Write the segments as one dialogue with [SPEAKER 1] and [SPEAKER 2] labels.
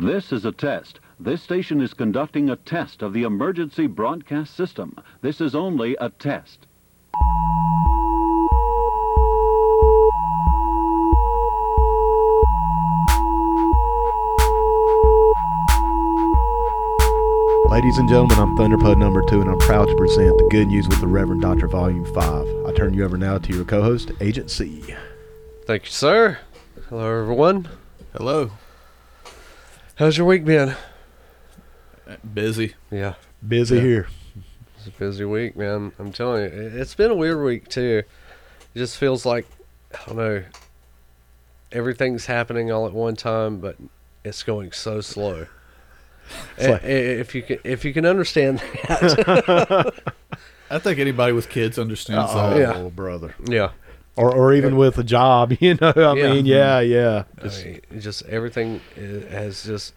[SPEAKER 1] This is a test. This station is conducting a test of the emergency broadcast system. This is only a test.
[SPEAKER 2] Ladies and gentlemen, I'm Thunderpud number two, and I'm proud to present the good news with the Reverend Dr. Volume 5. I turn you over now to your co host, Agent C.
[SPEAKER 3] Thank you, sir. Hello, everyone.
[SPEAKER 4] Hello.
[SPEAKER 3] How's your week been?
[SPEAKER 4] Uh, Busy.
[SPEAKER 3] Yeah,
[SPEAKER 2] Busy here.
[SPEAKER 3] it's a busy week, man. I'm telling you, it- it's been a weird week too. It just feels like I don't know. Everything's happening all at one time, but it's going so slow.
[SPEAKER 2] It's like-
[SPEAKER 3] I- i- if you can, if you can understand that,
[SPEAKER 4] I think anybody with kids understands
[SPEAKER 2] Oh,
[SPEAKER 4] that.
[SPEAKER 3] Yeah.
[SPEAKER 2] brother.
[SPEAKER 3] yeah.
[SPEAKER 2] Or, or even with a job, you know. I
[SPEAKER 3] Yeah.
[SPEAKER 2] mean, yeah, yeah.
[SPEAKER 3] Just, just everything i- has just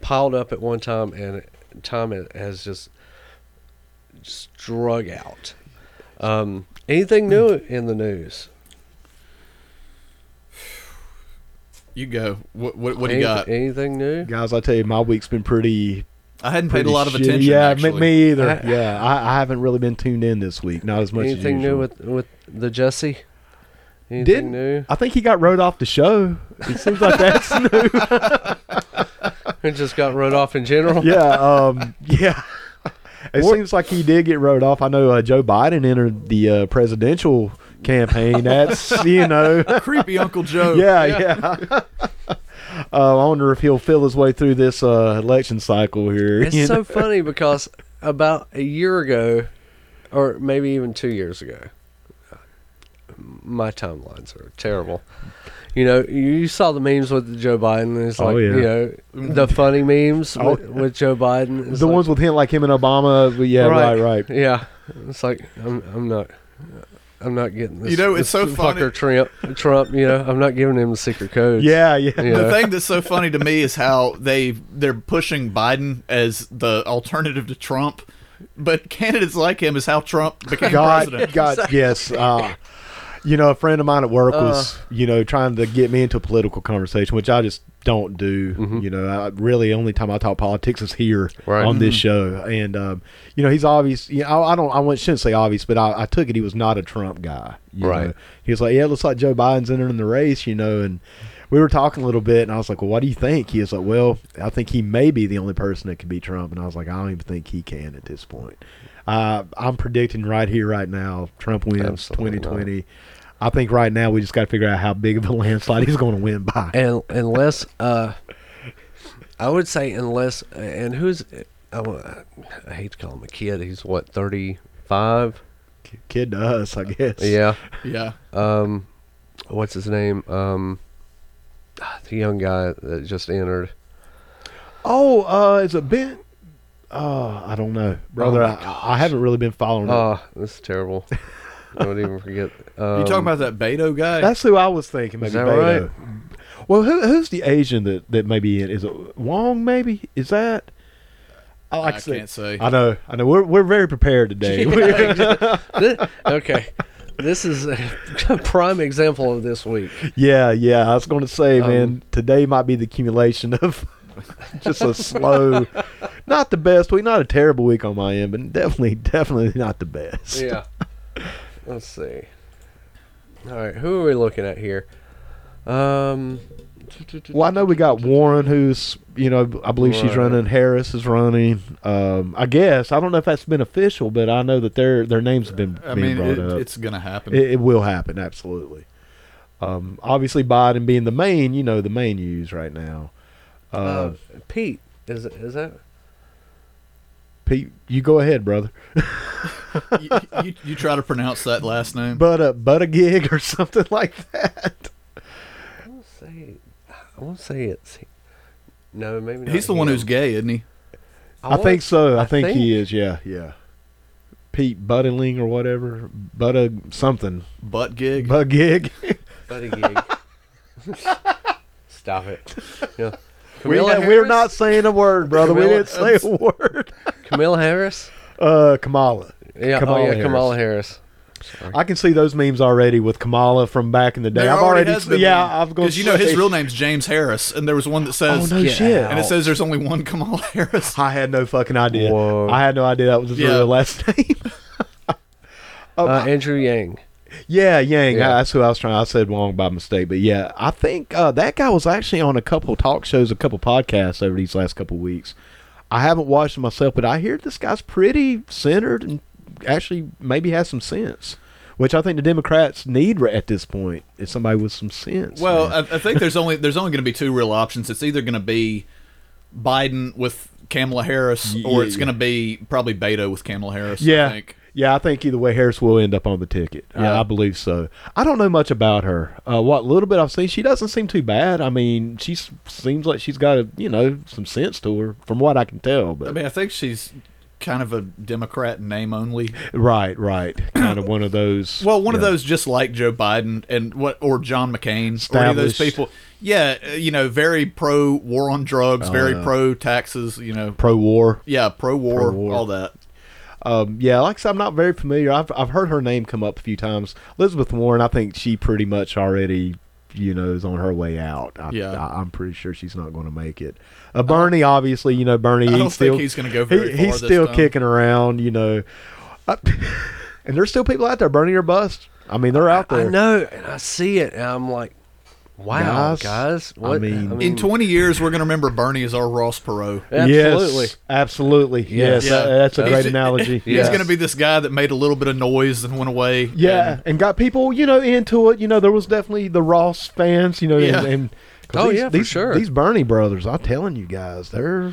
[SPEAKER 3] piled up at one time, and time it has just just drug out. Um, anything new in the news?
[SPEAKER 4] You go. What what, what do you
[SPEAKER 3] Anyth-
[SPEAKER 4] got?
[SPEAKER 3] Anything new?
[SPEAKER 2] Guys, I tell you, my week's been pretty.
[SPEAKER 4] I hadn't paid
[SPEAKER 2] pretty
[SPEAKER 4] a lot of
[SPEAKER 2] shitty.
[SPEAKER 4] attention.
[SPEAKER 2] Yeah, me,
[SPEAKER 4] actually.
[SPEAKER 2] me either.
[SPEAKER 3] I-
[SPEAKER 2] yeah, I, I haven't really been tuned in this week, not as much
[SPEAKER 3] Anything
[SPEAKER 2] as usual.
[SPEAKER 3] new with with the Jesse? Anything
[SPEAKER 2] Didn't-
[SPEAKER 3] new?
[SPEAKER 2] I think he got rode off the show. It seems like that's new.
[SPEAKER 3] It just got run off in general.
[SPEAKER 2] yeah, um, yeah. It seems like he did get rode off. I know uh, Joe Biden entered the uh, presidential campaign. That's you know,
[SPEAKER 4] Creepy Uncle Joe.
[SPEAKER 2] yeah, yeah. uh, I wonder if he'll feel his way through this uh, election cycle here. you
[SPEAKER 3] It's so
[SPEAKER 2] know?
[SPEAKER 3] funny because about a year ago, or maybe even two years ago, my timelines are terrible. You know, you saw the memes with Joe Biden. It's
[SPEAKER 2] Oh,
[SPEAKER 3] like
[SPEAKER 2] yeah.
[SPEAKER 3] you know the funny memes
[SPEAKER 2] Oh,
[SPEAKER 3] with, with Joe Biden. It's
[SPEAKER 2] the
[SPEAKER 3] like-
[SPEAKER 2] ones with him, like him and Obama. but Yeah, right, right.
[SPEAKER 3] Yeah, it's like I'm, I'm not. I'm not getting this.
[SPEAKER 4] You know,
[SPEAKER 3] this
[SPEAKER 4] it's so funny.
[SPEAKER 3] fucker Trump. Trump, you know, I'm not giving him the secret code.
[SPEAKER 2] Yeah, yeah.
[SPEAKER 3] Yeah.
[SPEAKER 4] The thing that's so funny to me is how they they're pushing Biden as the alternative to Trump, but candidates like him is how Trump became
[SPEAKER 2] God,
[SPEAKER 4] president.
[SPEAKER 2] God, yes. Uh, you know, a friend of mine at work was, you know, trying to get me into a political conversation, which I just don't do. You know, I, really, only time I talk politics is here
[SPEAKER 3] Right.
[SPEAKER 2] on this show. And um, you know, he's obvious. You know, I, I don't. I wouldn't- shouldn't say obvious, but I, I took it he was not a Trump guy. you
[SPEAKER 3] Right.
[SPEAKER 2] know. He was like, yeah, it looks like Joe Biden's entering the race. You know, and. We were talking a little bit, and I was like, "Well, what do you think?" He was like, "Well, I think he may be the only person that could beat Trump," and I was like, "I don't even think he can at this point." Uh, I'm predicting right here, right now, Trump wins
[SPEAKER 3] Absolutely
[SPEAKER 2] 2020. I think right now we just got to figure out how big of a landslide he's going to win by.
[SPEAKER 3] and unless uh i would say unless and who's i, wa- I hate to call him a kid he's what 35
[SPEAKER 2] Kid to us, I guess.
[SPEAKER 3] yeah
[SPEAKER 4] Yeah.
[SPEAKER 3] um what's his name um ah, the young guy that just entered
[SPEAKER 2] Oh, uh, is it Ben? Uh, I don't know, brother.
[SPEAKER 3] Oh my
[SPEAKER 2] I, I haven't really been following. it.
[SPEAKER 3] oh this is terrible don't even forget um,
[SPEAKER 4] you talking about that Beto guy?
[SPEAKER 2] That's who I was thinking. Maybe
[SPEAKER 3] that
[SPEAKER 2] Beto. Well, who, who's the Asian that that maybe in? Is it Wong? Maybe is that? like
[SPEAKER 4] I
[SPEAKER 2] to
[SPEAKER 4] can't say.
[SPEAKER 2] I know. I know. We're we're very prepared today.
[SPEAKER 3] Thi- okay this is a prime example of this week
[SPEAKER 2] Yeah, yeah. I was going to say,
[SPEAKER 3] Um,
[SPEAKER 2] man, today might be the accumulation of just a slow, not the best week, not a terrible week on my end, but definitely, definitely not the best.
[SPEAKER 3] yeah. Let's see. All right, who are we looking at here? Um.
[SPEAKER 2] Well, I know we got Warren, who's you know, I believe she's
[SPEAKER 3] Right.
[SPEAKER 2] running. Harris is running. Um, I guess I don't know if that's been official, but I know that their their names have been
[SPEAKER 4] I
[SPEAKER 2] being
[SPEAKER 4] mean,
[SPEAKER 2] brought
[SPEAKER 4] it,
[SPEAKER 2] up.
[SPEAKER 4] it's gonna happen.
[SPEAKER 2] It, it will happen, absolutely. Um, obviously, Biden being the main, you know, the main news right now. Uh,
[SPEAKER 3] Uh, Pete is is that?
[SPEAKER 2] Pete, you go ahead, brother.
[SPEAKER 4] you, you, you try to pronounce that last name.
[SPEAKER 2] but a but a gig or something like that.
[SPEAKER 3] I won't say. I won't say it's. No, maybe not.
[SPEAKER 4] He's the one
[SPEAKER 3] him.
[SPEAKER 4] who's gay, isn't he?
[SPEAKER 2] I, think
[SPEAKER 3] won't-
[SPEAKER 2] so. I, think,
[SPEAKER 3] think.
[SPEAKER 2] he is. Yeah, yeah. Pete Buddingling or whatever, but a something,
[SPEAKER 4] Butt gig.
[SPEAKER 2] but gig.
[SPEAKER 3] Buddy gig. Stop it. Yeah.
[SPEAKER 2] We,
[SPEAKER 3] Camilla
[SPEAKER 2] we're
[SPEAKER 3] Harris?
[SPEAKER 2] not saying a word, brother. we
[SPEAKER 3] Camilla-
[SPEAKER 2] didn't say a word.
[SPEAKER 3] Camilla Harris.
[SPEAKER 2] Uh, Kamala.
[SPEAKER 3] Yeah. oh
[SPEAKER 2] Kamala
[SPEAKER 3] yeah,
[SPEAKER 2] Harris.
[SPEAKER 3] Kamala Harris.
[SPEAKER 2] I can see those memes already with Kamala from back in the day.
[SPEAKER 4] There
[SPEAKER 2] I've already,
[SPEAKER 4] has been
[SPEAKER 2] yeah,
[SPEAKER 4] one.
[SPEAKER 2] I've gone.
[SPEAKER 4] because you know his
[SPEAKER 2] say-
[SPEAKER 4] real name's James Harris, and there was one that
[SPEAKER 2] Oh
[SPEAKER 4] says,
[SPEAKER 2] no
[SPEAKER 3] Get
[SPEAKER 2] shit!
[SPEAKER 3] out.
[SPEAKER 4] and it says there's only one Kamala Harris.
[SPEAKER 2] I had no fucking idea.
[SPEAKER 3] Whoa.
[SPEAKER 2] I had no idea that was his
[SPEAKER 4] Yeah.
[SPEAKER 2] real last name.
[SPEAKER 3] Uh, Andrew Yang.
[SPEAKER 2] yeah, Yang.
[SPEAKER 3] Yeah.
[SPEAKER 2] That's who I was trying. I said Wong by mistake, but yeah, I think uh, that guy was actually on a couple talk shows, a couple podcasts over these last couple weeks. I haven't watched him myself, but I hear this guy's pretty centered and actually maybe has some sense, which I think the Democrats need r- at this point is somebody with some sense.
[SPEAKER 4] Well,
[SPEAKER 2] man.
[SPEAKER 4] I, I think there's only there's only going to be two real options. It's either going to be Biden with Kamala Harris,
[SPEAKER 2] Y-
[SPEAKER 4] or
[SPEAKER 2] yeah,
[SPEAKER 4] it's
[SPEAKER 2] yeah.
[SPEAKER 4] going to be probably Beto with Kamala Harris.
[SPEAKER 2] Yeah.
[SPEAKER 4] I think.
[SPEAKER 2] Yeah, I think either way, Harris will end up on the ticket. I,
[SPEAKER 4] Yeah.
[SPEAKER 2] I believe so. I don't know much about her. Uh, what little bit I've seen, she doesn't seem too bad. I mean, she s- seems like she's got a you know some sense to her, from what I can tell. But
[SPEAKER 4] I mean, I think she's kind of a Democrat in name only.
[SPEAKER 2] right, right, kind of one of those.
[SPEAKER 4] Well, one of
[SPEAKER 2] yeah.
[SPEAKER 4] those just like Joe Biden and what or John McCain or any of those
[SPEAKER 2] Established.
[SPEAKER 4] people. Yeah, uh, you know, very pro war on drugs, very
[SPEAKER 2] yeah.
[SPEAKER 4] pro taxes. You know,
[SPEAKER 2] pro-war.
[SPEAKER 4] yeah, pro war,
[SPEAKER 2] Pro-war.
[SPEAKER 4] all that.
[SPEAKER 2] Um, yeah, like I said, I'm not very familiar. I've I've heard her name come up a few times. Elizabeth Warren, I think she pretty much already. You know, is on her way out. I,
[SPEAKER 4] Yeah.
[SPEAKER 2] I, I'm pretty sure she's not going to make it. Uh, Bernie, obviously, you know Bernie.
[SPEAKER 4] I don't
[SPEAKER 2] he's still,
[SPEAKER 4] think he's going to go very
[SPEAKER 2] he,
[SPEAKER 4] far.
[SPEAKER 2] he's
[SPEAKER 4] this
[SPEAKER 2] still
[SPEAKER 4] time.
[SPEAKER 2] kicking around, you know. Uh, and there's still people out there burning your bust. I mean, they're out
[SPEAKER 3] I
[SPEAKER 2] there.
[SPEAKER 3] know, and I see it, and I'm like, wow,
[SPEAKER 2] Guys,
[SPEAKER 3] guys.
[SPEAKER 2] I
[SPEAKER 3] what?
[SPEAKER 2] mean-
[SPEAKER 4] In
[SPEAKER 3] Mm.
[SPEAKER 4] 20 years, we're going to remember Bernie as our Ross Perot.
[SPEAKER 3] absolutely.
[SPEAKER 2] Yes, absolutely. Yes,
[SPEAKER 4] Yeah.
[SPEAKER 2] that- that's a
[SPEAKER 4] He's-
[SPEAKER 2] great analogy.
[SPEAKER 4] He's
[SPEAKER 3] Yes.
[SPEAKER 4] going to be this guy that made a little bit of noise and went away.
[SPEAKER 2] yeah, and, got people, you know, into it. You know, there was definitely the Ross fans, you know,
[SPEAKER 4] Yeah.
[SPEAKER 2] and, and 'cause
[SPEAKER 3] Oh,
[SPEAKER 2] these,
[SPEAKER 3] yeah, for
[SPEAKER 2] these,
[SPEAKER 3] sure.
[SPEAKER 2] These Bernie brothers, I'm telling you guys, they're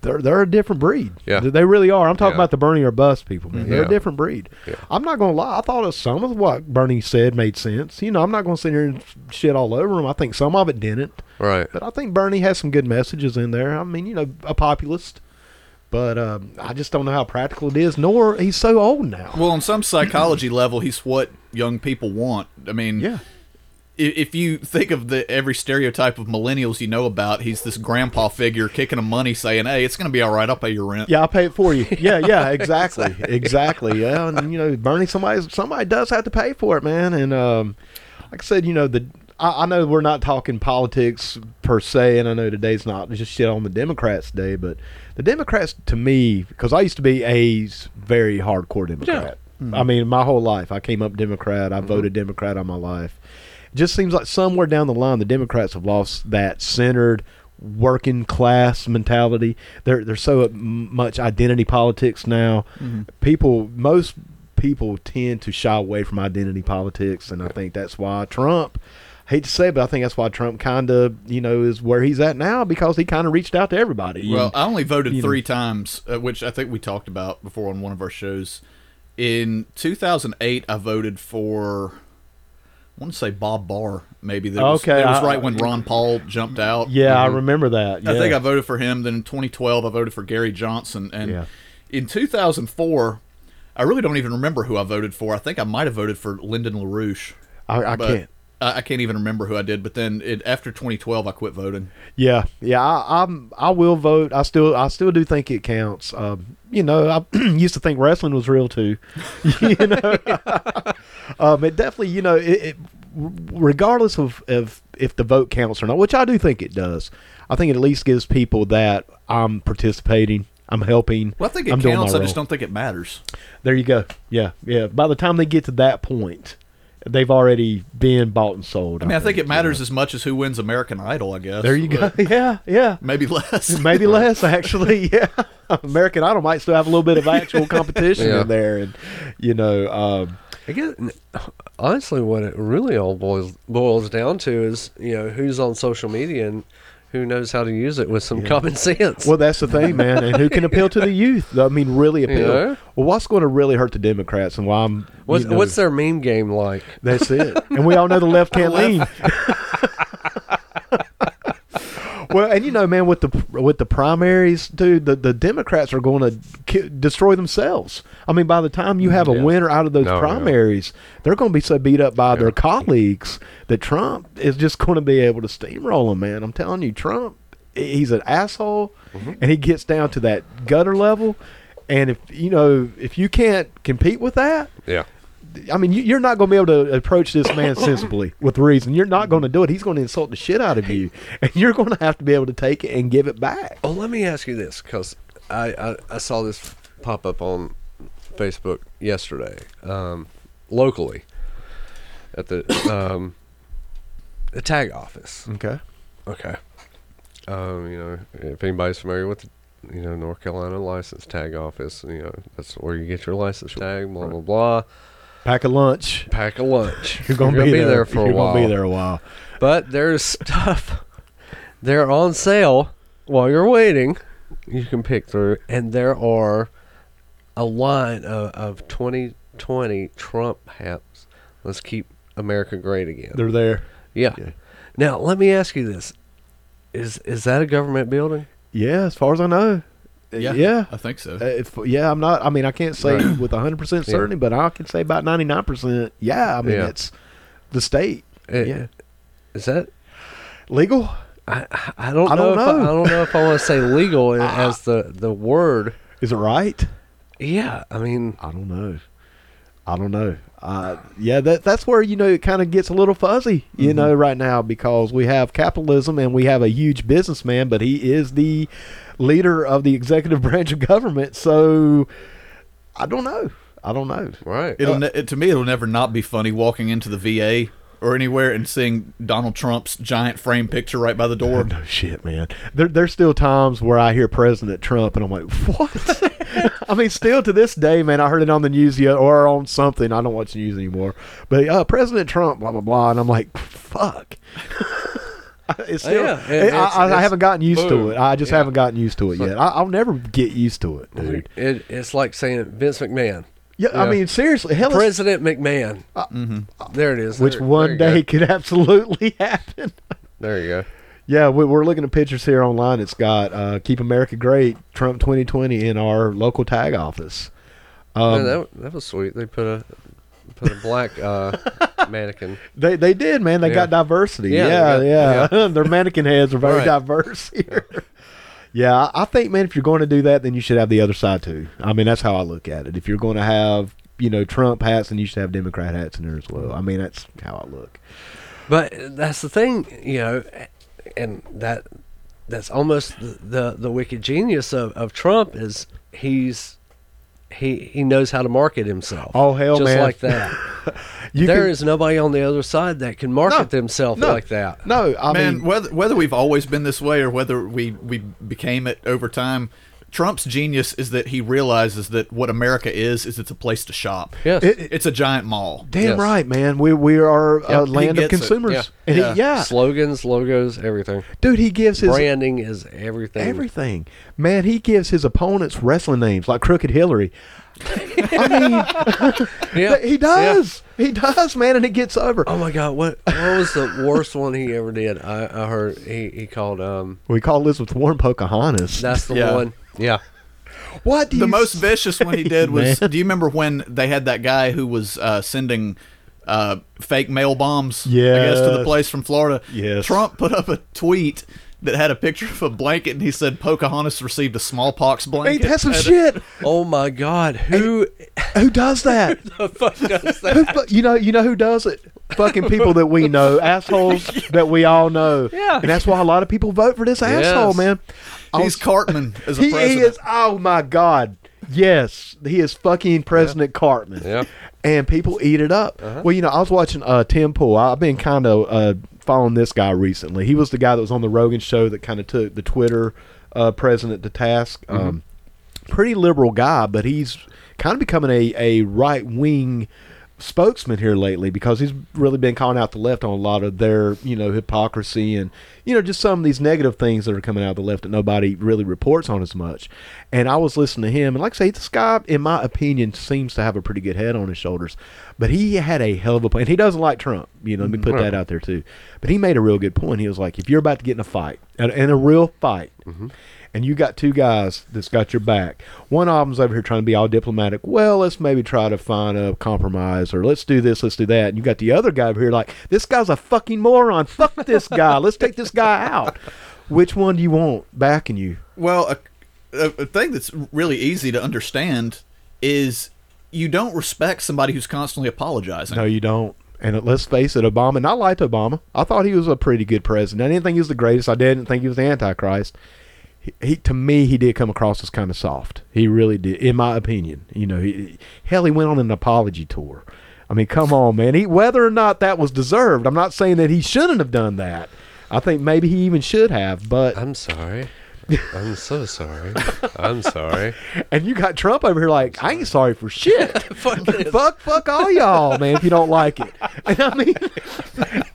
[SPEAKER 2] they're they're a different breed.
[SPEAKER 3] Yeah.
[SPEAKER 2] they really are. I'm talking
[SPEAKER 3] Yeah.
[SPEAKER 2] about the Bernie or bust people, man. They're a
[SPEAKER 3] Yeah.
[SPEAKER 2] different breed.
[SPEAKER 3] Yeah.
[SPEAKER 2] I'm not gonna lie. I thought of some of what Bernie said made sense. You know, I'm not gonna sit here and shit all over him. I think some of it didn't,
[SPEAKER 3] Right.
[SPEAKER 2] but I think Bernie has some good messages in there. I mean, you know, a populist. But um, I just don't know how practical it is. Nor he's so old now.
[SPEAKER 4] Well, on some psychology level, he's what young people want. I mean,
[SPEAKER 2] yeah.
[SPEAKER 4] i- if you think of the every stereotype of millennials you know about, he's this grandpa figure kicking them money, saying, "Hey, it's going to be all right. I'll pay your rent."
[SPEAKER 2] Yeah, I'll pay it for you. Yeah, yeah, exactly, exactly. Yeah, and you know, Bernie, somebody, somebody does have to pay for it, man. And um, like I said, you know, the I, I know we're not talking politics per se, and I know today's not just shit on the Democrats today, but the Democrats to me, because I used to be a s- very hardcore Democrat. I mean, my whole life, I came up Democrat. I voted Democrat all my life. It just seems like somewhere down the line, the Democrats have lost that centered working class mentality. They're they're so m- much identity politics now. People, most people tend to shy away from identity politics, and I think that's why Trump. Hate to say, it, but I think that's why Trump kind of, you know, is where he's at now because he kind of reached out to everybody.
[SPEAKER 4] Well,
[SPEAKER 2] And-
[SPEAKER 4] I only voted
[SPEAKER 2] you know.
[SPEAKER 4] three times, uh, which I think we talked about before on one of our shows. In 2008, I voted for. I want to say Bob Barr, maybe that was,
[SPEAKER 2] Okay,
[SPEAKER 4] that was
[SPEAKER 2] I-
[SPEAKER 4] right when Ron Paul jumped out. Mm-hmm.
[SPEAKER 2] yeah, I remember that.
[SPEAKER 4] I think
[SPEAKER 2] yeah.
[SPEAKER 4] I voted for him. Then in 2012, I voted for Gary Johnson. And
[SPEAKER 2] Yeah.
[SPEAKER 4] in 2004, I really don't even remember who I voted for. I think I might have voted for Lyndon LaRouche.
[SPEAKER 2] I, I
[SPEAKER 4] but
[SPEAKER 2] can't.
[SPEAKER 4] I, I can't even remember who I did. But then it, after 2012, I quit voting.
[SPEAKER 2] Yeah, yeah, I, I'm. I will vote. I still, I still do think it counts. Um, you know, I used to think wrestling was real too. you know, um, it definitely, you know, it, it regardless of, of if the vote counts or not, which I do think it does. I think it at least gives people that I'm participating. I'm helping.
[SPEAKER 4] Well, I think it
[SPEAKER 2] I'm doing my
[SPEAKER 4] counts. I just
[SPEAKER 2] role.
[SPEAKER 4] don't think it matters.
[SPEAKER 2] There you go. Yeah, yeah. By the time they get to that point, they've already been bought and sold.
[SPEAKER 4] I mean, I think it matters as much as who wins American Idol, I guess.
[SPEAKER 2] There you go.
[SPEAKER 4] but
[SPEAKER 2] Yeah, yeah.
[SPEAKER 4] Maybe less.
[SPEAKER 2] Maybe less, actually. Yeah, American Idol might still have a little bit of actual competition
[SPEAKER 3] Yeah.
[SPEAKER 2] in there, and you know, um,
[SPEAKER 3] I guess honestly, what it really all boils boils down to is you know who's on social media and who knows how to use it with some common sense.
[SPEAKER 2] well, that's the thing, man. And who can appeal to the youth? I mean, really appeal.
[SPEAKER 3] Yeah.
[SPEAKER 2] Well, what's going to really hurt the Democrats, and why I'm
[SPEAKER 3] what's
[SPEAKER 2] you know,
[SPEAKER 3] what's their meme game like?
[SPEAKER 2] That's it. And we all know the left can't lean. well, and you know, man, with the with the primaries, dude, the, the Democrats are going to ki- destroy themselves. I mean, by the time you have a
[SPEAKER 3] Yeah.
[SPEAKER 2] winner out of those
[SPEAKER 3] No, yeah.
[SPEAKER 2] primaries, they're going to be so beat up by their colleagues that Trump is just going to be able to steamroll them, man. I'm telling you, Trump, he's an asshole,
[SPEAKER 3] Mm-hmm.
[SPEAKER 2] and he gets down to that gutter level. And if you know if you can't compete with that,
[SPEAKER 3] Yeah,
[SPEAKER 2] I mean, you- you're not going to be able to approach this man sensibly with reason. You're not going to do it. He's going to insult the shit out of you, and you're going to have to be able to take it and give it back.
[SPEAKER 3] Oh, let me ask you this because I, I, I saw this pop up on Facebook yesterday, um, locally at the um, the tag office.
[SPEAKER 2] Okay.
[SPEAKER 3] Okay. Um, you know, if anybody's familiar with, the, you know, North Carolina license tag office, you know, that's where you get your license tag. Blah blah blah.
[SPEAKER 2] Pack a lunch.
[SPEAKER 3] Pack a lunch.
[SPEAKER 2] You're going to be, there.
[SPEAKER 3] for a
[SPEAKER 2] you're
[SPEAKER 3] while.
[SPEAKER 2] going to be there a while.
[SPEAKER 3] But there's stuff they're on sale while you're waiting. You can pick through, and there are a line of, of 2020 Trump hats. Let's keep America great again.
[SPEAKER 2] They're there.
[SPEAKER 3] yeah.
[SPEAKER 2] yeah.
[SPEAKER 3] Now let me ask you this: Is is that a government building?
[SPEAKER 2] Yeah, as far as I know. Uh,
[SPEAKER 4] Yeah,
[SPEAKER 2] Yeah.
[SPEAKER 4] I think so.
[SPEAKER 2] Uh, If, yeah, I'm not. I mean, I can't say
[SPEAKER 3] Right.
[SPEAKER 2] with 100 percent certainty, but I can say about 99 percent. Yeah, I mean,
[SPEAKER 3] Yeah.
[SPEAKER 2] it's the state.
[SPEAKER 3] It-
[SPEAKER 2] yeah,
[SPEAKER 3] Uh, Is that
[SPEAKER 2] legal.
[SPEAKER 3] I I- I don't know.
[SPEAKER 2] I don't
[SPEAKER 3] if I,
[SPEAKER 2] know.
[SPEAKER 3] I don't know if I want to say legal as the the word.
[SPEAKER 2] Is it right?
[SPEAKER 3] Yeah, I mean,
[SPEAKER 2] I don't know. I don't know. Uh, yeah, that that's where you know it kind of gets a little fuzzy, you know, right now because we have capitalism and we have a huge businessman, but he is the leader of the executive branch of government. So I don't know. I don't know.
[SPEAKER 3] right?
[SPEAKER 2] uh,
[SPEAKER 4] It'll ne- it, to me, it'll never not be funny walking into the VA or anywhere and seeing Donald Trump's giant frame picture right by the door.
[SPEAKER 2] No shit, man. There, there's still times where I hear President Trump and I'm like, what? I mean, still to this day, man, I heard it on the news yet or on something. I don't watch the news anymore. But uh, President Trump, blah, blah, blah. And I'm like, fuck. it's
[SPEAKER 3] Oh,
[SPEAKER 2] still,
[SPEAKER 3] yeah.
[SPEAKER 2] I-
[SPEAKER 3] It- it's-
[SPEAKER 2] I, I
[SPEAKER 3] it's-
[SPEAKER 2] haven't gotten used
[SPEAKER 3] boom.
[SPEAKER 2] to it. I just
[SPEAKER 3] Yeah.
[SPEAKER 2] haven't gotten used to it yet. I, I'll never get used to it, dude.
[SPEAKER 3] It, it's like saying Vince McMahon,
[SPEAKER 2] Yeah, I
[SPEAKER 3] Yeah.
[SPEAKER 2] mean, seriously, hell, it's-
[SPEAKER 3] President McMahon. There it is.
[SPEAKER 2] Uh, which
[SPEAKER 3] There-
[SPEAKER 2] one
[SPEAKER 3] there
[SPEAKER 2] day
[SPEAKER 3] you go.
[SPEAKER 2] could absolutely happen.
[SPEAKER 3] There you go.
[SPEAKER 2] Yeah, we, we're looking at pictures here online. It's got uh, "Keep America Great" Trump 2020 in our local tag office.
[SPEAKER 3] No,
[SPEAKER 2] Um,
[SPEAKER 3] that that was sweet. They put a put a black uh, mannequin.
[SPEAKER 2] they they did, man. They
[SPEAKER 3] Yeah.
[SPEAKER 2] got diversity.
[SPEAKER 3] Yeah,
[SPEAKER 2] Yeah,
[SPEAKER 3] they
[SPEAKER 2] yeah.
[SPEAKER 3] got-
[SPEAKER 2] Their mannequin heads are very
[SPEAKER 3] Right.
[SPEAKER 2] diverse here. Yeah, I- I think, man, if you're going to do that, then you should have the other side too. I mean, that's how I look at it. If you're going to have you know Trump hats, then you should have Democrat hats in there as well. I mean, that's how I look.
[SPEAKER 3] But that's the thing, you know, and that that's almost the the, the wicked genius of, of Trump is he's he he knows how to market himself.
[SPEAKER 2] Oh, hell,
[SPEAKER 3] just
[SPEAKER 2] man.
[SPEAKER 3] like that. There
[SPEAKER 2] You
[SPEAKER 3] is
[SPEAKER 2] can-
[SPEAKER 3] nobody on the other side that can market themselves
[SPEAKER 2] no,
[SPEAKER 3] like that.
[SPEAKER 2] No, I
[SPEAKER 4] Man,
[SPEAKER 2] mean,
[SPEAKER 4] whether whether we've always been this way or whether we we became it over time, Trump's genius is that he realizes that what America is is it's a place to shop.
[SPEAKER 3] Yes.
[SPEAKER 2] It-
[SPEAKER 4] it's a giant mall.
[SPEAKER 2] damn
[SPEAKER 3] Yes.
[SPEAKER 2] right, man. We we are a
[SPEAKER 4] Yep, he
[SPEAKER 2] land of
[SPEAKER 4] gets it.
[SPEAKER 2] consumers,
[SPEAKER 3] Yeah.
[SPEAKER 2] and
[SPEAKER 4] Yeah.
[SPEAKER 2] He, yeah,
[SPEAKER 3] Slogans, logos, everything.
[SPEAKER 2] dude, he gives his
[SPEAKER 3] Branding is everything.
[SPEAKER 2] everything. Man, he gives his opponents wrestling names like Crooked Hillary. I
[SPEAKER 3] Yeah.
[SPEAKER 2] mean, he
[SPEAKER 3] Yeah.
[SPEAKER 2] does. He does, man, and it gets over.
[SPEAKER 3] Oh my God! What what was the worst one he ever did? I, I heard he, he called um.
[SPEAKER 2] We call Elizabeth Warren Pocahontas.
[SPEAKER 3] That's the
[SPEAKER 4] Yeah.
[SPEAKER 3] one. Yeah.
[SPEAKER 2] what do
[SPEAKER 4] the
[SPEAKER 2] you
[SPEAKER 4] most
[SPEAKER 2] s-
[SPEAKER 4] vicious one he did was
[SPEAKER 2] Man.
[SPEAKER 4] do you remember when they had that guy who was uh, sending uh, fake mail bombs I guess to the
[SPEAKER 2] Yes.
[SPEAKER 4] place from Florida
[SPEAKER 2] Yes.
[SPEAKER 4] Trump put up a tweet that had a picture of a blanket and he said Pocahontas received a smallpox
[SPEAKER 2] Ain't
[SPEAKER 4] blanket
[SPEAKER 2] that some
[SPEAKER 4] And-
[SPEAKER 2] shit?
[SPEAKER 3] Oh my God! Who
[SPEAKER 2] Who does that?
[SPEAKER 3] the fuck does that?
[SPEAKER 2] who, fu- you know, you know who does it? Fucking people that we know, assholes that we all know.
[SPEAKER 3] Yeah.
[SPEAKER 2] and that's why a lot of people vote for this asshole,
[SPEAKER 3] Yes.
[SPEAKER 2] man.
[SPEAKER 4] he's Cartman as a
[SPEAKER 2] he,
[SPEAKER 4] president
[SPEAKER 2] he is. Oh my God. Yes, he is fucking President Cartman.
[SPEAKER 3] Yeah.
[SPEAKER 2] And people eat it up. Well, you know, I was watching uh, Tim Pool. I've been kind of uh, following this guy recently. He was the guy that was on the Rogan show that kind of took the Twitter uh, president to task. Um, pretty liberal guy, but he's kind of becoming a, a right wing spokesman here lately because he's really been calling out the left on a lot of their, you know, hypocrisy and, you know, just some of these negative things that are coming out of the left that nobody really reports on as much. And I was listening to him and like I say, this guy, in my opinion, seems to have a pretty good head on his shoulders. But he had a hell of a point. He doesn't like Trump, you know, let me put that out there too. But he made a real good point. He was like, if you're about to get in a fight, and and a real fight, and you got two guys that's got your back. One of them's over here trying to be all diplomatic. Well, let's maybe try to find a compromise, or let's do this, let's do that. And you got the other guy over here like, this guy's a fucking moron. Fuck this guy. Let's take this guy out. Which one do you want backing you?
[SPEAKER 4] Well, a, a, a thing that's really easy to understand is you don't respect somebody who's constantly apologizing.
[SPEAKER 2] No, you don't. And let's face it, Obama, and I liked Obama. I thought he was a pretty good president. I didn't think he was the greatest. I didn't think he was the Antichrist. He, he to me, he did come across as kind of soft. He really did, in my opinion. You know, he, hell, he went on an apology tour. I mean, come on, man. He, whether or not that was deserved, I'm not saying that he shouldn't have done that. I think maybe he even should have, but
[SPEAKER 3] I'm sorry. I'm so sorry. I'm sorry.
[SPEAKER 2] and you got Trump over here like, I ain't sorry for shit. fuck, fuck, all y'all, man. If you don't like it, and I mean,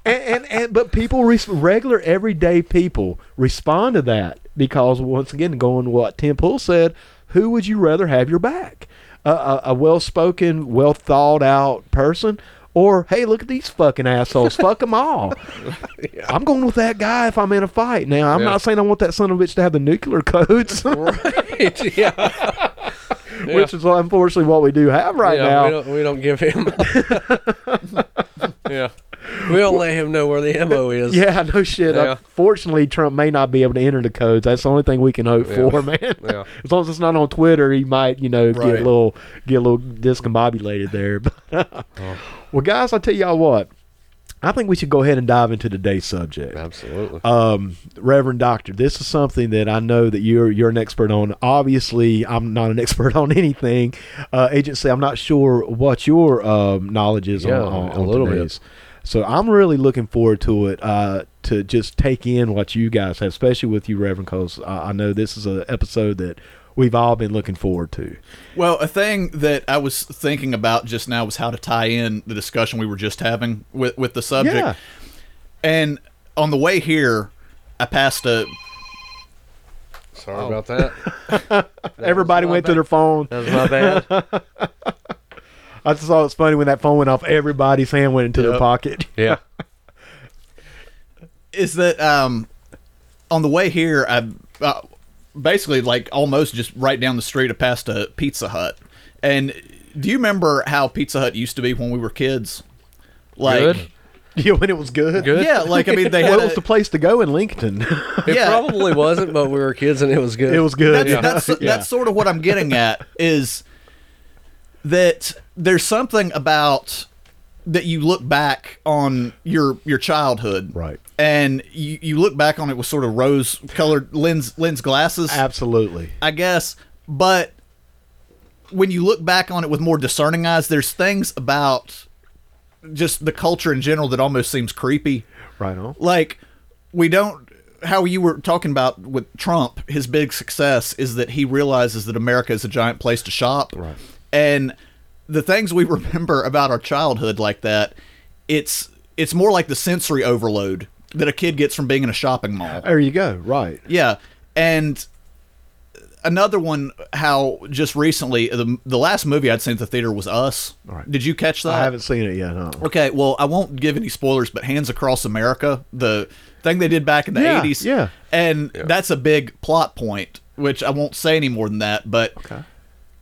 [SPEAKER 2] and and, and but people, res- regular everyday people, respond to that because once again, going to what Tim Pool said, who would you rather have your back? A a, a well-spoken, well thought out person. Or hey, look at these fucking assholes! Fuck them all. I'm going with that guy if I'm in a fight. Now I'm
[SPEAKER 3] Yeah.
[SPEAKER 2] not saying I want that son of a bitch to have the nuclear codes.
[SPEAKER 3] Right? Yeah. Yeah.
[SPEAKER 2] which is unfortunately what we do have right
[SPEAKER 3] yeah,
[SPEAKER 2] now.
[SPEAKER 3] We don't, we don't give him. yeah. We don't let him know where the ammo is.
[SPEAKER 2] yeah, no shit.
[SPEAKER 3] Yeah.
[SPEAKER 2] Unfortunately, Trump may not be able to enter the codes. That's the only thing we can hope
[SPEAKER 3] Yeah.
[SPEAKER 2] for, man.
[SPEAKER 3] Yeah.
[SPEAKER 2] As long as it's not on Twitter, he might, you know, get
[SPEAKER 4] Right.
[SPEAKER 2] a little get a little discombobulated there. But uh, well, guys, I'll tell y'all what. I think we should go ahead and dive into today's subject.
[SPEAKER 3] Absolutely.
[SPEAKER 2] Um, Reverend Doctor, this is something that I know that you're you're an expert on. Obviously, I'm not an expert on anything. Uh, agency, I'm not sure what your um, knowledge is
[SPEAKER 3] Yeah,
[SPEAKER 2] on, on,
[SPEAKER 3] a
[SPEAKER 2] on
[SPEAKER 3] little bit.
[SPEAKER 2] today's. So I'm really looking forward to it. Uh, to just take in what you guys have, especially with you, Reverend, because I, I know this is an episode that we've all been looking forward to.
[SPEAKER 4] Well, a thing that I was thinking about just now was how to tie in the discussion we were just having with with the subject.
[SPEAKER 2] Yeah.
[SPEAKER 4] And on the way here, I passed a
[SPEAKER 3] Sorry about that.
[SPEAKER 2] Everybody
[SPEAKER 3] my
[SPEAKER 2] went to
[SPEAKER 3] bad.
[SPEAKER 2] their phone.
[SPEAKER 3] That was my bad.
[SPEAKER 2] I just thought it's funny when that phone went off. Everybody's hand went into their
[SPEAKER 4] Yep.
[SPEAKER 2] pocket.
[SPEAKER 3] yeah.
[SPEAKER 4] is that um on the way here I uh, basically like almost just right down the street I passed a Pizza Hut. And do you remember how Pizza Hut used to be when we were kids? Like
[SPEAKER 3] Good.
[SPEAKER 2] Yeah, when it was good.
[SPEAKER 3] Good.
[SPEAKER 4] Yeah, like I mean they had
[SPEAKER 2] well, it was
[SPEAKER 4] a-
[SPEAKER 2] the place to go in Lincoln.
[SPEAKER 3] It
[SPEAKER 4] yeah.
[SPEAKER 3] probably wasn't, but we were kids and it was good.
[SPEAKER 2] It was good.
[SPEAKER 4] That's, that's, that's sort of what I'm getting at is that there's something about that you look back on your your childhood,
[SPEAKER 2] Right.
[SPEAKER 4] And you, you look back on it with sort of rose colored lens lens glasses,
[SPEAKER 2] absolutely.
[SPEAKER 4] I guess. But when you look back on it with more discerning eyes, there's things about just the culture in general that almost seems creepy
[SPEAKER 2] Right on.
[SPEAKER 4] like we don't how you were talking about with Trump, his big success is that he realizes that America is a giant place to shop. Right. And the things we remember about our childhood like that, it's it's more like the sensory overload that a kid gets from being in a shopping mall.
[SPEAKER 2] There you go. Right.
[SPEAKER 4] Yeah, and another one. How just recently the the last movie I'd seen at the theater was Us.
[SPEAKER 2] Right.
[SPEAKER 4] Did you catch that?
[SPEAKER 2] I haven't seen it yet. Huh?
[SPEAKER 4] Okay, well, I won't give any spoilers, but Hands Across America, the thing they did back in the
[SPEAKER 2] Yeah,
[SPEAKER 4] 80s.
[SPEAKER 2] yeah.
[SPEAKER 4] And that's a big plot point, which I won't say any more than that, but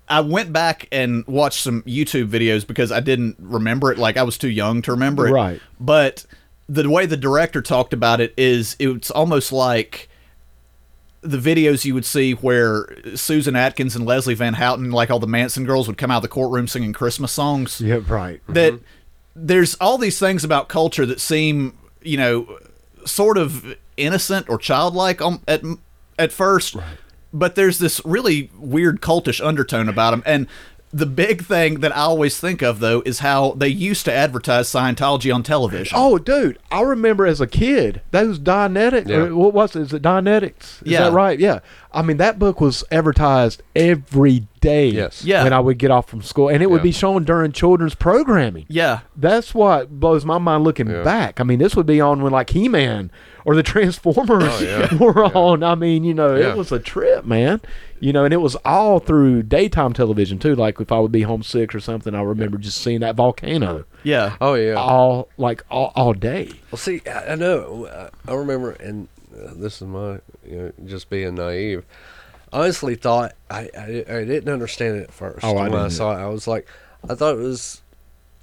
[SPEAKER 4] I went back and watched some YouTube videos because I didn't remember it. Like, I was too young to remember it.
[SPEAKER 2] Right.
[SPEAKER 4] But the way the director talked about it is it's almost like the videos you would see where Susan Atkins and Leslie Van Houten, like all the Manson girls, would come out of the courtroom singing Christmas songs
[SPEAKER 2] Yeah. Right.
[SPEAKER 4] that
[SPEAKER 2] Mm-hmm.
[SPEAKER 4] there's all these things about culture that seem you know sort of innocent or childlike um, at at first but there's this really weird cultish undertone about them and the big thing that I always think of though is how they used to advertise Scientology on television
[SPEAKER 2] Oh, dude! I remember as a kid those Dianetics.
[SPEAKER 3] Yeah.
[SPEAKER 2] Or what was it? Is it Dianetics? Is
[SPEAKER 4] Yeah.
[SPEAKER 2] that right? Yeah. I mean, that book was advertised every day.
[SPEAKER 3] Yes.
[SPEAKER 4] Yeah.
[SPEAKER 2] When I would get off from school, and it would
[SPEAKER 3] Yeah.
[SPEAKER 2] be shown during children's programming.
[SPEAKER 4] yeah
[SPEAKER 2] That's what blows my mind looking
[SPEAKER 3] Yeah.
[SPEAKER 2] back. I mean, this would be on when like He Man or the Transformers
[SPEAKER 3] Oh, yeah.
[SPEAKER 2] were on. I mean, you know,
[SPEAKER 3] Yeah.
[SPEAKER 2] it was a trip, man. You know, and it was all through daytime television too. Like if I would be homesick or something, I remember just seeing that volcano
[SPEAKER 4] yeah
[SPEAKER 3] Oh, yeah.
[SPEAKER 2] all like all, all day.
[SPEAKER 3] Well, see, I, I know. I, I remember, and uh, this is my, you know, just being naive. Honestly, thought I, I, I didn't understand it at first
[SPEAKER 2] Oh, I
[SPEAKER 3] when I
[SPEAKER 2] didn't.
[SPEAKER 3] saw it. I was like, I thought it was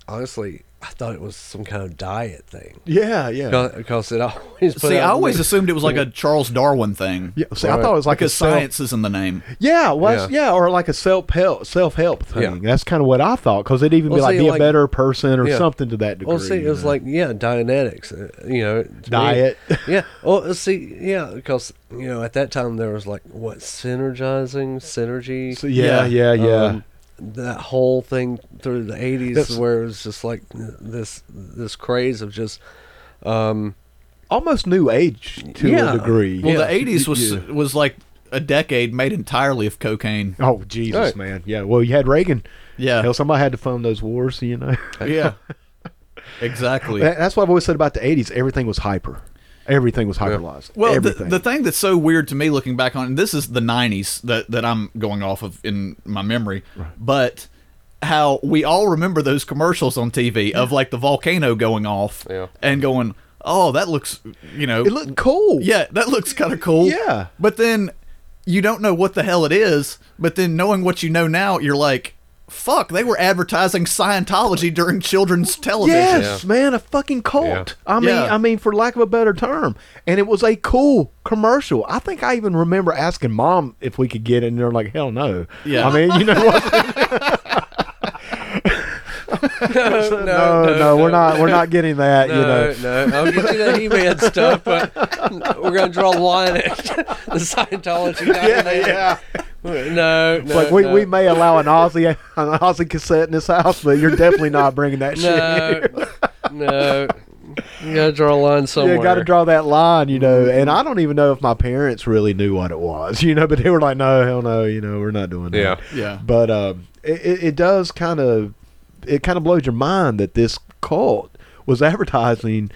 [SPEAKER 3] honestly. I thought it was some kind of diet thing
[SPEAKER 2] Yeah, yeah.
[SPEAKER 3] because it always. Put
[SPEAKER 4] See,
[SPEAKER 3] out
[SPEAKER 4] I always assumed it was like a Charles Darwin thing.
[SPEAKER 2] uh, Yeah, see, I thought it was like
[SPEAKER 4] because
[SPEAKER 2] a self,
[SPEAKER 4] science is in the name.
[SPEAKER 2] Yeah, well, yeah. or like a self help self help thing.
[SPEAKER 3] Yeah.
[SPEAKER 2] That's kind of what I thought because it'd even
[SPEAKER 3] Well,
[SPEAKER 2] be like
[SPEAKER 3] see,
[SPEAKER 2] be
[SPEAKER 3] like-
[SPEAKER 2] a better person or
[SPEAKER 3] yeah.
[SPEAKER 2] something to that degree.
[SPEAKER 3] Well, see, it
[SPEAKER 2] you
[SPEAKER 3] was
[SPEAKER 2] know?
[SPEAKER 3] like yeah, Dianetics. uh, You know, to me-
[SPEAKER 2] Diet.
[SPEAKER 3] yeah. Well, uh, see, yeah, because you know at that time there was like what synergizing synergy.
[SPEAKER 2] So, yeah, yeah, yeah.
[SPEAKER 3] Um, that whole thing through the
[SPEAKER 2] That's-
[SPEAKER 3] '80s, where it was just like this this craze of just
[SPEAKER 2] Almost new age to a
[SPEAKER 3] Yeah.
[SPEAKER 2] degree.
[SPEAKER 4] Well,
[SPEAKER 3] Yeah.
[SPEAKER 4] the '80s was
[SPEAKER 2] Yeah.
[SPEAKER 4] was like a decade made entirely of cocaine.
[SPEAKER 2] Oh Jesus,
[SPEAKER 3] Right.
[SPEAKER 2] man! Yeah, well, you had Reagan.
[SPEAKER 4] Yeah.
[SPEAKER 2] Hell, somebody had to fund those wars, you know.
[SPEAKER 4] Yeah, exactly.
[SPEAKER 2] That- That's what I've always said about the '80s. Everything was hyper. Everything was hyperlized.
[SPEAKER 4] Well, the,
[SPEAKER 2] everything.
[SPEAKER 4] the thing that's so weird to me looking back on, and this is the 90s that, that I'm going off of in my memory, but how we all remember those commercials on TV of like the volcano going off
[SPEAKER 3] Yeah.
[SPEAKER 4] and going, oh, that looks, you know,
[SPEAKER 2] it looked cool.
[SPEAKER 4] yeah, that looks kind of cool.
[SPEAKER 2] Yeah.
[SPEAKER 4] But then you don't know what the hell it is, but then knowing what you know now, you're like, fuck, they were advertising Scientology during children's television.
[SPEAKER 2] Yes, man, a fucking cult.
[SPEAKER 3] Yeah.
[SPEAKER 2] I mean,
[SPEAKER 4] Yeah.
[SPEAKER 2] I mean, for lack of a better term, and it was a cool commercial. I think I even remember asking mom if we could get it, and they're like, "Hell no."
[SPEAKER 4] Yeah.
[SPEAKER 2] I mean, you know what?
[SPEAKER 3] no, no,
[SPEAKER 2] no, no, we're not, we're not getting that.
[SPEAKER 3] No,
[SPEAKER 2] you know,
[SPEAKER 3] no, I'll get you that He-Man stuff, but we're gonna draw a line at the Scientology.
[SPEAKER 2] yeah, yeah.
[SPEAKER 3] No, no,
[SPEAKER 2] like we,
[SPEAKER 3] no.
[SPEAKER 2] we may allow an Aussie an Aussie cassette in this house, but you're definitely not bringing that shit.
[SPEAKER 3] no, no. You gotta draw a line somewhere.
[SPEAKER 2] Yeah, got to draw that line, you know. And I don't even know if my parents really knew what it was, you know. But they were like, "No, hell no, you know, we're not doing that."
[SPEAKER 3] Yeah.
[SPEAKER 4] Yeah.
[SPEAKER 2] But um, it, it- it does kind of it kind of blows your mind that this cult was advertising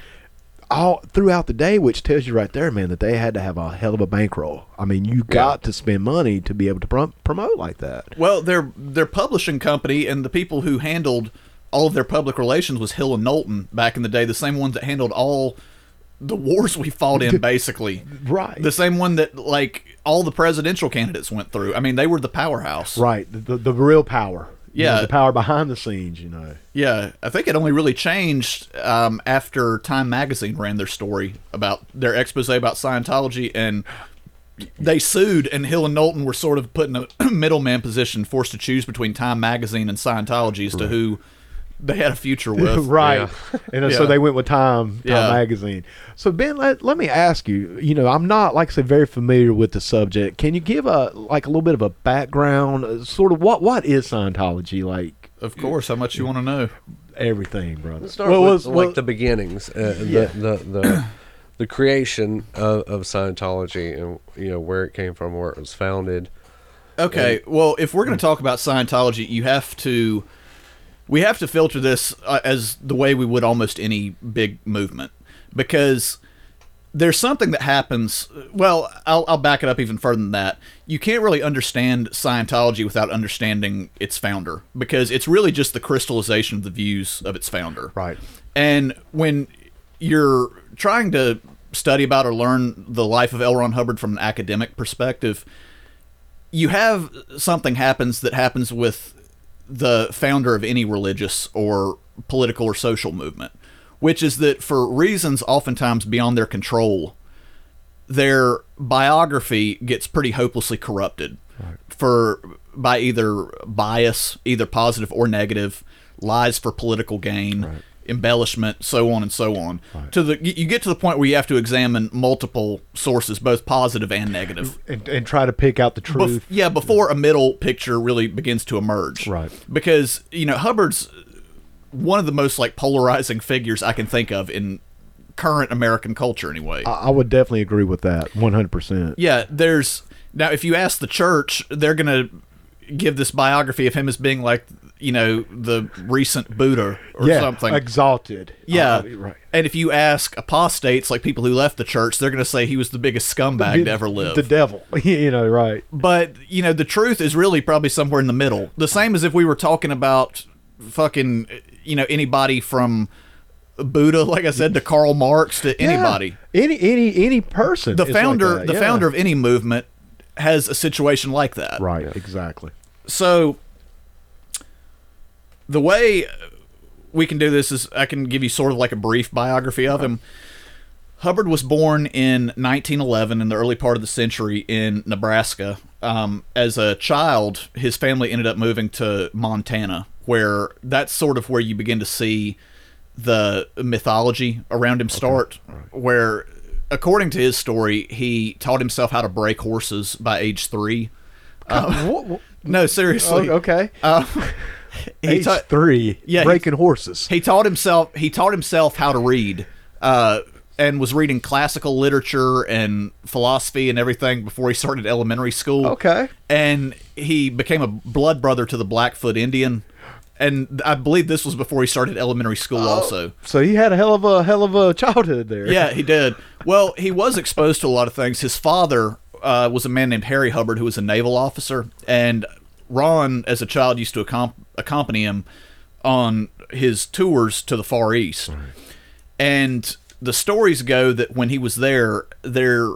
[SPEAKER 2] all throughout the day, which tells you right there, man, that they had to have a hell of a bankroll. I mean, you got to spend money to be able to prom- promote like that.
[SPEAKER 4] Well, their their publishing company and the people who handled all of their public relations was Hill and Knowlton back in the day, the same ones that handled all the wars we fought in, basically.
[SPEAKER 2] Right.
[SPEAKER 4] The same one that like all the presidential candidates went through. I mean, they were the powerhouse.
[SPEAKER 2] Right. The the, the real power. You know,
[SPEAKER 4] Yeah.
[SPEAKER 2] the power behind the scenes, you know.
[SPEAKER 4] Yeah, I think it only really changed um, after Time Magazine ran their story about their expose about Scientology, and they sued, and Hill and Knowlton were sort of put in a middleman position, forced to choose between Time Magazine and Scientology as to who they had a future with.
[SPEAKER 2] right. And so
[SPEAKER 4] Yeah.
[SPEAKER 2] they went with Time, Time
[SPEAKER 4] Yeah.
[SPEAKER 2] Magazine. So Ben, let, let me ask you. You know, I'm not like I said very familiar with the subject. Can you give a like a little bit of a background, uh, sort of what what is Scientology like?
[SPEAKER 4] Of course, how much you want to know?
[SPEAKER 2] Everything, brother.
[SPEAKER 3] Let's start
[SPEAKER 2] Well, let's-
[SPEAKER 3] with like
[SPEAKER 2] well-
[SPEAKER 3] the beginnings, uh,
[SPEAKER 2] Yeah.
[SPEAKER 3] the the the, the creation of, of Scientology, and you know where it came from, where it was founded.
[SPEAKER 4] Okay, well, if we're going to talk about Scientology, you have to we have to filter this uh, as the way we would almost any big movement because there's something that happens. Well, I'll, I'll back it up even further than that. You can't really understand Scientology without understanding its founder because it's really just the crystallization of the views of its founder.
[SPEAKER 2] Right.
[SPEAKER 4] And when you're trying to study about or learn the life of L. Ron Hubbard from an academic perspective, you have something happens that happens with the founder of any religious or political or social movement, which is that for reasons oftentimes beyond their control, their biography gets pretty hopelessly corrupted for by either bias, either positive or negative, lies for political gain, embellishment, so on and so on. To the you you get to the point where you have to examine multiple sources, both positive and negative.
[SPEAKER 2] and, and try to pick out the
[SPEAKER 4] Bef-
[SPEAKER 2] truth.
[SPEAKER 4] yeah, before a middle picture really begins to emerge.
[SPEAKER 2] Right.
[SPEAKER 4] Because, you know, Hubbard's one of the most like polarizing figures I can think of in current American culture anyway.
[SPEAKER 2] I, I would definitely agree with that, 100. percent
[SPEAKER 4] yeah, there's now if you ask the church, they're going to give this biography of him as being like, you know, the recent Buddha or
[SPEAKER 2] yeah,
[SPEAKER 4] something.
[SPEAKER 2] exalted.
[SPEAKER 4] yeah.
[SPEAKER 2] Uh, right.
[SPEAKER 4] And if you ask apostates, like people who left the church, they're going to say he was the biggest scumbag to ever live.
[SPEAKER 2] The devil, you know, right?
[SPEAKER 4] but you know the truth is really probably somewhere in the middle the same as if we were talking about fucking you know anybody from buddha like i said to karl marx to anybody
[SPEAKER 2] Yeah. any any any person.
[SPEAKER 4] the
[SPEAKER 2] is like
[SPEAKER 4] founder
[SPEAKER 2] that,
[SPEAKER 4] the
[SPEAKER 2] yeah.
[SPEAKER 4] founder of any movement has a situation like that
[SPEAKER 2] Right, exactly.
[SPEAKER 4] so the way we can do this is I can give you sort of like a brief biography of him. Hubbard was born in 1911 in the early part of the century in Nebraska. Um, as a child, his family ended up moving to Montana, where that's sort of where you begin to see the mythology around him start. Where, according to his story, he taught himself how to break horses by age three. Uh,
[SPEAKER 2] Wha-
[SPEAKER 4] No,
[SPEAKER 2] wha-
[SPEAKER 4] seriously.
[SPEAKER 2] oh, okay.
[SPEAKER 4] Um, He
[SPEAKER 2] Age
[SPEAKER 4] taught-
[SPEAKER 2] three.
[SPEAKER 4] Yeah, he-
[SPEAKER 2] breaking horses.
[SPEAKER 4] He taught himself. He taught himself how to read, uh, and was reading classical literature and philosophy and everything before he started elementary school.
[SPEAKER 2] Okay.
[SPEAKER 4] And he became a blood brother to the Blackfoot Indian, and I believe this was before he started elementary school. Also,
[SPEAKER 2] So he had a hell of a hell of a childhood there.
[SPEAKER 4] yeah, he did. Well, he was exposed to a lot of things. His father uh, was a man named Harry Hubbard, who was a naval officer, and Ron, as a child, used to accom- accompany him on his tours to the Far East. And the stories go that when he was there, there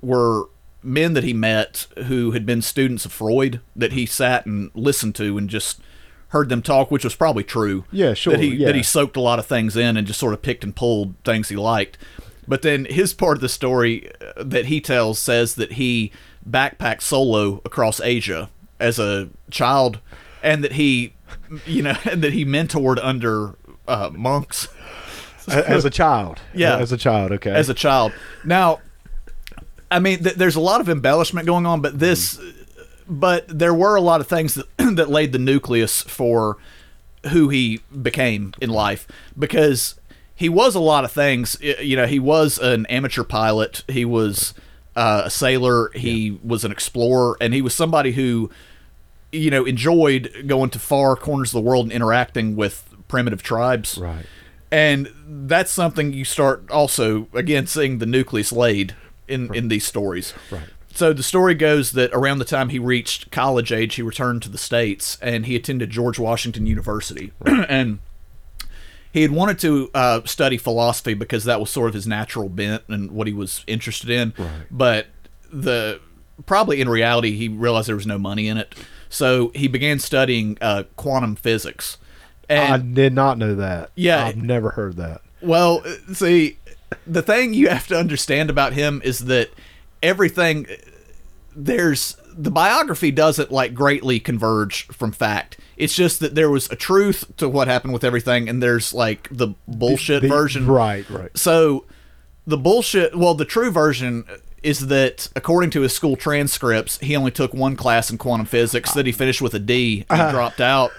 [SPEAKER 4] were men that he met who had been students of Freud that he sat and listened to and just heard them talk, which was probably true.
[SPEAKER 2] Yeah, sure,
[SPEAKER 4] That he that
[SPEAKER 2] yeah.
[SPEAKER 4] he soaked a lot of things in and just sort of picked and pulled things he liked. But then his part of the story uh, that he tells says that he backpacked solo across Asia as a child, and that he, you know, and that he mentored under uh, monks
[SPEAKER 2] A- As a child.
[SPEAKER 4] Yeah.
[SPEAKER 2] As a child. Okay.
[SPEAKER 4] as a child. Now, I mean, th- there's a lot of embellishment going on,
[SPEAKER 2] Mm-hmm.
[SPEAKER 4] but this, but there were a lot of things that that laid the nucleus for who he became in life because he was a lot of things. Y- You know, he was an amateur pilot. He was uh, a sailor. He was an explorer, and he was somebody who you know enjoyed going to far corners of the world and interacting with primitive tribes
[SPEAKER 2] Right.
[SPEAKER 4] and that's something you start also again seeing the nucleus laid in in these stories right so the story goes that around the time he reached college age he returned to the states and he attended george washington university and he had wanted to uh, study philosophy because that was sort of his natural bent and what he was interested in. But the probably in reality, he realized there was no money in it, so he began studying uh, quantum physics.
[SPEAKER 2] I
[SPEAKER 4] And
[SPEAKER 2] did not know that.
[SPEAKER 4] Yeah.
[SPEAKER 2] I've never heard that.
[SPEAKER 4] well, see, the thing you have to understand about him is that everything there's the biography doesn't like greatly converge from fact. It's just that there was a truth to what happened with everything, and there's like the bullshit
[SPEAKER 2] The-
[SPEAKER 4] version.
[SPEAKER 2] Right. Right.
[SPEAKER 4] So the bullshit, well, the true version is that according to his school transcripts, he only took one class in quantum physics that he finished with a D and
[SPEAKER 2] Uh-huh.
[SPEAKER 4] dropped out.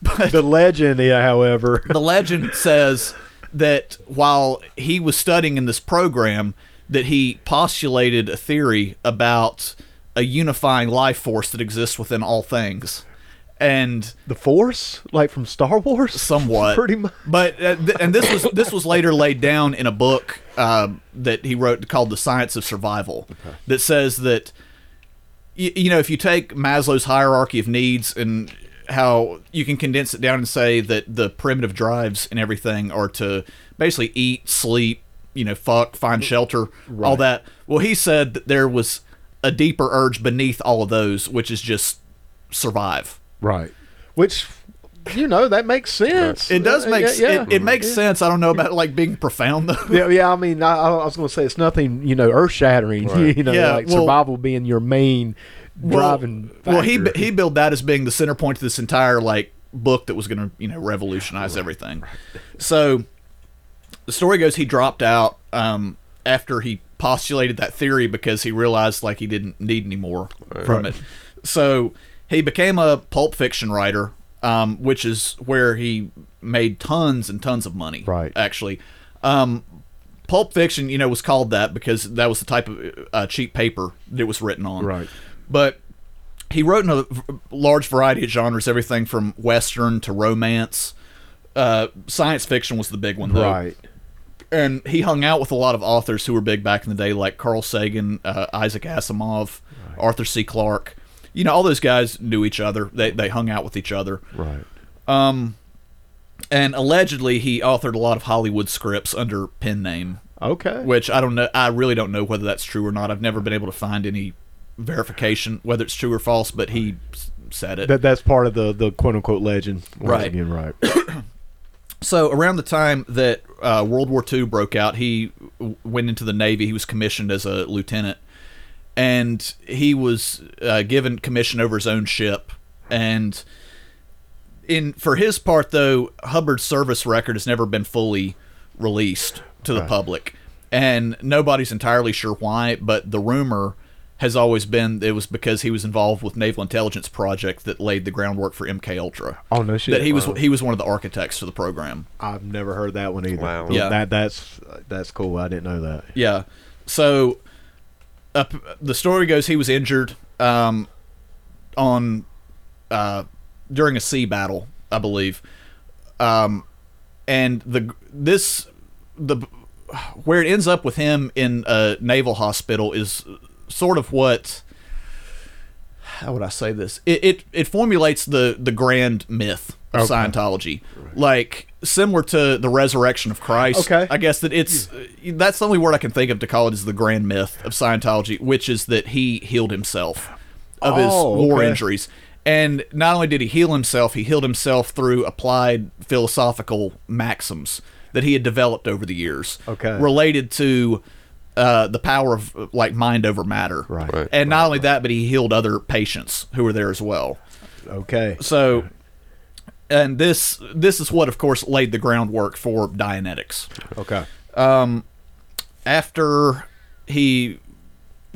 [SPEAKER 4] But
[SPEAKER 2] The legend, yeah, however,
[SPEAKER 4] the legend says that while he was studying in this program that he postulated a theory about a unifying life force that exists within all things and
[SPEAKER 2] the Force, like from Star Wars,
[SPEAKER 4] somewhat
[SPEAKER 2] pretty much.
[SPEAKER 4] but uh, th- and this was this was later laid down in a book uh, that he wrote called the science of survival that says that you, you know if you take maslow's hierarchy of needs and how you can condense it down and say that the primitive drives and everything are to basically eat sleep you know fuck find
[SPEAKER 2] Mm,
[SPEAKER 4] shelter all that well he said that there was a deeper urge beneath all of those which is just survive
[SPEAKER 2] Right. Which, you know, that makes sense.
[SPEAKER 4] It does
[SPEAKER 2] Uh,
[SPEAKER 4] make
[SPEAKER 2] yeah,
[SPEAKER 4] s-
[SPEAKER 2] yeah.
[SPEAKER 4] It, it makes sense. I don't know about like being profound though.
[SPEAKER 2] Yeah, yeah, I mean, I, I was going to say it's nothing, you know, earth shattering.
[SPEAKER 3] Right.
[SPEAKER 2] You know,
[SPEAKER 4] Yeah,
[SPEAKER 2] like
[SPEAKER 4] well-
[SPEAKER 2] survival being your main driving.
[SPEAKER 4] Well, he
[SPEAKER 2] factor.
[SPEAKER 4] he billed that as being the center point to this entire like book that was going to you know revolutionize everything. So the story goes he dropped out um, after he postulated that theory because he realized like he didn't need any more from it. So he became a pulp fiction writer, um, which is where he made tons and tons of money.
[SPEAKER 2] Right.
[SPEAKER 4] actually. Um, Pulp Fiction, you know, was called that because that was the type of uh, cheap paper that it was written on.
[SPEAKER 2] Right.
[SPEAKER 4] But he wrote in a v- large variety of genres, everything from western to romance. Uh, science fiction was the big one, though.
[SPEAKER 2] right.
[SPEAKER 4] And he hung out with a lot of authors who were big back in the day, like Carl Sagan, uh, Isaac Asimov, Arthur C. Clarke. You know, all those guys knew each other. They they hung out with each other.
[SPEAKER 2] Right.
[SPEAKER 4] And allegedly, he authored a lot of Hollywood scripts under pen name
[SPEAKER 2] Okay.
[SPEAKER 4] which I don't know. I really don't know whether that's true or not. I've never been able to find any verification whether it's true or false, but he s- said it.
[SPEAKER 2] that that's part of the the quote unquote legend. once
[SPEAKER 4] Right.
[SPEAKER 2] Again, right.
[SPEAKER 4] So around the time that uh, World War II broke out, he w- went into the Navy. He was commissioned as a lieutenant, and he was uh, given commission over his own ship. And in for his part, though, Hubbard's service record has never been fully released to the public, and nobody's entirely sure why. But the rumor has always been it was because he was involved with naval intelligence project that laid the groundwork for MK Ultra.
[SPEAKER 2] Oh, no shit.
[SPEAKER 4] That he was
[SPEAKER 2] Wow.
[SPEAKER 4] he was one of the architects for the program.
[SPEAKER 2] I've never heard that one either.
[SPEAKER 3] Wow.
[SPEAKER 4] Yeah.
[SPEAKER 2] That that's that's cool. I didn't know that.
[SPEAKER 4] Yeah. So uh, p- the story goes he was injured um, on uh, during a sea battle, I believe. Um, and the this the where it ends up with him in a naval hospital is sort of what how would I say this? It it, it formulates the the grand myth of Scientology, like similar to the resurrection of Christ.
[SPEAKER 2] Okay.
[SPEAKER 4] I guess that it's uh, that's the only word I can think of to call it is the grand myth of Scientology, which is that he healed himself of his
[SPEAKER 2] Oh,
[SPEAKER 4] war
[SPEAKER 2] okay.
[SPEAKER 4] injuries. And not only did he heal himself, he healed himself through applied philosophical maxims that he had developed over the years.
[SPEAKER 2] Okay.
[SPEAKER 4] Related to uh, the power of uh, like mind over matter.
[SPEAKER 2] Right.
[SPEAKER 3] Right.
[SPEAKER 4] And not only that, but he healed other patients who were there as well.
[SPEAKER 2] Okay.
[SPEAKER 4] So, and this this is what, of course, laid the groundwork for Dianetics.
[SPEAKER 2] Okay.
[SPEAKER 4] After he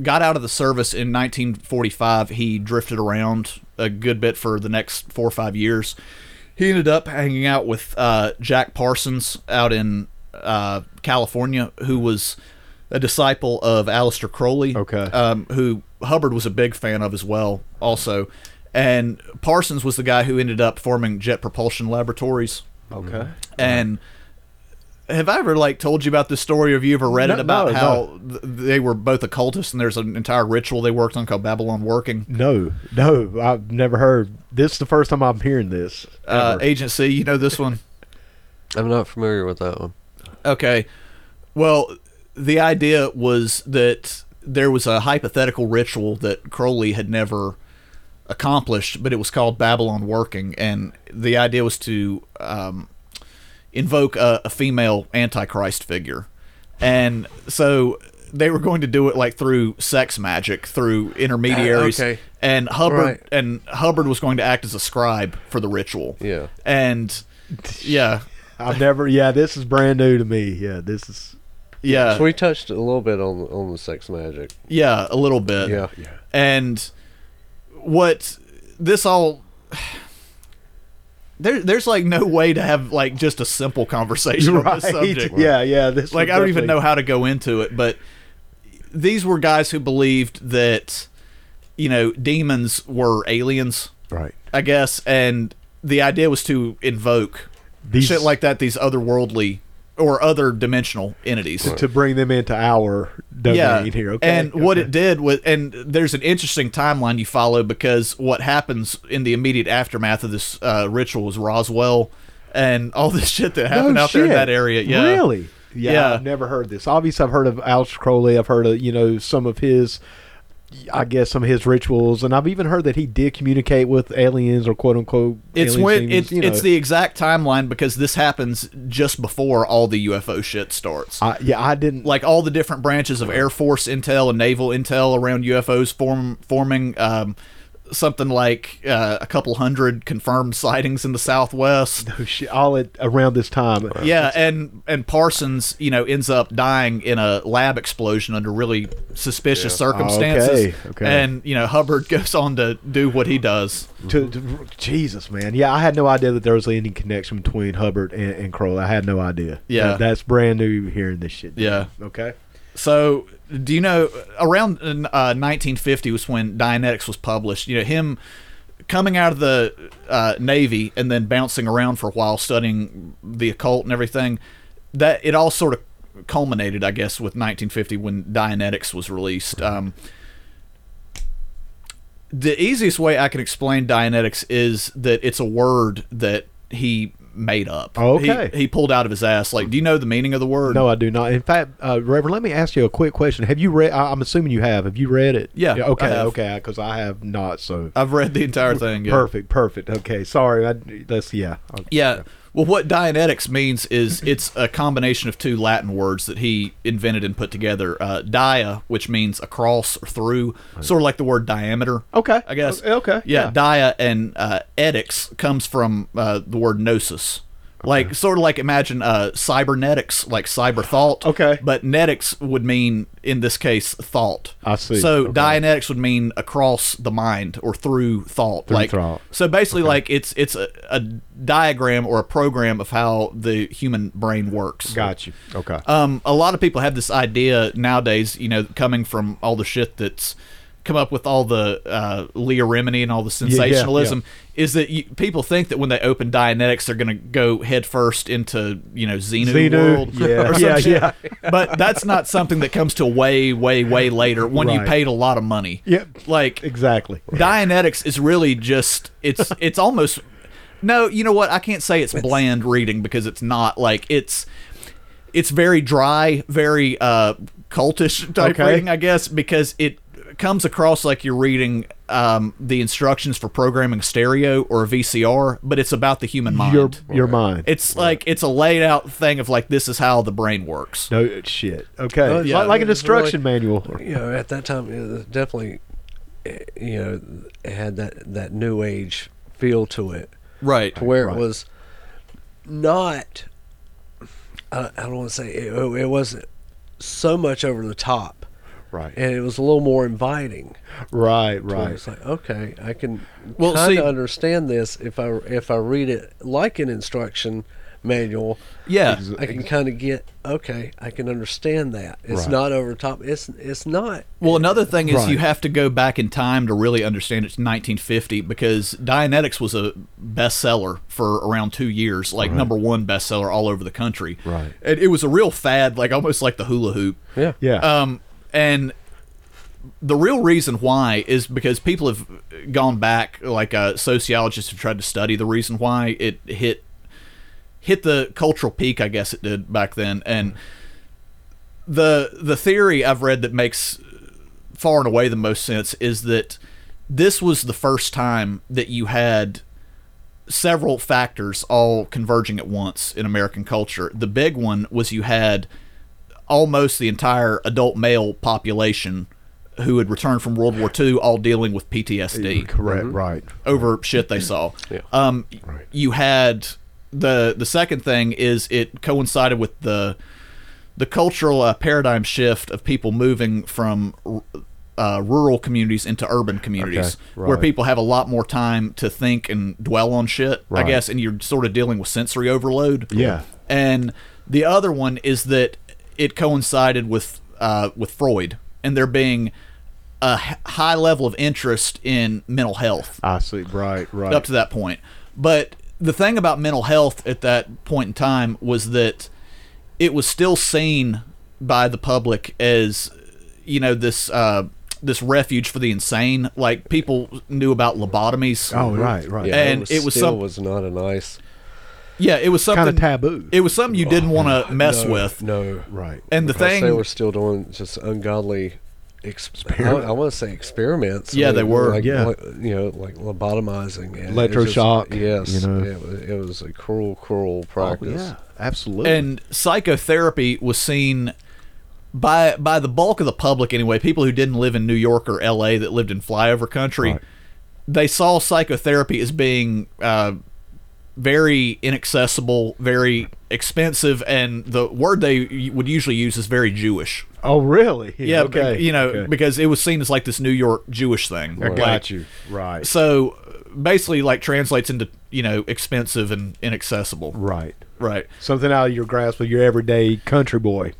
[SPEAKER 4] got out of the service in 1945, he drifted around a good bit for the next four or five years. He ended up hanging out with uh, Jack Parsons out in uh, California, who was a disciple of Aleister Crowley
[SPEAKER 2] Okay.
[SPEAKER 4] um, who Hubbard was a big fan of as well, also. And Parsons was the guy who ended up forming Jet Propulsion Laboratories.
[SPEAKER 2] Okay.
[SPEAKER 4] And have I ever like told you about this story? Or have you ever read
[SPEAKER 2] No,
[SPEAKER 4] it about
[SPEAKER 2] no, no.
[SPEAKER 4] how th- they were both occultists and there's an entire ritual they worked on called Babylon Working?
[SPEAKER 2] No, no, I've never heard. This is the first time I'm hearing this.
[SPEAKER 4] Uh,
[SPEAKER 2] ever.
[SPEAKER 4] agency, you know this one?
[SPEAKER 3] I'm not familiar with that one.
[SPEAKER 4] Okay. Well, the idea was that there was a hypothetical ritual that Crowley had never accomplished, but it was called Babylon Working, and the idea was to um, invoke a, a female Antichrist figure, and so they were going to do it like through sex magic, through intermediaries,
[SPEAKER 3] Uh, okay.
[SPEAKER 4] and Hubbard
[SPEAKER 3] Right.
[SPEAKER 4] and Hubbard was going to act as a scribe for the ritual.
[SPEAKER 3] Yeah.
[SPEAKER 4] and yeah,
[SPEAKER 2] I've never. Yeah, this is brand new to me. Yeah, this is.
[SPEAKER 4] yeah.
[SPEAKER 3] so we touched a little bit on on the sex magic.
[SPEAKER 4] Yeah, a little bit.
[SPEAKER 3] Yeah. Yeah.
[SPEAKER 4] And what this all there there's like no way to have like just a simple conversation on this subject.
[SPEAKER 2] Yeah, yeah. This.
[SPEAKER 4] Like
[SPEAKER 2] would
[SPEAKER 4] I don't even
[SPEAKER 2] definitely-
[SPEAKER 4] know how to go into it, but these were guys who believed that you know, demons were aliens,
[SPEAKER 2] Right.
[SPEAKER 4] I guess, and the idea was to invoke
[SPEAKER 2] These-
[SPEAKER 4] shit like that these otherworldly or other dimensional entities
[SPEAKER 2] To bring them into our domain here. Okay.
[SPEAKER 4] and what
[SPEAKER 2] okay.
[SPEAKER 4] it did was, and there's an interesting timeline you follow because what happens in the immediate aftermath of this uh, ritual was Roswell and all this shit that happened
[SPEAKER 2] No
[SPEAKER 4] out there in
[SPEAKER 2] shit.
[SPEAKER 4] that area. Yeah,
[SPEAKER 2] Really? Yeah,
[SPEAKER 4] Yeah.
[SPEAKER 2] I've never heard this. Obviously, I've heard of Alice Crowley. I've heard of you know some of his, I guess, some of his rituals, and I've even heard that he did communicate with aliens or quote unquote.
[SPEAKER 4] It's
[SPEAKER 2] alien
[SPEAKER 4] when
[SPEAKER 2] demons,
[SPEAKER 4] it's
[SPEAKER 2] you know.
[SPEAKER 4] it's the exact timeline because this happens just before all the UFO shit starts.
[SPEAKER 2] I, yeah, I didn't.
[SPEAKER 4] like all the different branches of Air Force intel and naval intel around UFOs form forming um, something like uh, a couple hundred confirmed sightings in the Southwest.
[SPEAKER 2] Oh, shit, all at around this time.
[SPEAKER 4] Yeah, and and Parsons, you know, ends up dying in a lab explosion under really suspicious circumstances.
[SPEAKER 2] Okay, okay.
[SPEAKER 4] And you know, Hubbard goes on to do what he does.
[SPEAKER 2] To, to- Jesus, man. Yeah, I had no idea that there was any connection between Hubbard and, and Crowley. I had no idea.
[SPEAKER 4] Yeah.
[SPEAKER 2] That- that's brand new hearing this shit.
[SPEAKER 4] Yeah.
[SPEAKER 2] Okay.
[SPEAKER 4] So, do you know around uh, 1950 was when Dianetics was published? You know, him coming out of the uh, Navy and then bouncing around for a while studying the occult and everything. That it all sort of culminated, I guess, with 1950 when Dianetics was released. Um, the easiest way I can explain Dianetics is that it's a word that he made up.
[SPEAKER 2] Oh, Okay.
[SPEAKER 4] He, he pulled out of his ass. Like, do you know the meaning of the word?
[SPEAKER 2] No, I do not. In fact, uh, Reverend, let me ask you a quick question. Have you read? I- I'm assuming you have. Have you read it?
[SPEAKER 4] Yeah,
[SPEAKER 2] okay.
[SPEAKER 4] I have.
[SPEAKER 2] Okay. Because I have not. So
[SPEAKER 4] I've read the entire thing. yeah.
[SPEAKER 2] perfect. Perfect. Okay. Sorry. I, that's yeah.
[SPEAKER 4] Yeah. Well, what Dianetics means is it's a combination of two Latin words that he invented and put together. Uh, dia, which means across or through, sort of like the word diameter.
[SPEAKER 2] Okay.
[SPEAKER 4] I guess.
[SPEAKER 2] O- okay,
[SPEAKER 4] Yeah,
[SPEAKER 2] yeah.
[SPEAKER 4] dia and uh, etics comes from uh, the word gnosis. Like sort of like imagine uh, cybernetics, like cyber thought.
[SPEAKER 2] Okay.
[SPEAKER 4] But netics would mean in this case thought.
[SPEAKER 2] I see.
[SPEAKER 4] So
[SPEAKER 2] Okay.
[SPEAKER 4] Dianetics would mean across the mind or through thought. like
[SPEAKER 2] thought.
[SPEAKER 4] so basically like it's it's a, a diagram or a program of how the human brain works.
[SPEAKER 2] Got you. Okay.
[SPEAKER 4] Um, a lot of people have this idea nowadays, you know, coming from all the shit that's come up with all the uh, Leah Remini and all the sensationalism, is that you, people think that when they open Dianetics, they're going to go headfirst into, you know, Xenu,
[SPEAKER 2] Xenu,
[SPEAKER 4] world.
[SPEAKER 2] yeah.
[SPEAKER 4] or some
[SPEAKER 2] Yeah,
[SPEAKER 4] shit.
[SPEAKER 2] yeah.
[SPEAKER 4] But that's not something that comes to way, way, way later when you
[SPEAKER 2] Right.
[SPEAKER 4] paid a lot of money.
[SPEAKER 2] Yep.
[SPEAKER 4] Like,
[SPEAKER 2] exactly.
[SPEAKER 4] Dianetics is really just it's it's almost no, you know what? I can't say it's bland reading because it's not like it's it's very dry, very uh cultish type
[SPEAKER 2] Okay.
[SPEAKER 4] reading, I guess, because it comes across like you're reading um, the instructions for programming stereo or a VCR, but it's about the human mind.
[SPEAKER 2] Your your mind.
[SPEAKER 4] it's like it's a laid out thing of like this is how the brain works.
[SPEAKER 2] no shit. Okay.
[SPEAKER 3] Oh,
[SPEAKER 2] It's
[SPEAKER 3] yeah.
[SPEAKER 2] like, like an
[SPEAKER 3] It's really-
[SPEAKER 2] instruction manual.
[SPEAKER 3] you know, at that time, it was definitely, eh, you know, it had that that new age feel to it,
[SPEAKER 4] Right.
[SPEAKER 3] to where
[SPEAKER 2] Right.
[SPEAKER 3] it was not. I, I don't want to say it, oh, it wasn't so much over the top,
[SPEAKER 2] Right.
[SPEAKER 3] and it was a little more inviting.
[SPEAKER 2] right.
[SPEAKER 3] to where
[SPEAKER 2] Right.
[SPEAKER 3] It's like okay, I can
[SPEAKER 4] Well,
[SPEAKER 3] kind
[SPEAKER 4] see-
[SPEAKER 3] of understand this if I if I read it like an instruction manual.
[SPEAKER 4] Yeah.
[SPEAKER 3] I can kind of get okay. I can understand that. It's
[SPEAKER 2] Right.
[SPEAKER 3] not over the top. It's it's not.
[SPEAKER 4] Well, another thing is
[SPEAKER 2] Right.
[SPEAKER 4] you have to go back in time to really understand it's 1950 because Dianetics was a bestseller for around two years, like number one bestseller all over the country.
[SPEAKER 2] Right.
[SPEAKER 4] And it was a real fad, like almost like the hula hoop.
[SPEAKER 3] Yeah.
[SPEAKER 2] Yeah.
[SPEAKER 4] Um, and the real reason why is because people have gone back, like uh, sociologists have tried to study the reason why it hit hit the cultural peak, I guess it did back then. And the the theory I've read that makes far and away the most sense is that this was the first time that you had several factors all converging at once in American culture. The big one was you had almost the entire adult male population who had returned from World War II all dealing with PTSD
[SPEAKER 2] Correct. Right.
[SPEAKER 4] over shit they saw. Um,
[SPEAKER 2] Right.
[SPEAKER 4] You had the the second thing is it coincided with the the cultural uh, paradigm shift of people moving from r- uh, rural communities into urban communities,
[SPEAKER 2] Okay,
[SPEAKER 4] where
[SPEAKER 2] right.
[SPEAKER 4] people have a lot more time to think and dwell on shit,
[SPEAKER 2] Right.
[SPEAKER 4] I guess, and you're sort of dealing with sensory overload.
[SPEAKER 2] Yeah.
[SPEAKER 4] And the other one is that it coincided with uh, with Freud and there being a h- high level of interest in mental health
[SPEAKER 2] I see. Right. Right.
[SPEAKER 4] up to that point. But the thing about mental health at that point in time was that it was still seen by the public as, you know, this uh, this refuge for the insane. Like people knew about lobotomies.
[SPEAKER 2] oh. Right. Right.
[SPEAKER 3] Yeah,
[SPEAKER 4] And it was
[SPEAKER 3] still
[SPEAKER 4] some-
[SPEAKER 3] was not a nice
[SPEAKER 4] yeah, it was
[SPEAKER 2] Kind of
[SPEAKER 4] something
[SPEAKER 2] taboo.
[SPEAKER 4] It was something you didn't want to mess
[SPEAKER 3] No,
[SPEAKER 4] with.
[SPEAKER 3] No,
[SPEAKER 2] right.
[SPEAKER 4] And the
[SPEAKER 3] Because
[SPEAKER 4] thing
[SPEAKER 3] they were still doing just ungodly. Exper- I, want to say experiments.
[SPEAKER 4] Yeah,
[SPEAKER 3] I mean,
[SPEAKER 4] they were,
[SPEAKER 3] Like,
[SPEAKER 2] yeah.
[SPEAKER 3] li- you know, like lobotomizing, and it just-
[SPEAKER 2] Electroshock,
[SPEAKER 3] yes,
[SPEAKER 2] you know.
[SPEAKER 3] it, was, it was a cruel,
[SPEAKER 4] Oh,
[SPEAKER 3] cruel practice.
[SPEAKER 2] Oh, Yeah. Absolutely.
[SPEAKER 4] and psychotherapy was seen by by the bulk of the public anyway people who didn't live in new york or la that lived in flyover country
[SPEAKER 2] Right.
[SPEAKER 4] they saw psychotherapy as being uh, very inaccessible very expensive and the word they u- would usually use is very jewish
[SPEAKER 2] oh, really?
[SPEAKER 4] yeah bec-
[SPEAKER 2] Okay.
[SPEAKER 4] you know
[SPEAKER 2] Okay.
[SPEAKER 4] because it was seen as like this new york jewish thing
[SPEAKER 2] I
[SPEAKER 4] Like,
[SPEAKER 2] got you. Right.
[SPEAKER 4] so basically like translates into you know expensive and inaccessible
[SPEAKER 2] right.
[SPEAKER 4] right
[SPEAKER 2] Something out of your grasp of your everyday country boy.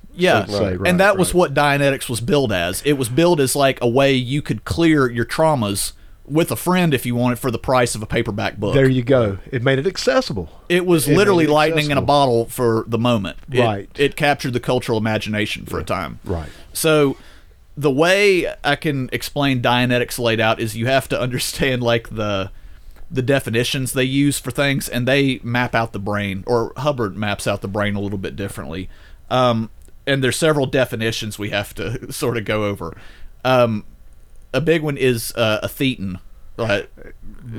[SPEAKER 2] so
[SPEAKER 4] Yeah,
[SPEAKER 2] to say. Right,
[SPEAKER 4] and that was
[SPEAKER 2] right.
[SPEAKER 4] what Dianetics was billed as. It was billed as like a way you could clear your traumas with a friend if you wanted for the price of a paperback book.
[SPEAKER 2] There you go. It made it accessible.
[SPEAKER 4] it was
[SPEAKER 2] made
[SPEAKER 4] literally
[SPEAKER 2] it
[SPEAKER 4] lightning in a
[SPEAKER 2] accessible.
[SPEAKER 4] bottle for the moment. It-
[SPEAKER 2] Right.
[SPEAKER 4] It captured the cultural imagination for a time.
[SPEAKER 2] Right.
[SPEAKER 4] So the way I can explain Dianetics laid out is you have to understand like the the definitions they use for things and they map out the brain or Hubbard maps out the brain a little bit differently. Um, and there's several definitions we have to sort of go over. Um, a big one is uh, a thetan. Right.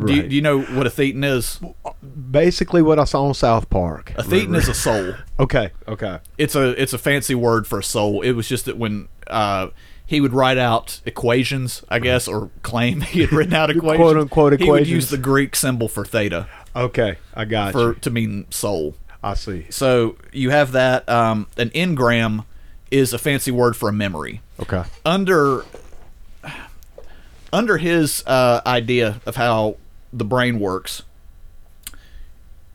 [SPEAKER 4] Do, you,
[SPEAKER 2] Right.
[SPEAKER 4] do you know what a thetan is?
[SPEAKER 2] basically what I saw on South Park.
[SPEAKER 4] A thetan is a soul.
[SPEAKER 2] Okay, okay.
[SPEAKER 4] It's a it's a fancy word for a soul. It was just that when uh, he would write out equations, I guess, or claim he had written out
[SPEAKER 2] Uh-huh.
[SPEAKER 4] equations,
[SPEAKER 2] Quote-unquote
[SPEAKER 4] he would
[SPEAKER 2] equations.
[SPEAKER 4] use the Greek symbol for theta
[SPEAKER 2] Okay, I got
[SPEAKER 4] for
[SPEAKER 2] you.
[SPEAKER 4] to mean soul.
[SPEAKER 2] I see.
[SPEAKER 4] So you have that. Um, an engram is a fancy word for a memory.
[SPEAKER 2] Okay.
[SPEAKER 4] Under under his uh, idea of how the brain works,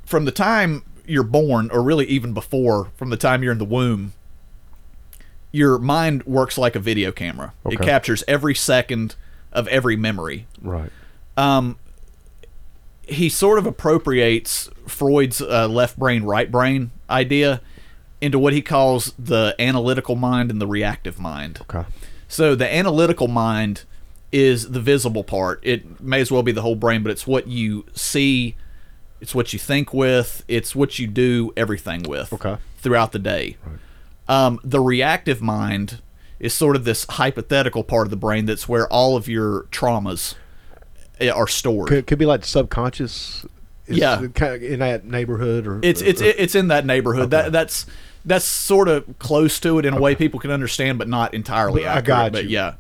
[SPEAKER 4] from the time you're born, or really even before, from the time you're in the womb, your mind works like a video camera. It
[SPEAKER 2] Okay.
[SPEAKER 4] captures every second of every memory
[SPEAKER 2] Right.
[SPEAKER 4] um, he sort of appropriates Freud's uh, left brain, right brain idea into what he calls the analytical mind and the reactive mind.
[SPEAKER 2] Okay.
[SPEAKER 4] So the analytical mind is the visible part. It may as well be the whole brain, but it's what you see, it's what you think with, it's what you do everything with
[SPEAKER 2] Okay.
[SPEAKER 4] throughout the day. Um, the reactive mind is sort of this hypothetical part of the brain that's where all of your traumas eh, are stored.
[SPEAKER 2] Could could be like subconscious. is
[SPEAKER 4] Yeah.
[SPEAKER 2] Kind of in that neighborhood or
[SPEAKER 4] it's
[SPEAKER 2] or-
[SPEAKER 4] it's
[SPEAKER 2] or-
[SPEAKER 4] it's in that neighborhood. That that's that's sort of close to it in a way people can understand, but not entirely.
[SPEAKER 2] I
[SPEAKER 4] Accurate,
[SPEAKER 2] got
[SPEAKER 4] but
[SPEAKER 2] you.
[SPEAKER 4] yeah.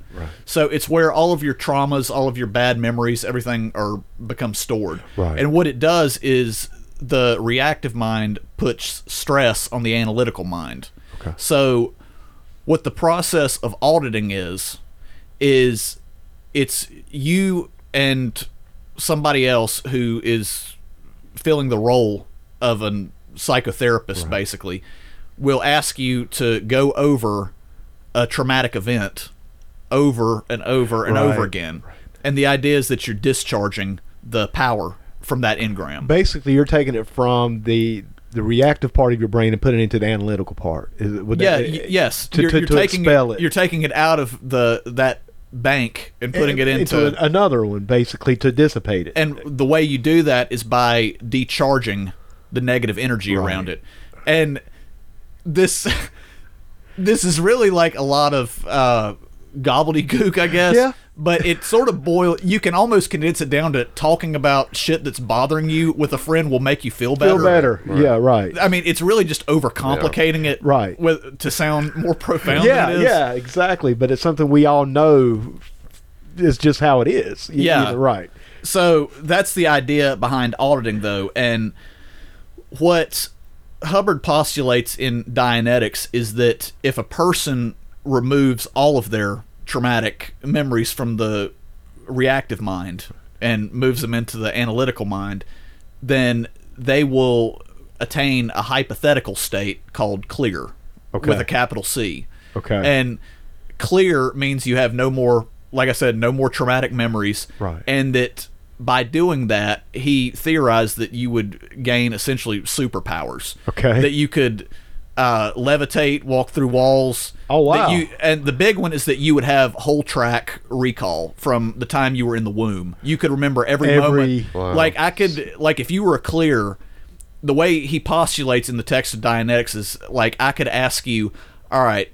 [SPEAKER 4] So it's where all of your traumas, all of your bad memories, everything are become stored.
[SPEAKER 2] Right.
[SPEAKER 4] And what it does is the reactive mind puts stress on the analytical mind.
[SPEAKER 2] Okay.
[SPEAKER 4] So what the process of auditing is is it's you and somebody else who is filling the role of a psychotherapist basically will ask you to go over a traumatic event over and over and over
[SPEAKER 2] Right,
[SPEAKER 4] again and the idea is that you're discharging the power from that engram
[SPEAKER 2] basically you're taking it from the the reactive part of your brain and putting it into the analytical part. Is it, would
[SPEAKER 4] yeah
[SPEAKER 2] that- eh,
[SPEAKER 4] y- yes
[SPEAKER 2] To,
[SPEAKER 4] you're,
[SPEAKER 2] to,
[SPEAKER 4] you're
[SPEAKER 2] to
[SPEAKER 4] taking
[SPEAKER 2] expel it,
[SPEAKER 4] you're taking it out of the that bank and putting it into,
[SPEAKER 2] an- another one, basically to dissipate it.
[SPEAKER 4] and the way you do that is by decharging the negative energy around it and this this is really like a lot of uh gobbledygook i guess
[SPEAKER 2] Yeah.
[SPEAKER 4] but it sort of boil you can almost condense it down to talking about shit that's bothering you with a friend will make you feel better
[SPEAKER 2] feel better. Yeah, right.
[SPEAKER 4] i mean it's really just overcomplicating it
[SPEAKER 2] Right.
[SPEAKER 4] with, to sound more profound
[SPEAKER 2] Yeah,
[SPEAKER 4] than it is.
[SPEAKER 2] yeah, exactly. But it's something we all know is just how it is. Y-
[SPEAKER 4] Yeah.
[SPEAKER 2] you know, right.
[SPEAKER 4] So that's the idea behind auditing, though, and what Hubbard postulates in Dianetics is that if a person removes all of their traumatic memories from the reactive mind and moves them into the analytical mind, then they will attain a hypothetical state called clear
[SPEAKER 2] Okay.
[SPEAKER 4] with a capital C.
[SPEAKER 2] Okay.
[SPEAKER 4] And clear means you have no more, like I said, no more traumatic memories.
[SPEAKER 2] Right.
[SPEAKER 4] And that by doing that, he theorized that you would gain essentially superpowers.
[SPEAKER 2] Okay.
[SPEAKER 4] That you could uh, levitate, walk through walls.
[SPEAKER 2] Oh,
[SPEAKER 4] that
[SPEAKER 2] wow.
[SPEAKER 4] you- and the big one is that you would have whole track recall from the time you were in the womb. You could remember every,
[SPEAKER 2] Every-
[SPEAKER 4] moment.
[SPEAKER 2] Wow.
[SPEAKER 4] Like I could, like if you were a clear, the way he postulates in the text of Dianetics is like I could ask you, all right,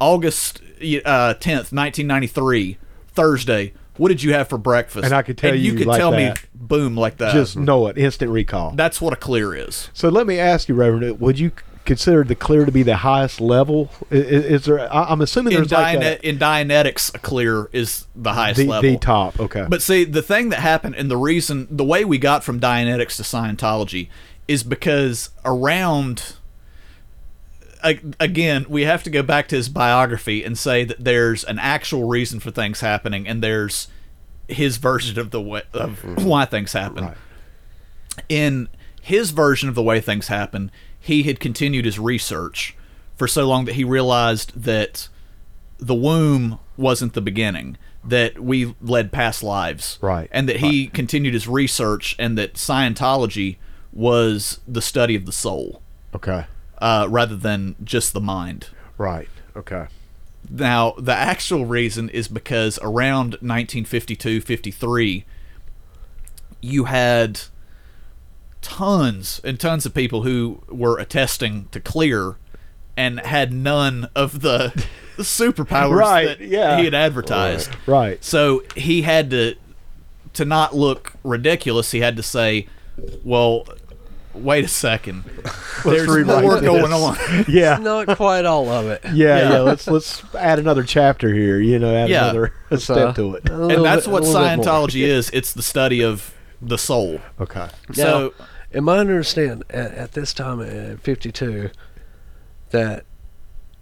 [SPEAKER 4] August uh, tenth, nineteen ninety three, Thursday. What did you have for breakfast?
[SPEAKER 2] And I could tell
[SPEAKER 4] And
[SPEAKER 2] you
[SPEAKER 4] could
[SPEAKER 2] like
[SPEAKER 4] tell
[SPEAKER 2] that.
[SPEAKER 4] me, boom, like that.
[SPEAKER 2] Just know it. Instant recall.
[SPEAKER 4] that's what a clear is.
[SPEAKER 2] so let me ask you, Reverend, would you consider the clear to be the highest level? I- i- Is, there? I, I'm assuming
[SPEAKER 4] In,
[SPEAKER 2] there's like
[SPEAKER 4] Diane-
[SPEAKER 2] a,
[SPEAKER 4] in Dianetics, a clear is the highest
[SPEAKER 2] the,
[SPEAKER 4] level.
[SPEAKER 2] the top. Okay.
[SPEAKER 4] But see, the thing that happened and the reason, the way we got from Dianetics to Scientology is because around. a- Again, we have to go back to his biography and say that there's an actual reason for things happening, and there's his version of the way, of why things happen.
[SPEAKER 2] Mm-hmm. Right.
[SPEAKER 4] In his version of the way things happen, he had continued his research for so long that he realized that the womb wasn't the beginning that we led past lives
[SPEAKER 2] Right.
[SPEAKER 4] and that he continued his research and that scientology was the study of the soul
[SPEAKER 2] okay.
[SPEAKER 4] uh, rather than just the mind
[SPEAKER 2] Right. Okay.
[SPEAKER 4] now the actual reason is because around 1952-53 you had tons and tons of people who were attesting to clear and had none of the superpowers
[SPEAKER 2] Right,
[SPEAKER 4] that
[SPEAKER 2] yeah.
[SPEAKER 4] he had advertised
[SPEAKER 2] Right.
[SPEAKER 4] so he had to to not look ridiculous, he had to say, "Well, wait a second.
[SPEAKER 2] Let's
[SPEAKER 4] There's
[SPEAKER 2] rewrite
[SPEAKER 4] more
[SPEAKER 2] this.
[SPEAKER 4] going on.
[SPEAKER 2] Yeah.
[SPEAKER 3] It's not quite all of it.
[SPEAKER 2] yeah, yeah,
[SPEAKER 4] Yeah.
[SPEAKER 2] Let's let's add another chapter here. You know, add
[SPEAKER 4] Yeah.
[SPEAKER 2] another a
[SPEAKER 3] Uh,
[SPEAKER 2] step to it.
[SPEAKER 3] a little
[SPEAKER 4] And that's
[SPEAKER 3] bit- a
[SPEAKER 4] what
[SPEAKER 3] little bit more.
[SPEAKER 4] Scientology is. It's the study of the soul.
[SPEAKER 2] Okay.
[SPEAKER 4] So
[SPEAKER 3] Now, in my understand, at, at this time at 52, that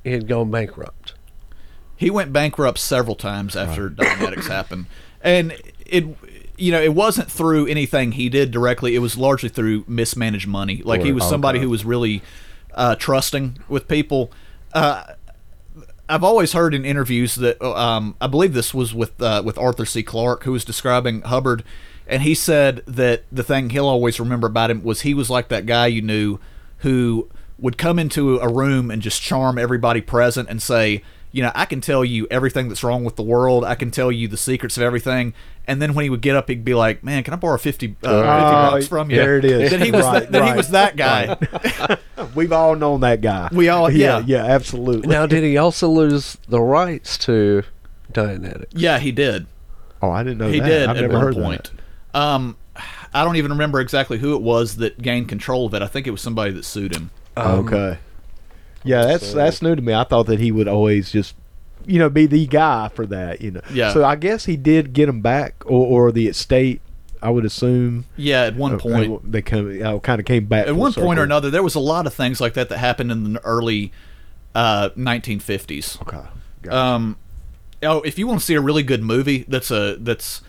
[SPEAKER 3] he had gone bankrupt.
[SPEAKER 4] he went bankrupt several times after Dynamics happened, and it, you know, it wasn't through anything he did directly. It was largely through mismanaged money. Like he
[SPEAKER 2] Right.
[SPEAKER 3] Oh,
[SPEAKER 4] was somebody
[SPEAKER 2] Okay.
[SPEAKER 4] who was really uh, trusting with people. Uh, I've always heard in interviews that um, I believe this was with uh, with Arthur C. Clarke, who was describing Hubbard, and he said that the thing he'll always remember about him was he was like that guy you knew who would come into a room and just charm everybody present and say, you know, I can tell you everything that's wrong with the world. I can tell you the secrets of everything. And then when he would get up, he'd be like, "Man, can I borrow 50, uh, 50
[SPEAKER 2] Oh,
[SPEAKER 4] bucks from you?"
[SPEAKER 2] there it is.
[SPEAKER 4] Then he was
[SPEAKER 2] Right,
[SPEAKER 4] that, then
[SPEAKER 2] right,
[SPEAKER 4] he was that guy.
[SPEAKER 2] We've all known that guy.
[SPEAKER 4] We all-
[SPEAKER 2] yeah,
[SPEAKER 4] yeah.
[SPEAKER 2] absolutely.
[SPEAKER 3] Now, did he also lose the rights to Dianetics?
[SPEAKER 4] Yeah, he did.
[SPEAKER 2] oh, I didn't know
[SPEAKER 4] He
[SPEAKER 2] that.
[SPEAKER 4] did
[SPEAKER 2] I've
[SPEAKER 4] at
[SPEAKER 2] never
[SPEAKER 4] one
[SPEAKER 2] heard
[SPEAKER 4] point.
[SPEAKER 2] that.
[SPEAKER 4] Um, I don't even remember exactly who it was that gained control of it. I think it was somebody that sued him. Um,
[SPEAKER 2] okay. Yeah, that's that's new to me. I thought that he would always just, you know, be the guy for that. You know.
[SPEAKER 4] Yeah.
[SPEAKER 2] So I guess he did get him back, or, or the estate. I would assume.
[SPEAKER 4] Yeah, at one
[SPEAKER 2] uh,
[SPEAKER 4] point.
[SPEAKER 2] they come kind of came back
[SPEAKER 4] At
[SPEAKER 2] full
[SPEAKER 4] one point
[SPEAKER 2] circle.
[SPEAKER 4] or another, there was a lot of things like that that happened in the early uh, 1950s.
[SPEAKER 2] Okay. Gotcha.
[SPEAKER 4] Um, oh, if you want to see a really good movie that's a that's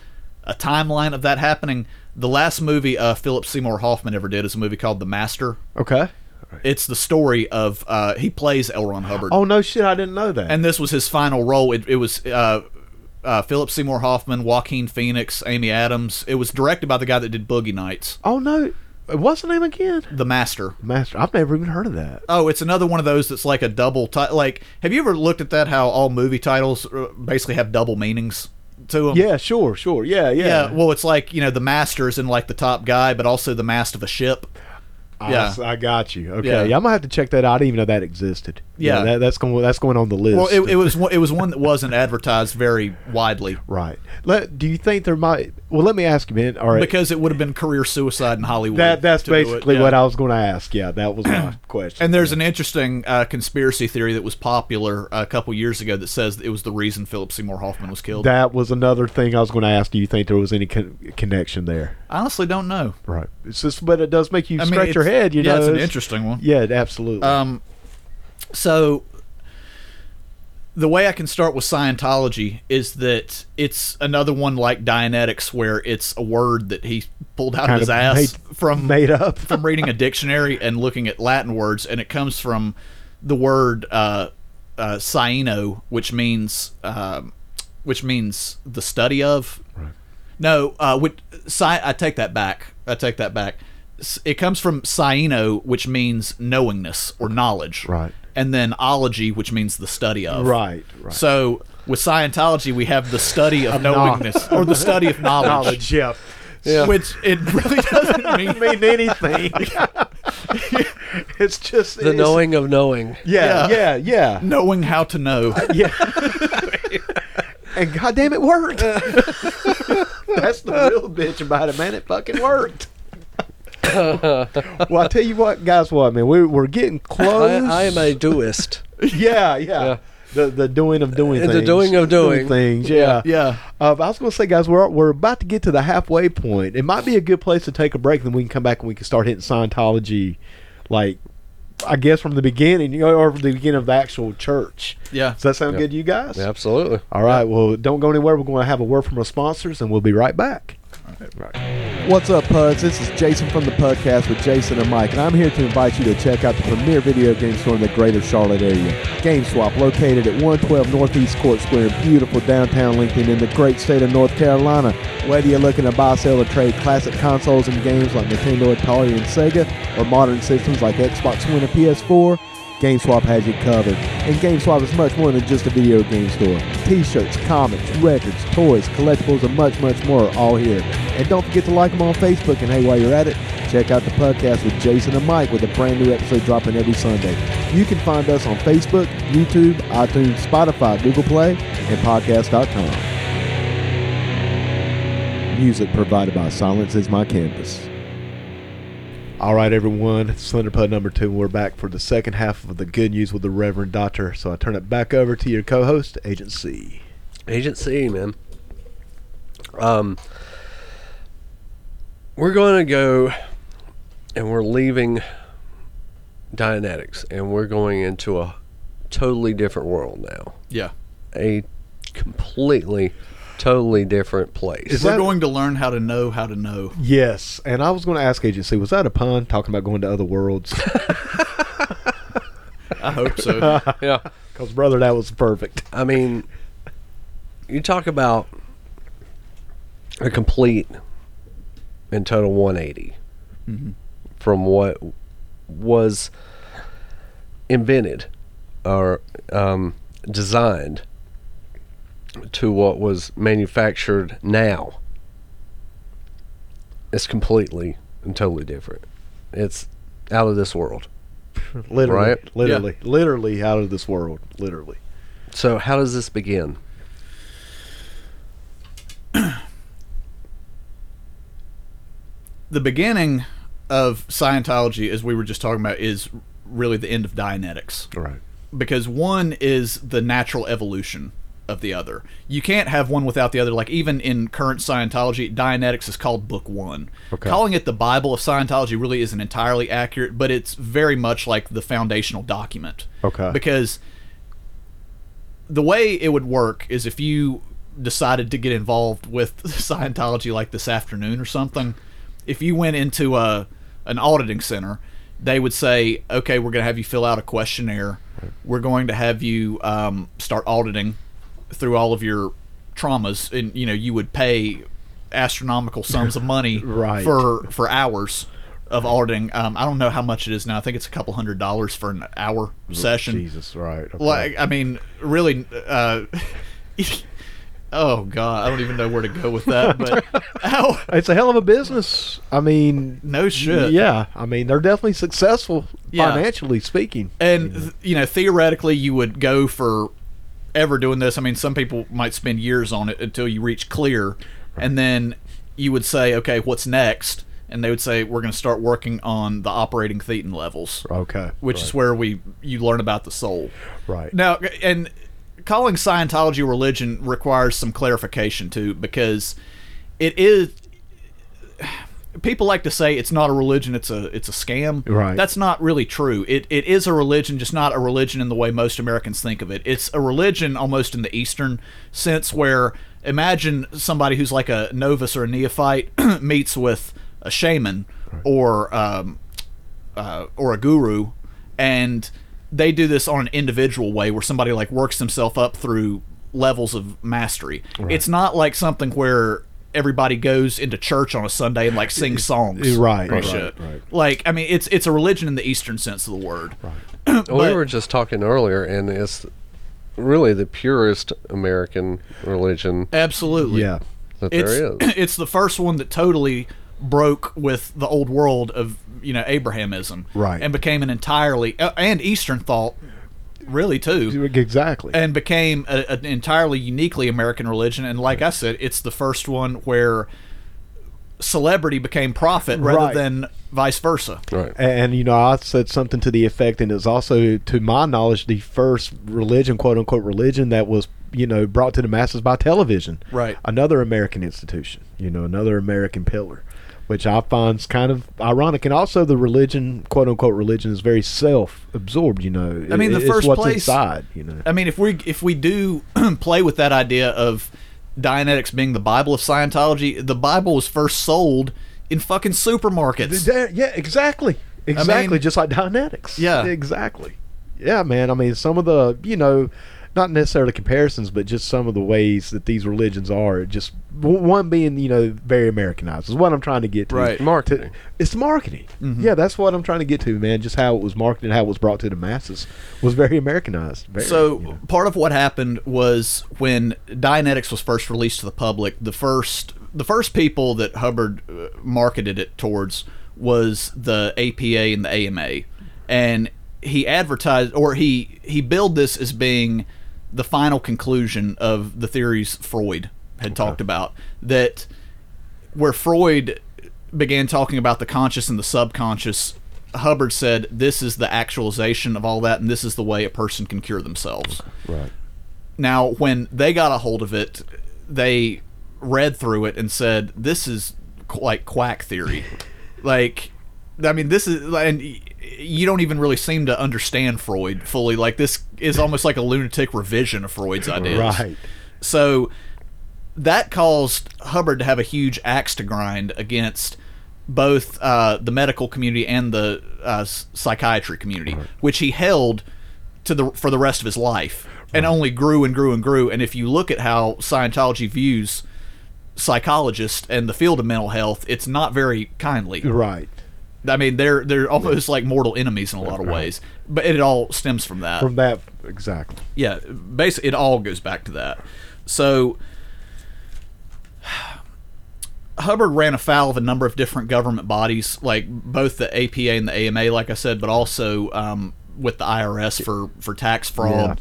[SPEAKER 4] a timeline of that happening, the last movie uh, Philip Seymour Hoffman ever did is a movie called The Master.
[SPEAKER 2] okay.
[SPEAKER 4] It's the story of uh, he plays L. Ron Hubbard.
[SPEAKER 2] Oh no, shit! I didn't know that.
[SPEAKER 4] and this was his final role. It, it was uh, uh, Philip Seymour Hoffman, Joaquin Phoenix, Amy Adams. It was directed by the guy that did Boogie Nights,
[SPEAKER 2] oh no, what's the name again?
[SPEAKER 4] The Master.
[SPEAKER 2] Master, I've never even heard of that.
[SPEAKER 4] Oh, it's another one of those that's like a double title. Like, have you ever looked at that? How all movie titles uh, basically have double meanings to them.
[SPEAKER 2] Yeah, sure, sure. Yeah, yeah.
[SPEAKER 4] Yeah, well, it's like you know the master is in like the top guy, but also the mast of a ship.
[SPEAKER 2] I,
[SPEAKER 4] yeah.
[SPEAKER 2] s- I got you. Okay,
[SPEAKER 4] Yeah.
[SPEAKER 2] yeah, I'm gonna have to check that out. I didn't even know that existed.
[SPEAKER 4] Yeah.
[SPEAKER 2] that, that's going that's going on the list.
[SPEAKER 4] Well, it, it was one- it was one that wasn't advertised very widely
[SPEAKER 2] right. Let, do you think there might? Well, let me ask you, man. All right,
[SPEAKER 4] because it would have been career suicide in Hollywood.
[SPEAKER 2] that that's
[SPEAKER 4] to do it,
[SPEAKER 2] basically
[SPEAKER 4] yeah.
[SPEAKER 2] what I was going to ask. Yeah, that was my question.
[SPEAKER 4] And there's an interesting uh, conspiracy theory that was popular uh, a couple years ago that says it was the reason Philip Seymour Hoffman was killed.
[SPEAKER 2] that was another thing I was going to ask. Do you think there was any con- connection there?
[SPEAKER 4] I honestly don't know.
[SPEAKER 2] Right. It's just, but it does make you
[SPEAKER 4] I mean,
[SPEAKER 2] scratch your
[SPEAKER 4] it's-
[SPEAKER 2] head. You
[SPEAKER 4] yeah,
[SPEAKER 2] know,
[SPEAKER 4] it's an interesting one.
[SPEAKER 2] Yeah, it- absolutely.
[SPEAKER 4] Um, so the way I can start with Scientology is that it's another one like Dianetics, where it's a word that he pulled out of
[SPEAKER 2] Kinda
[SPEAKER 4] his ass
[SPEAKER 2] made-
[SPEAKER 4] from
[SPEAKER 2] made up.
[SPEAKER 4] from reading a dictionary and looking at Latin words, and it comes from the word uh, uh, "scieno," which means um, which means the study of. No, uh, with, sci- I take that back. I take that back. S- It comes from "scieno," which means knowingness or knowledge,
[SPEAKER 2] Right.
[SPEAKER 4] And then "ology," which means the study of,
[SPEAKER 2] right. Right.
[SPEAKER 4] So with Scientology, we have the study of knowingness or the study of knowledge,
[SPEAKER 2] Knowledge. Yeah.
[SPEAKER 3] Yeah.
[SPEAKER 4] which it really doesn't mean
[SPEAKER 2] mean anything. it's just
[SPEAKER 3] The
[SPEAKER 2] it's-
[SPEAKER 3] knowing of knowing.
[SPEAKER 2] Yeah, yeah, yeah, yeah.
[SPEAKER 4] knowing how to know.
[SPEAKER 2] And goddamn, it worked. That's the real bitch about it, man. It fucking worked. well, I tell you what, guys. What man? We we're getting
[SPEAKER 3] I,
[SPEAKER 2] close.
[SPEAKER 3] I am a doist.
[SPEAKER 2] yeah, yeah, The the doing of doing
[SPEAKER 3] The
[SPEAKER 2] things.
[SPEAKER 3] doing of doing.
[SPEAKER 2] things. Yeah,
[SPEAKER 4] Yeah.
[SPEAKER 2] Uh, but I was going to say, guys, we're we're about to get to the halfway point. It might be a good place to take a break. Then we can come back and we can start hitting Scientology, like I guess from the beginning, you know, or from the beginning of the actual church.
[SPEAKER 4] Yeah.
[SPEAKER 2] Does that sound
[SPEAKER 3] Yeah.
[SPEAKER 2] good to you guys?
[SPEAKER 3] Absolutely.
[SPEAKER 2] All right. Well, don't go anywhere. We're going to have a word from our sponsors, and we'll be right back. What's up, Puds? This is Jason from the Podcast with Jason and Mike, and I'm here to invite you to check out the premier video game store in the greater Charlotte area, Game Swap, located at 112 Northeast Court Square in beautiful downtown Lincoln in the great state of North Carolina. Whether you're looking to buy, sell, or trade classic consoles and games like Nintendo, Atari, and Sega, or modern systems like Xbox One and PS4, GameSwap has you covered. And GameSwap is much more than just a video game store. T-shirts, comics, records, toys, collectibles, and much, much more are all here. And don't forget to like them on Facebook. And hey, while you're at it, check out the podcast with Jason and Mike with a brand new episode dropping every Sunday. You can find us on Facebook, YouTube, iTunes, Spotify, Google Play, and podcast.com. Music provided by Silence is My Canvas. All right, everyone. Slenderpud number two. We're back for the second half of the good news with the Reverend Doctor. So I turn it back over to your co-host, Agent C.
[SPEAKER 3] Agent C, man. Um, we're going to go and we're leaving Dianetics and we're going into a totally different world now.
[SPEAKER 4] Yeah.
[SPEAKER 3] A completely, totally different place.
[SPEAKER 2] Is
[SPEAKER 4] We're
[SPEAKER 2] that-
[SPEAKER 4] going to learn how to know how to know.
[SPEAKER 2] Yes, and I was going to ask Agent C. Was that a pun talking about going to other worlds?
[SPEAKER 4] I hope so.
[SPEAKER 3] yeah.
[SPEAKER 2] Because brother, that was perfect.
[SPEAKER 3] I mean, you talk about a complete and total 180 from what was invented or um, designed to what was manufactured now. It's completely and totally different. It's out of this world.
[SPEAKER 2] Literally,
[SPEAKER 3] Right?
[SPEAKER 2] literally, literally out of this world. Literally.
[SPEAKER 3] So, how does this begin?
[SPEAKER 4] the beginning of Scientology, as we were just talking about, is really the end of Dianetics.
[SPEAKER 2] Right.
[SPEAKER 4] because one is the natural evolution of the other. You can't have one without the other. Like even in current Scientology, Dianetics is called Book One.
[SPEAKER 2] Okay.
[SPEAKER 4] Calling it the Bible of Scientology really isn't entirely accurate, but it's very much like the foundational document.
[SPEAKER 2] Okay.
[SPEAKER 4] Because the way it would work is if you decided to get involved with Scientology like this afternoon or something, if you went into a an auditing center, they would say, "Okay, we're going to have you fill out a questionnaire. We're going to have you um, start auditing through all of your traumas, and you know you would pay astronomical sums of money
[SPEAKER 2] Right.
[SPEAKER 4] for for hours." Of auditing, um, I don't know how much it is now. I think it's a couple hundred dollars for an hour session.
[SPEAKER 2] Jesus, right. okay.
[SPEAKER 4] Like, I mean, really, uh, oh god, I don't even know where to go with that. But ow,
[SPEAKER 2] it's a hell of a business. I mean,
[SPEAKER 4] no shit.
[SPEAKER 2] yeah. I mean, they're definitely successful
[SPEAKER 4] Yeah.
[SPEAKER 2] financially speaking.
[SPEAKER 4] And th- you know, theoretically, you would go for ever doing this. I mean, some people might spend years on it until you reach clear, and then you would say, okay, what's next? And they would say, we're going to start working on the operating thetan levels,
[SPEAKER 2] Okay.
[SPEAKER 4] which is where we you learn about the soul.
[SPEAKER 2] Right.
[SPEAKER 4] Now, and calling Scientology religion requires some clarification too, because it is. People like to say it's not a religion; it's a it's a scam.
[SPEAKER 2] Right.
[SPEAKER 4] That's not really true. It it is a religion, just not a religion in the way most Americans think of it. It's a religion almost in the Eastern sense, where imagine somebody who's like a novice or a neophyte meets with a shaman or um, uh, or a guru, and they do this on an individual way where somebody like works himself up through levels of mastery. It's not like something where everybody goes into church on a Sunday and like sings songs,
[SPEAKER 2] Right,
[SPEAKER 4] and
[SPEAKER 2] right,
[SPEAKER 4] shit.
[SPEAKER 2] right.
[SPEAKER 4] Like, I mean, it's it's a religion in the Eastern sense of the word.
[SPEAKER 3] we
[SPEAKER 4] But-
[SPEAKER 3] were just talking earlier, and it's really the purest American religion
[SPEAKER 4] Absolutely.
[SPEAKER 2] Yeah.
[SPEAKER 3] that
[SPEAKER 4] It's
[SPEAKER 3] there is.
[SPEAKER 4] it's the first one that totally broke with the old world of you know Abrahamism,
[SPEAKER 2] Right.
[SPEAKER 4] and became an entirely uh, and Eastern thought, really too.
[SPEAKER 2] Exactly.
[SPEAKER 4] and became a, an entirely uniquely American religion. And like I said, it's the first one where celebrity became prophet rather
[SPEAKER 2] Right.
[SPEAKER 4] than vice versa.
[SPEAKER 3] Right.
[SPEAKER 2] And you know, I said something to the effect, and it's also, to my knowledge, the first religion, quote unquote, religion that was you know brought to the masses by television.
[SPEAKER 4] Right.
[SPEAKER 2] Another American institution. You know, another American pillar, which I find's kind of ironic. And also, the religion, quote unquote, religion is very self-absorbed. You know,
[SPEAKER 4] I mean, the
[SPEAKER 2] It's
[SPEAKER 4] first
[SPEAKER 2] what's
[SPEAKER 4] place-
[SPEAKER 2] inside. You know,
[SPEAKER 4] I mean, if we if we do play with that idea of Dianetics being the Bible of Scientology, the Bible was first sold in fucking supermarkets.
[SPEAKER 2] Yeah, yeah, exactly. Exactly. just like Dianetics.
[SPEAKER 4] Yeah.
[SPEAKER 2] Exactly. Yeah, man. I mean, some of the, you know, not necessarily comparisons, but just some of the ways that these religions are, it just w- one being, you know, very Americanized is what I'm trying to get to.
[SPEAKER 4] Right. Mm-hmm.
[SPEAKER 3] Marketing.
[SPEAKER 2] To- it's marketing. Yeah, that's what I'm trying to get to, man. Just how it was marketed, how it was brought to the masses was very Americanized. Very,
[SPEAKER 4] So
[SPEAKER 2] you know.
[SPEAKER 4] part of what happened was when Dianetics was first released to the public, the first the first people that Hubbard uh, marketed it towards was the APA and the AMA, and he advertised or he he billed this as being the final conclusion of the theories Freud had talked about that where Freud began talking about the conscious and the subconscious, Hubbard said this is the actualization of all that, and this is the way a person can cure themselves.
[SPEAKER 3] Right.
[SPEAKER 4] Now, when they got a hold of it, they read through it and said, "This is qu- like quack theory." like, I mean, this is, and y- you don't even really seem to understand Freud fully. Like, this is almost like a lunatic revision of Freud's ideas.
[SPEAKER 2] Right.
[SPEAKER 4] So that caused Hubbard to have a huge axe to grind against both uh, the medical community and the uh, s- psychiatry community, which he held to the for the rest of his life, and only grew and grew and grew. And if you look at how Scientology views psychologists and the field of mental health, it's not very kindly.
[SPEAKER 2] Right.
[SPEAKER 4] I mean, they're they're almost like mortal enemies in a lot of ways. But it all stems from that
[SPEAKER 2] From that exactly.
[SPEAKER 4] yeah, basically, it all goes back to that. So, Hubbard ran afoul of a number of different government bodies, like both the APA and the AMA, like I said, but also um, with the IRS for, for tax fraud,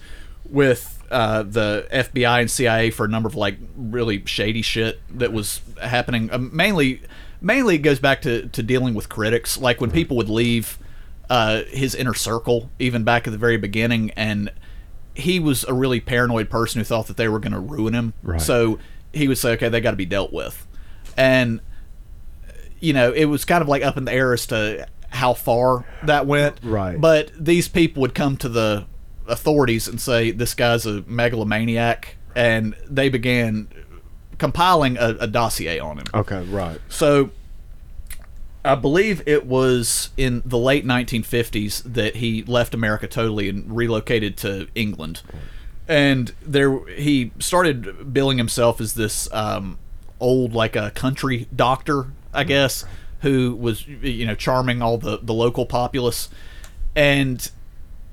[SPEAKER 4] with uh, the FBI and CIA for a number of like really shady shit that was happening. Um, mainly, mainly it goes back to, to dealing with critics, like when people would leave uh, his inner circle, even back at the very beginning, and he was a really paranoid person who thought that they were going to ruin him.
[SPEAKER 2] Right.
[SPEAKER 4] So he would say, okay, they got to be dealt with. And, you know, it was kind of like up in the air as to how far that went.
[SPEAKER 2] Right.
[SPEAKER 4] But these people would come to the authorities and say, this guy's a megalomaniac. And they began compiling a, a dossier on him.
[SPEAKER 2] Okay. Right.
[SPEAKER 4] So I believe it was in the late 1950s that he left America totally and relocated to England. And there he started billing himself as this um, old like a country doctor, I guess, who was you know charming all the the local populace and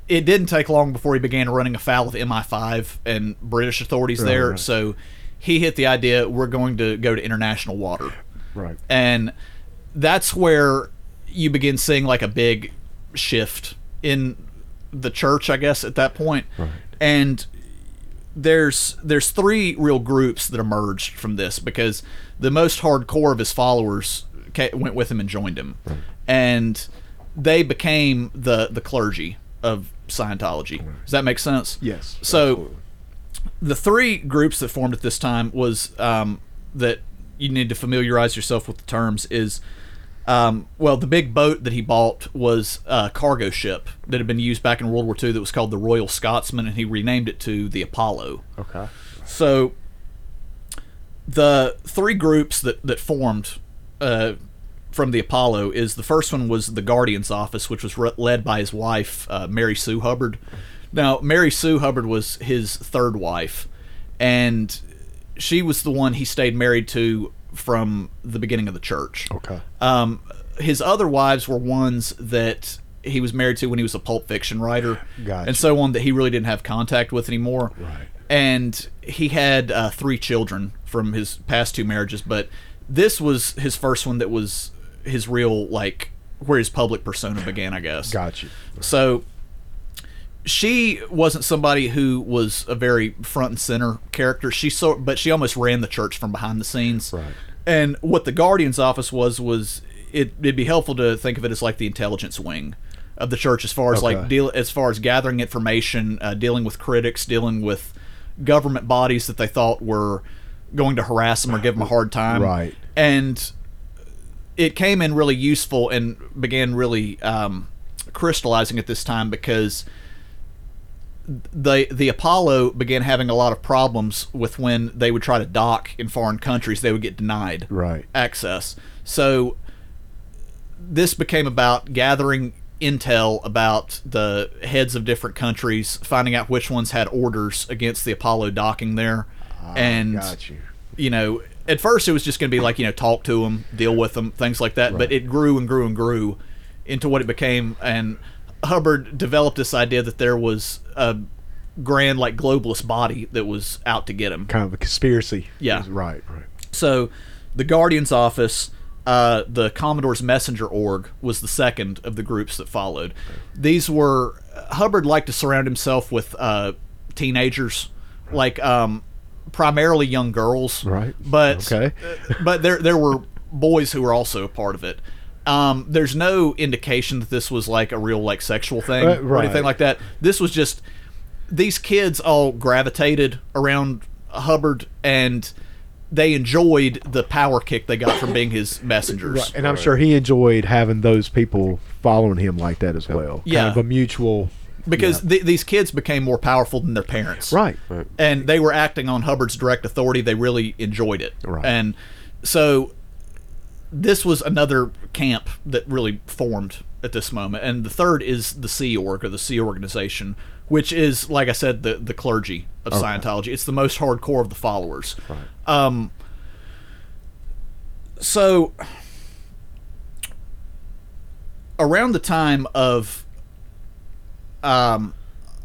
[SPEAKER 4] it didn't take long before he began running afoul of MI5 and British authorities there.
[SPEAKER 2] right.
[SPEAKER 4] So he hit the idea we're going to go to international water
[SPEAKER 2] Right.
[SPEAKER 4] and that's where you begin seeing like a big shift in the church i guess at that point
[SPEAKER 2] Right.
[SPEAKER 4] and there's there's three real groups that emerged from this because the most hardcore of his followers ca- went with him and joined him and they became the the clergy of scientology does that make sense
[SPEAKER 2] Yes,
[SPEAKER 4] so the three groups that formed at this time was um, that you need to familiarize yourself with the terms is um, well the big boat that he bought was a cargo ship that had been used back in world war ii that was called the royal scotsman and he renamed it to the apollo
[SPEAKER 2] Okay.
[SPEAKER 4] so the three groups that that formed uh, from the Apollo is the first one was the Guardian's office, which was re- led by his wife uh, Mary Sue Hubbard. Now Mary Sue Hubbard was his third wife, and she was the one he stayed married to from the beginning of the church.
[SPEAKER 2] Okay.
[SPEAKER 4] Um, his other wives were ones that he was married to when he was a Pulp Fiction writer,
[SPEAKER 2] Gotcha.
[SPEAKER 4] and so on that he really didn't have contact with anymore.
[SPEAKER 2] Right.
[SPEAKER 4] And he had uh, three children from his past two marriages, but this was his first one that was his real like where his public persona began, I guess.
[SPEAKER 2] Got you.
[SPEAKER 4] So she wasn't somebody who was a very front and center character. She so, but she almost ran the church from behind the scenes.
[SPEAKER 2] Right.
[SPEAKER 4] And what the Guardian's office was was it, it'd be helpful to think of it as like the intelligence wing of the church, as far as
[SPEAKER 2] Okay.
[SPEAKER 4] like deal, as far as gathering information, uh, dealing with critics, dealing with government bodies that they thought were going to harass them or give them a hard time.
[SPEAKER 2] Right.
[SPEAKER 4] And it came in really useful and began really um, crystallizing at this time because the the Apollo began having a lot of problems with when they would try to dock in foreign countries, they would get denied
[SPEAKER 2] Right.
[SPEAKER 4] access. So this became about gathering intel about the heads of different countries, finding out which ones had orders against the Apollo docking there,
[SPEAKER 2] Ah,
[SPEAKER 4] and
[SPEAKER 2] got you.
[SPEAKER 4] you know, at first it was just going to be like, you know, talk to them, deal with them, things like that. But it grew and grew and grew into what it became. And Hubbard developed this idea that there was a grand, like, globalist body that was out to get him.
[SPEAKER 2] Kind of a conspiracy.
[SPEAKER 4] Yeah.
[SPEAKER 2] Right. Right.
[SPEAKER 4] So the Guardian's office, uh, the Commodore's Messenger org was the second of the groups that followed. These were Hubbard liked to surround himself with uh, teenagers, like um, primarily young girls,
[SPEAKER 2] Right.
[SPEAKER 4] But
[SPEAKER 2] Okay.
[SPEAKER 4] but there there were boys who were also a part of it. Um, there's no indication that this was like a real like sexual thing
[SPEAKER 2] Right,
[SPEAKER 4] or anything
[SPEAKER 2] Uh, right.
[SPEAKER 4] like that. This was just these kids all gravitated around Hubbard and they enjoyed the power kick they got from being his messengers.
[SPEAKER 2] Right, and I'm sure he enjoyed having those people following him like that as well.
[SPEAKER 4] Yeah.
[SPEAKER 2] Kind of a mutual.
[SPEAKER 4] because th- these kids became more powerful than their parents.
[SPEAKER 2] Right.
[SPEAKER 4] And they were acting on Hubbard's direct authority. They really enjoyed it.
[SPEAKER 2] Right.
[SPEAKER 4] And so this was another camp that really formed at this moment. And the third is the Sea Org or the Sea Organization, which is, like I said, the, the clergy of Scientology. It's the most hardcore of the followers. Right. Um, so around the time of um,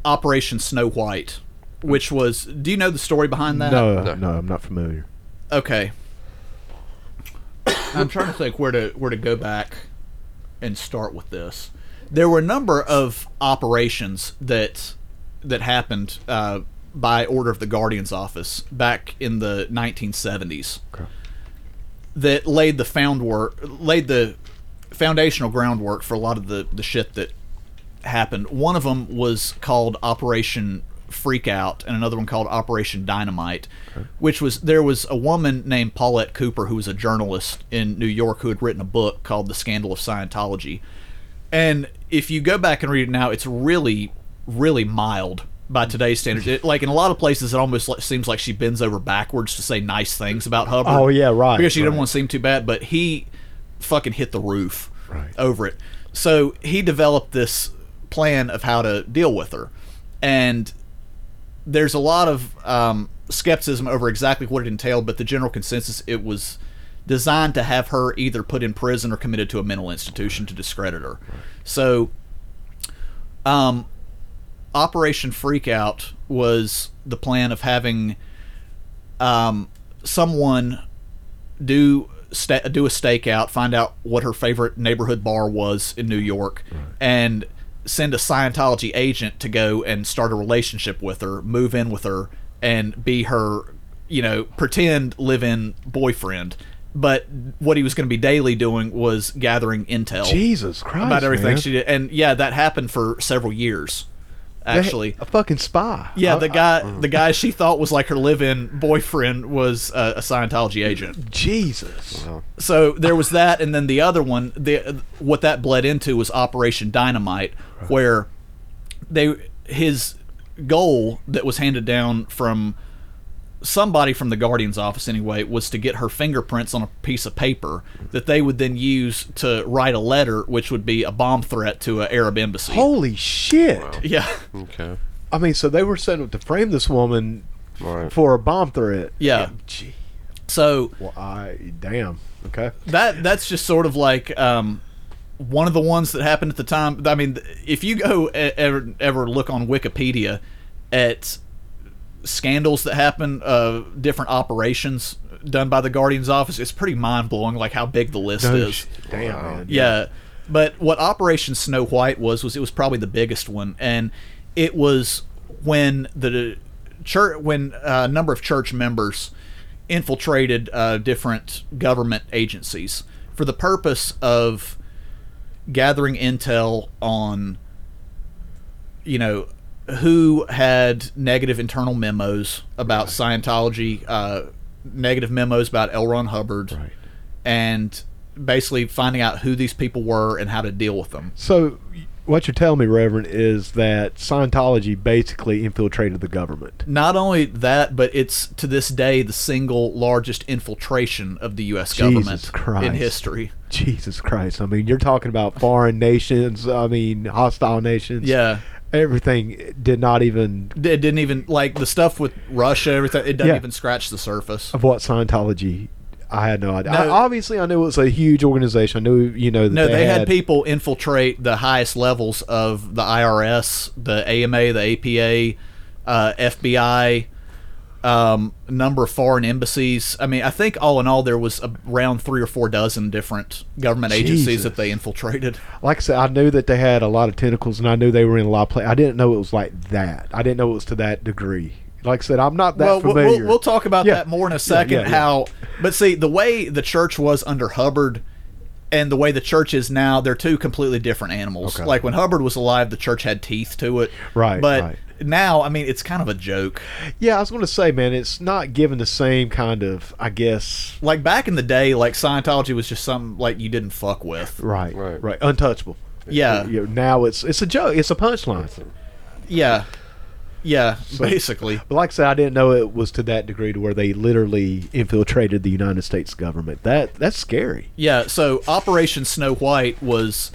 [SPEAKER 4] Operation Snow White, which was. Do you know the story behind that?
[SPEAKER 2] No, no, I'm not familiar.
[SPEAKER 4] Okay. I'm trying to think where to where to go back and start with this. There were a number of operations that that happened uh, by order of the Guardian's office back in the 1970s that laid the foundwork laid the foundational groundwork for a lot of the the shit that happened. One of them was called Operation Freakout, and another one called Operation Dynamite, which was there was a woman named Paulette Cooper who was a journalist in New York who had written a book called The Scandal of Scientology. And if you go back and read it now, it's really, really mild by today's standards. It, like in a lot of places, it almost like, seems like she bends over backwards to say nice things about Hubbard.
[SPEAKER 2] Oh, yeah, right,
[SPEAKER 4] Because she didn't
[SPEAKER 2] right.
[SPEAKER 4] want to seem too bad, but he fucking hit the roof
[SPEAKER 2] Right.
[SPEAKER 4] over it. So he developed this plan of how to deal with her, and there's a lot of um, skepticism over exactly what it entailed, but the general consensus it was designed to have her either put in prison or committed to a mental institution to discredit her. So, um, Operation Freakout was the plan of having um, someone do sta- do a stakeout, find out what her favorite neighborhood bar was in New York, and send a Scientology agent to go and start a relationship with her, move in with her, and be her, you know, pretend live in boyfriend. But what he was going to be daily doing was gathering intel
[SPEAKER 2] Jesus Christ.
[SPEAKER 4] about everything
[SPEAKER 2] man.
[SPEAKER 4] she did, and yeah, that happened for several years,
[SPEAKER 2] They-
[SPEAKER 4] actually.
[SPEAKER 2] A fucking spy. Uh,
[SPEAKER 4] yeah,
[SPEAKER 2] I-
[SPEAKER 4] the guy, the guy she thought was like her live-in boyfriend was uh, a Scientology agent.
[SPEAKER 2] Jesus.
[SPEAKER 4] So there was that, and then the other one, the what that bled into was Operation Dynamite, where they his goal that was handed down from somebody from the Guardian's office anyway was to get her fingerprints on a piece of paper that they would then use to write a letter, which would be a bomb threat to an Arab embassy.
[SPEAKER 2] Holy shit.
[SPEAKER 4] yeah,
[SPEAKER 3] Okay.
[SPEAKER 2] I mean, so they were set up to frame this woman
[SPEAKER 3] Right.
[SPEAKER 2] for a bomb threat.
[SPEAKER 4] yeah.
[SPEAKER 2] Gee.
[SPEAKER 4] So
[SPEAKER 2] Well, I damn. Okay.
[SPEAKER 4] that that's just sort of like um, one of the ones that happened at the time. I mean, if you go e- ever ever look on Wikipedia at scandals that happen, uh, different operations done by the Guardian's office, it's pretty mind blowing. Like how big the list
[SPEAKER 2] No
[SPEAKER 4] is.
[SPEAKER 2] sh- damn. Man.
[SPEAKER 4] Yeah. But what Operation Snow White was was it was probably the biggest one, and it was when the church when uh, a number of church members infiltrated uh, different government agencies for the purpose of gathering intel on you know who had negative internal memos about Scientology, uh, negative memos about L. Ron Hubbard, and basically finding out who these people were and how to deal with them.
[SPEAKER 2] So, what you're telling me, Reverend, is that Scientology basically infiltrated the government.
[SPEAKER 4] Not only that, but it's to this day the single largest infiltration of the U.S.
[SPEAKER 2] Jesus
[SPEAKER 4] government
[SPEAKER 2] Christ.
[SPEAKER 4] in history.
[SPEAKER 2] Jesus Christ. I mean, you're talking about foreign nations. I mean, hostile nations.
[SPEAKER 4] Yeah.
[SPEAKER 2] Everything did not even
[SPEAKER 4] It didn't even like the stuff with Russia. Everything it doesn't
[SPEAKER 2] Yeah.
[SPEAKER 4] even scratch the surface.
[SPEAKER 2] of what Scientology. I had no idea. I,
[SPEAKER 4] No.
[SPEAKER 2] obviously, I knew it was a huge organization. I knew, you know, that
[SPEAKER 4] No,
[SPEAKER 2] they,
[SPEAKER 4] they, had, people infiltrate the highest levels of the IRS, the AMA, the APA, uh, FBI, um, number of foreign embassies. I mean, I think all in all, there was around three or four dozen different government agencies that they infiltrated.
[SPEAKER 2] Like I said, I knew that they had a lot of tentacles, and I knew they were in a lot of places. I didn't know it was like that. I didn't know it was to that degree. Like I said, I'm not that
[SPEAKER 4] well, we'll-
[SPEAKER 2] familiar.
[SPEAKER 4] We'll, we'll talk about
[SPEAKER 2] Yeah.
[SPEAKER 4] that more in a second.
[SPEAKER 2] yeah.
[SPEAKER 4] How, but see, the way the church was under Hubbard and the way the church is now, they're two completely different animals.
[SPEAKER 2] Okay.
[SPEAKER 4] Like when Hubbard was alive, the church had teeth to it,
[SPEAKER 2] Right,
[SPEAKER 4] But
[SPEAKER 2] right.
[SPEAKER 4] now, I mean, it's kind of a joke.
[SPEAKER 2] yeah, I was going to say, man, it's not given the same kind of, I guess,
[SPEAKER 4] Like back in the day, like Scientology was just something like you didn't fuck with.
[SPEAKER 2] right,
[SPEAKER 3] Right.
[SPEAKER 2] right, untouchable.
[SPEAKER 4] Yeah,
[SPEAKER 2] You know, now it's it's a joke. It's a punchline.
[SPEAKER 4] yeah, yeah. Basically,
[SPEAKER 2] But like I said, I didn't know it was to that degree to where they literally infiltrated the United States government. That that's scary.
[SPEAKER 4] Yeah, so Operation Snow White was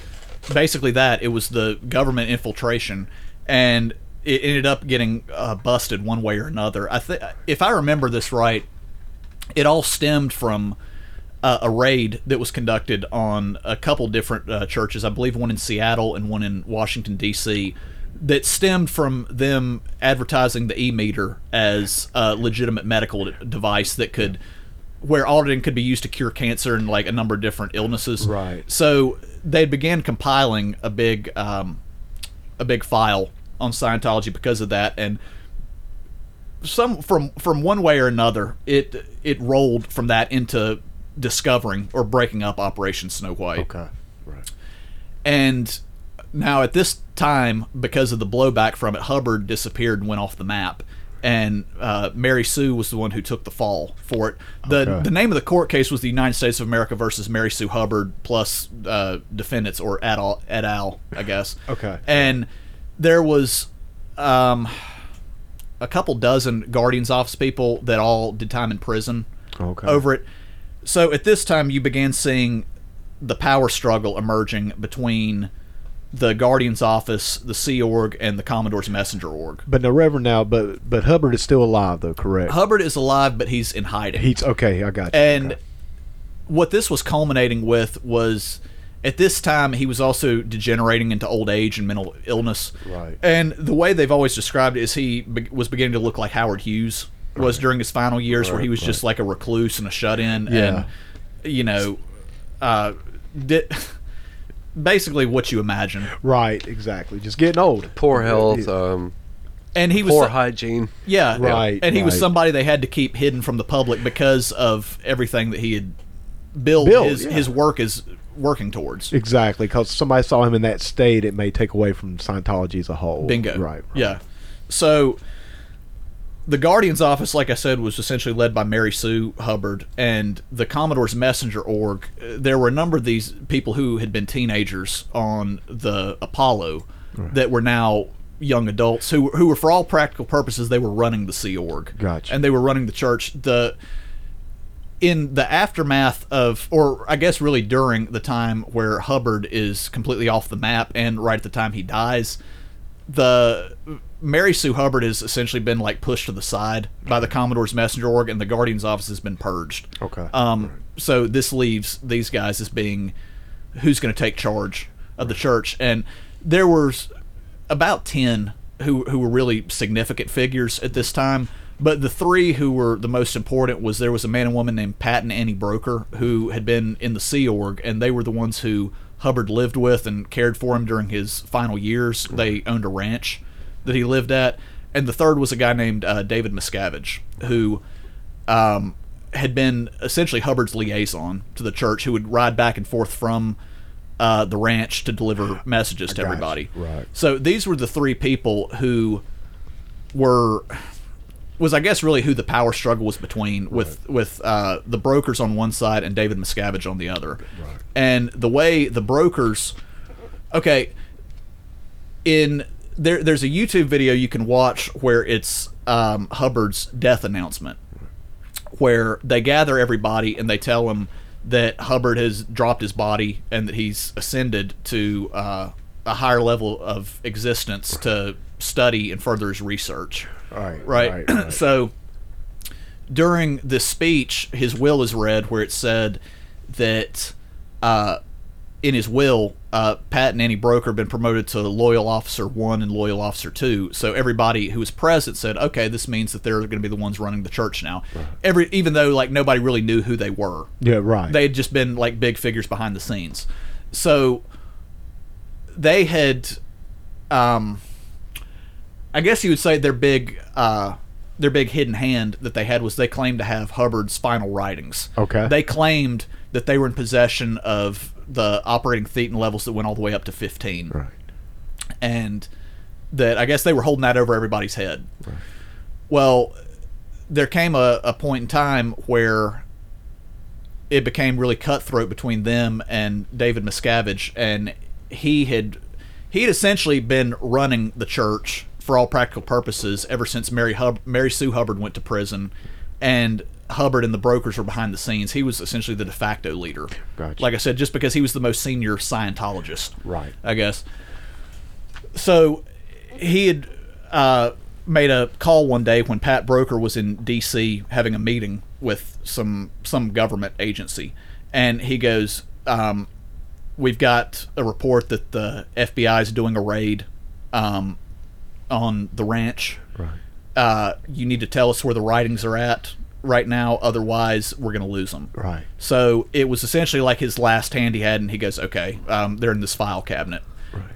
[SPEAKER 4] basically that. It was the government infiltration, and it ended up getting uh, busted one way or another. I think, if I remember this right, it all stemmed from uh, a raid that was conducted on a couple different uh, churches. I believe one in Seattle and one in Washington D.C. That stemmed from them advertising the e-meter as a legitimate medical d- device that could, where auditing could be used to cure cancer and like a number of different illnesses.
[SPEAKER 2] Right.
[SPEAKER 4] So they began compiling a big, um, a big file on Scientology because of that, and some from from one way or another, it it rolled from that into discovering or breaking up Operation Snow White.
[SPEAKER 2] right.
[SPEAKER 4] And now at this time, because of the blowback from it, Hubbard disappeared and went off the map. And uh, Mary Sue was the one who took the fall for it. The
[SPEAKER 2] Okay.
[SPEAKER 4] the name of the court case was the United States of America versus Mary Sue Hubbard plus uh, defendants or et al, et al, I guess.
[SPEAKER 2] Okay.
[SPEAKER 4] And there was um, a couple dozen Guardians Office people that all did time in prison
[SPEAKER 2] Okay.
[SPEAKER 4] over it. So at this time, you began seeing the power struggle emerging between the Guardians Office, the Sea Org, and the Commodore's Messenger Org.
[SPEAKER 2] But no, Reverend now, but but Hubbard is still alive though, correct?
[SPEAKER 4] Hubbard is alive, but he's in hiding.
[SPEAKER 2] He's okay. I got you.
[SPEAKER 4] And
[SPEAKER 2] Okay.
[SPEAKER 4] what this was culminating with was at this time he was also degenerating into old age and mental illness.
[SPEAKER 2] Right.
[SPEAKER 4] And the way they've always described it is he be- was beginning to look like Howard Hughes was during his final years, where he was just like a recluse and a shut in,
[SPEAKER 2] Yeah.
[SPEAKER 4] and you know, uh, di- basically what you imagine.
[SPEAKER 2] right, exactly. Just getting old.
[SPEAKER 3] Poor health,
[SPEAKER 2] Yeah.
[SPEAKER 3] um,
[SPEAKER 4] And he was
[SPEAKER 3] poor
[SPEAKER 4] so-
[SPEAKER 3] hygiene.
[SPEAKER 4] Yeah,
[SPEAKER 2] Right,
[SPEAKER 4] And he was
[SPEAKER 2] right.
[SPEAKER 4] somebody they had to keep hidden from the public because of everything that he had built.
[SPEAKER 2] Built,
[SPEAKER 4] his
[SPEAKER 2] yeah.
[SPEAKER 4] his work is working towards.
[SPEAKER 2] Exactly, because somebody saw him in that state, it may take away from Scientology as a whole.
[SPEAKER 4] Bingo.
[SPEAKER 2] Right. right.
[SPEAKER 4] Yeah. So the Guardian's office, like I said, was essentially led by Mary Sue Hubbard and the Commodore's Messenger org. uh, There were a number of these people who had been teenagers on the Apollo that were now young adults who were, who were for all practical purposes they were running the Sea Org.
[SPEAKER 2] Gotcha.
[SPEAKER 4] And they were running the church. The in the aftermath of, or I guess really during the time where Hubbard is completely off the map and right at the time he dies, the Mary Sue Hubbard has essentially been like pushed to the side by the Commodore's messenger org, and the Guardian's office has been purged.
[SPEAKER 2] Okay.
[SPEAKER 4] Um, so this leaves these guys as being who's going to take charge of the church, and there was about ten who who were really significant figures at this time. But the three who were the most important was there was a man and woman named Pat and Annie Broker who had been in the Sea Org, and they were the ones who Hubbard lived with and cared for him during his final years. They owned a ranch that he lived at, and the third was a guy named uh, David Miscavige who um, had been essentially Hubbard's liaison to the church, who would ride back and forth from uh, the ranch to deliver messages to
[SPEAKER 2] Gotcha.
[SPEAKER 4] everybody.
[SPEAKER 2] Right.
[SPEAKER 4] So these were the three people who were was I guess really who the power struggle was between with with uh, the brokers on one side and David Miscavige on the other. Right. And the way the brokers okay in there there's a YouTube video you can watch where it's um, Hubbard's death announcement where they gather everybody and they tell him that Hubbard has dropped his body and that he's ascended to uh, a higher level of existence to study and further his research.
[SPEAKER 2] Right.
[SPEAKER 4] Right. so during this speech, his will is read where it said that uh, in his will, uh, Pat and Annie Broker had been promoted to Loyal Officer 1 and Loyal Officer 2. So everybody who was present said, okay, this means that they're going to be the ones running the church now. Every Even though, like, nobody really knew who they were.
[SPEAKER 2] Yeah. Right.
[SPEAKER 4] They had just been, like, big figures behind the scenes. So they had um I guess you would say their big uh their big hidden hand that they had was they claimed to have Hubbard's final writings.
[SPEAKER 2] Okay.
[SPEAKER 4] They claimed that they were in possession of the operating thetan levels that went all the way up to 15.
[SPEAKER 2] Right.
[SPEAKER 4] And that I guess they were holding that over everybody's head. Well, there came a, a point in time where it became really cutthroat between them and David Miscavige, and he had he had essentially been running the church for all practical purposes ever since Mary Hub- Mary Sue Hubbard went to prison, and Hubbard and the brokers were behind the scenes. He was essentially the de facto leader.
[SPEAKER 2] Gotcha.
[SPEAKER 4] Like I said, just because he was the most senior Scientologist,
[SPEAKER 2] Right.
[SPEAKER 4] I guess so he had uh, made a call one day when Pat Broker was in D.C. having a meeting with some some government agency, and he goes, um, "We've got a report that the FBI is doing a raid um, on the ranch. Right. Uh, you need to tell us where the writings are at right now, otherwise we're going to lose them."
[SPEAKER 2] Right.
[SPEAKER 4] So it was essentially like his last hand he had, and he goes, "Okay, um, they're in this file cabinet."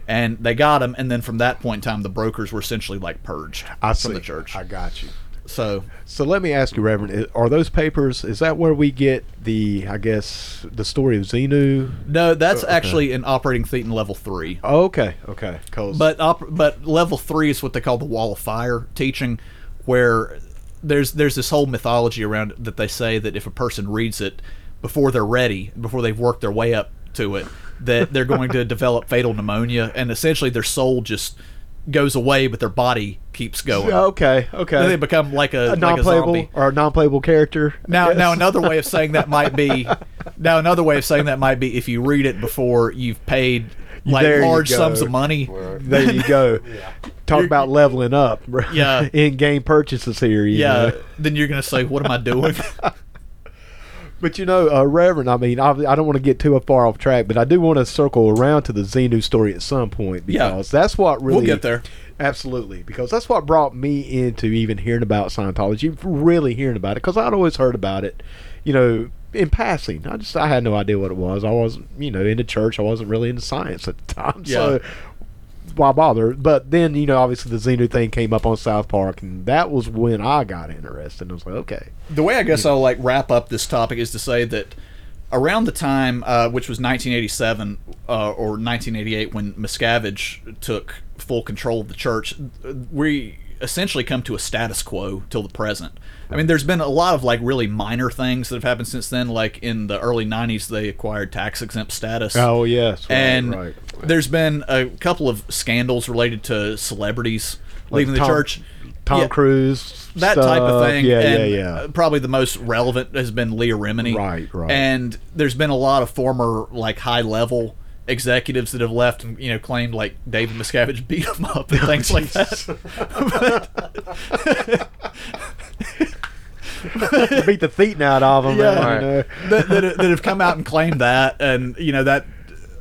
[SPEAKER 4] And they got him, and then from that point in time, the brokers were essentially like purged
[SPEAKER 2] I
[SPEAKER 4] from
[SPEAKER 2] see.
[SPEAKER 4] the church.
[SPEAKER 2] I got you.
[SPEAKER 4] so
[SPEAKER 2] So let me ask you, Reverend, i- are those papers? Is that where we get the, I guess, the story of Xenu?
[SPEAKER 4] no, that's actually in operating thetan level three.
[SPEAKER 2] Oh, okay, okay, Cole's-
[SPEAKER 4] But op- but level three is what they call the Wall of Fire teaching, where there's there's this whole mythology around it that they say that if a person reads it before they're ready, before they've worked their way up to it, that they're going to develop fatal pneumonia, and essentially their soul just goes away, but their body keeps going.
[SPEAKER 2] Yeah, okay, okay,
[SPEAKER 4] Then they become like a,
[SPEAKER 2] a
[SPEAKER 4] like a
[SPEAKER 2] non-playable
[SPEAKER 4] zombie.
[SPEAKER 2] or a non-playable character. I
[SPEAKER 4] Now,
[SPEAKER 2] guess.
[SPEAKER 4] now another way of saying that might be now another way of saying that might be if you read it before you've paid like
[SPEAKER 2] There you
[SPEAKER 4] large
[SPEAKER 2] go.
[SPEAKER 4] sums of money.
[SPEAKER 2] there you go. Talk about leveling up. bro.
[SPEAKER 4] Yeah.
[SPEAKER 2] in-game purchases here. you
[SPEAKER 4] Yeah,
[SPEAKER 2] know.
[SPEAKER 4] then you're gonna say, "What am I doing?"
[SPEAKER 2] But you know, uh, Reverend, I mean, I, I don't want to get too far off track, but I do want to circle around to the Xenu story at some point
[SPEAKER 4] Yeah.
[SPEAKER 2] because that's what really.
[SPEAKER 4] We'll get there.
[SPEAKER 2] Absolutely, because that's what brought me into even hearing about Scientology, really hearing about it, because I'd always heard about it, you know, in passing. I just I had no idea what it was. I wasn't, you know, into church. I wasn't really into science at the time. So
[SPEAKER 4] Yeah.
[SPEAKER 2] why bother? But then, you know, obviously the Xenu thing came up on South Park, and that was when I got interested. I was like, okay,
[SPEAKER 4] the way I guess I'll like wrap up this topic is to say that around the time, uh, which was 1987 uh, or 1988, when Miscavige took full control of the church, we essentially come to a status quo till the present. I mean, there's been a lot of like really minor things that have happened since then. Like in the early 90s, they acquired tax exempt status.
[SPEAKER 2] oh yes, right,
[SPEAKER 4] and
[SPEAKER 2] right.
[SPEAKER 4] there's been a couple of scandals related to celebrities leaving the
[SPEAKER 2] Tom-
[SPEAKER 4] church.
[SPEAKER 2] Tom
[SPEAKER 4] Yeah
[SPEAKER 2] Cruise,
[SPEAKER 4] that type of
[SPEAKER 2] stuff.
[SPEAKER 4] thing.
[SPEAKER 2] Yeah,
[SPEAKER 4] and
[SPEAKER 2] yeah, yeah.
[SPEAKER 4] uh, Probably the most relevant has been Leah Remini.
[SPEAKER 2] Right, right.
[SPEAKER 4] And there's been a lot of former like high level executives that have left and you know claimed like David Miscavige beat them up
[SPEAKER 2] Oh,
[SPEAKER 4] and things like that.
[SPEAKER 2] Beat the thetan out of him. man,
[SPEAKER 4] Yeah.
[SPEAKER 3] Right.
[SPEAKER 2] you know.
[SPEAKER 4] that, that, that have come out and claimed that, and you know that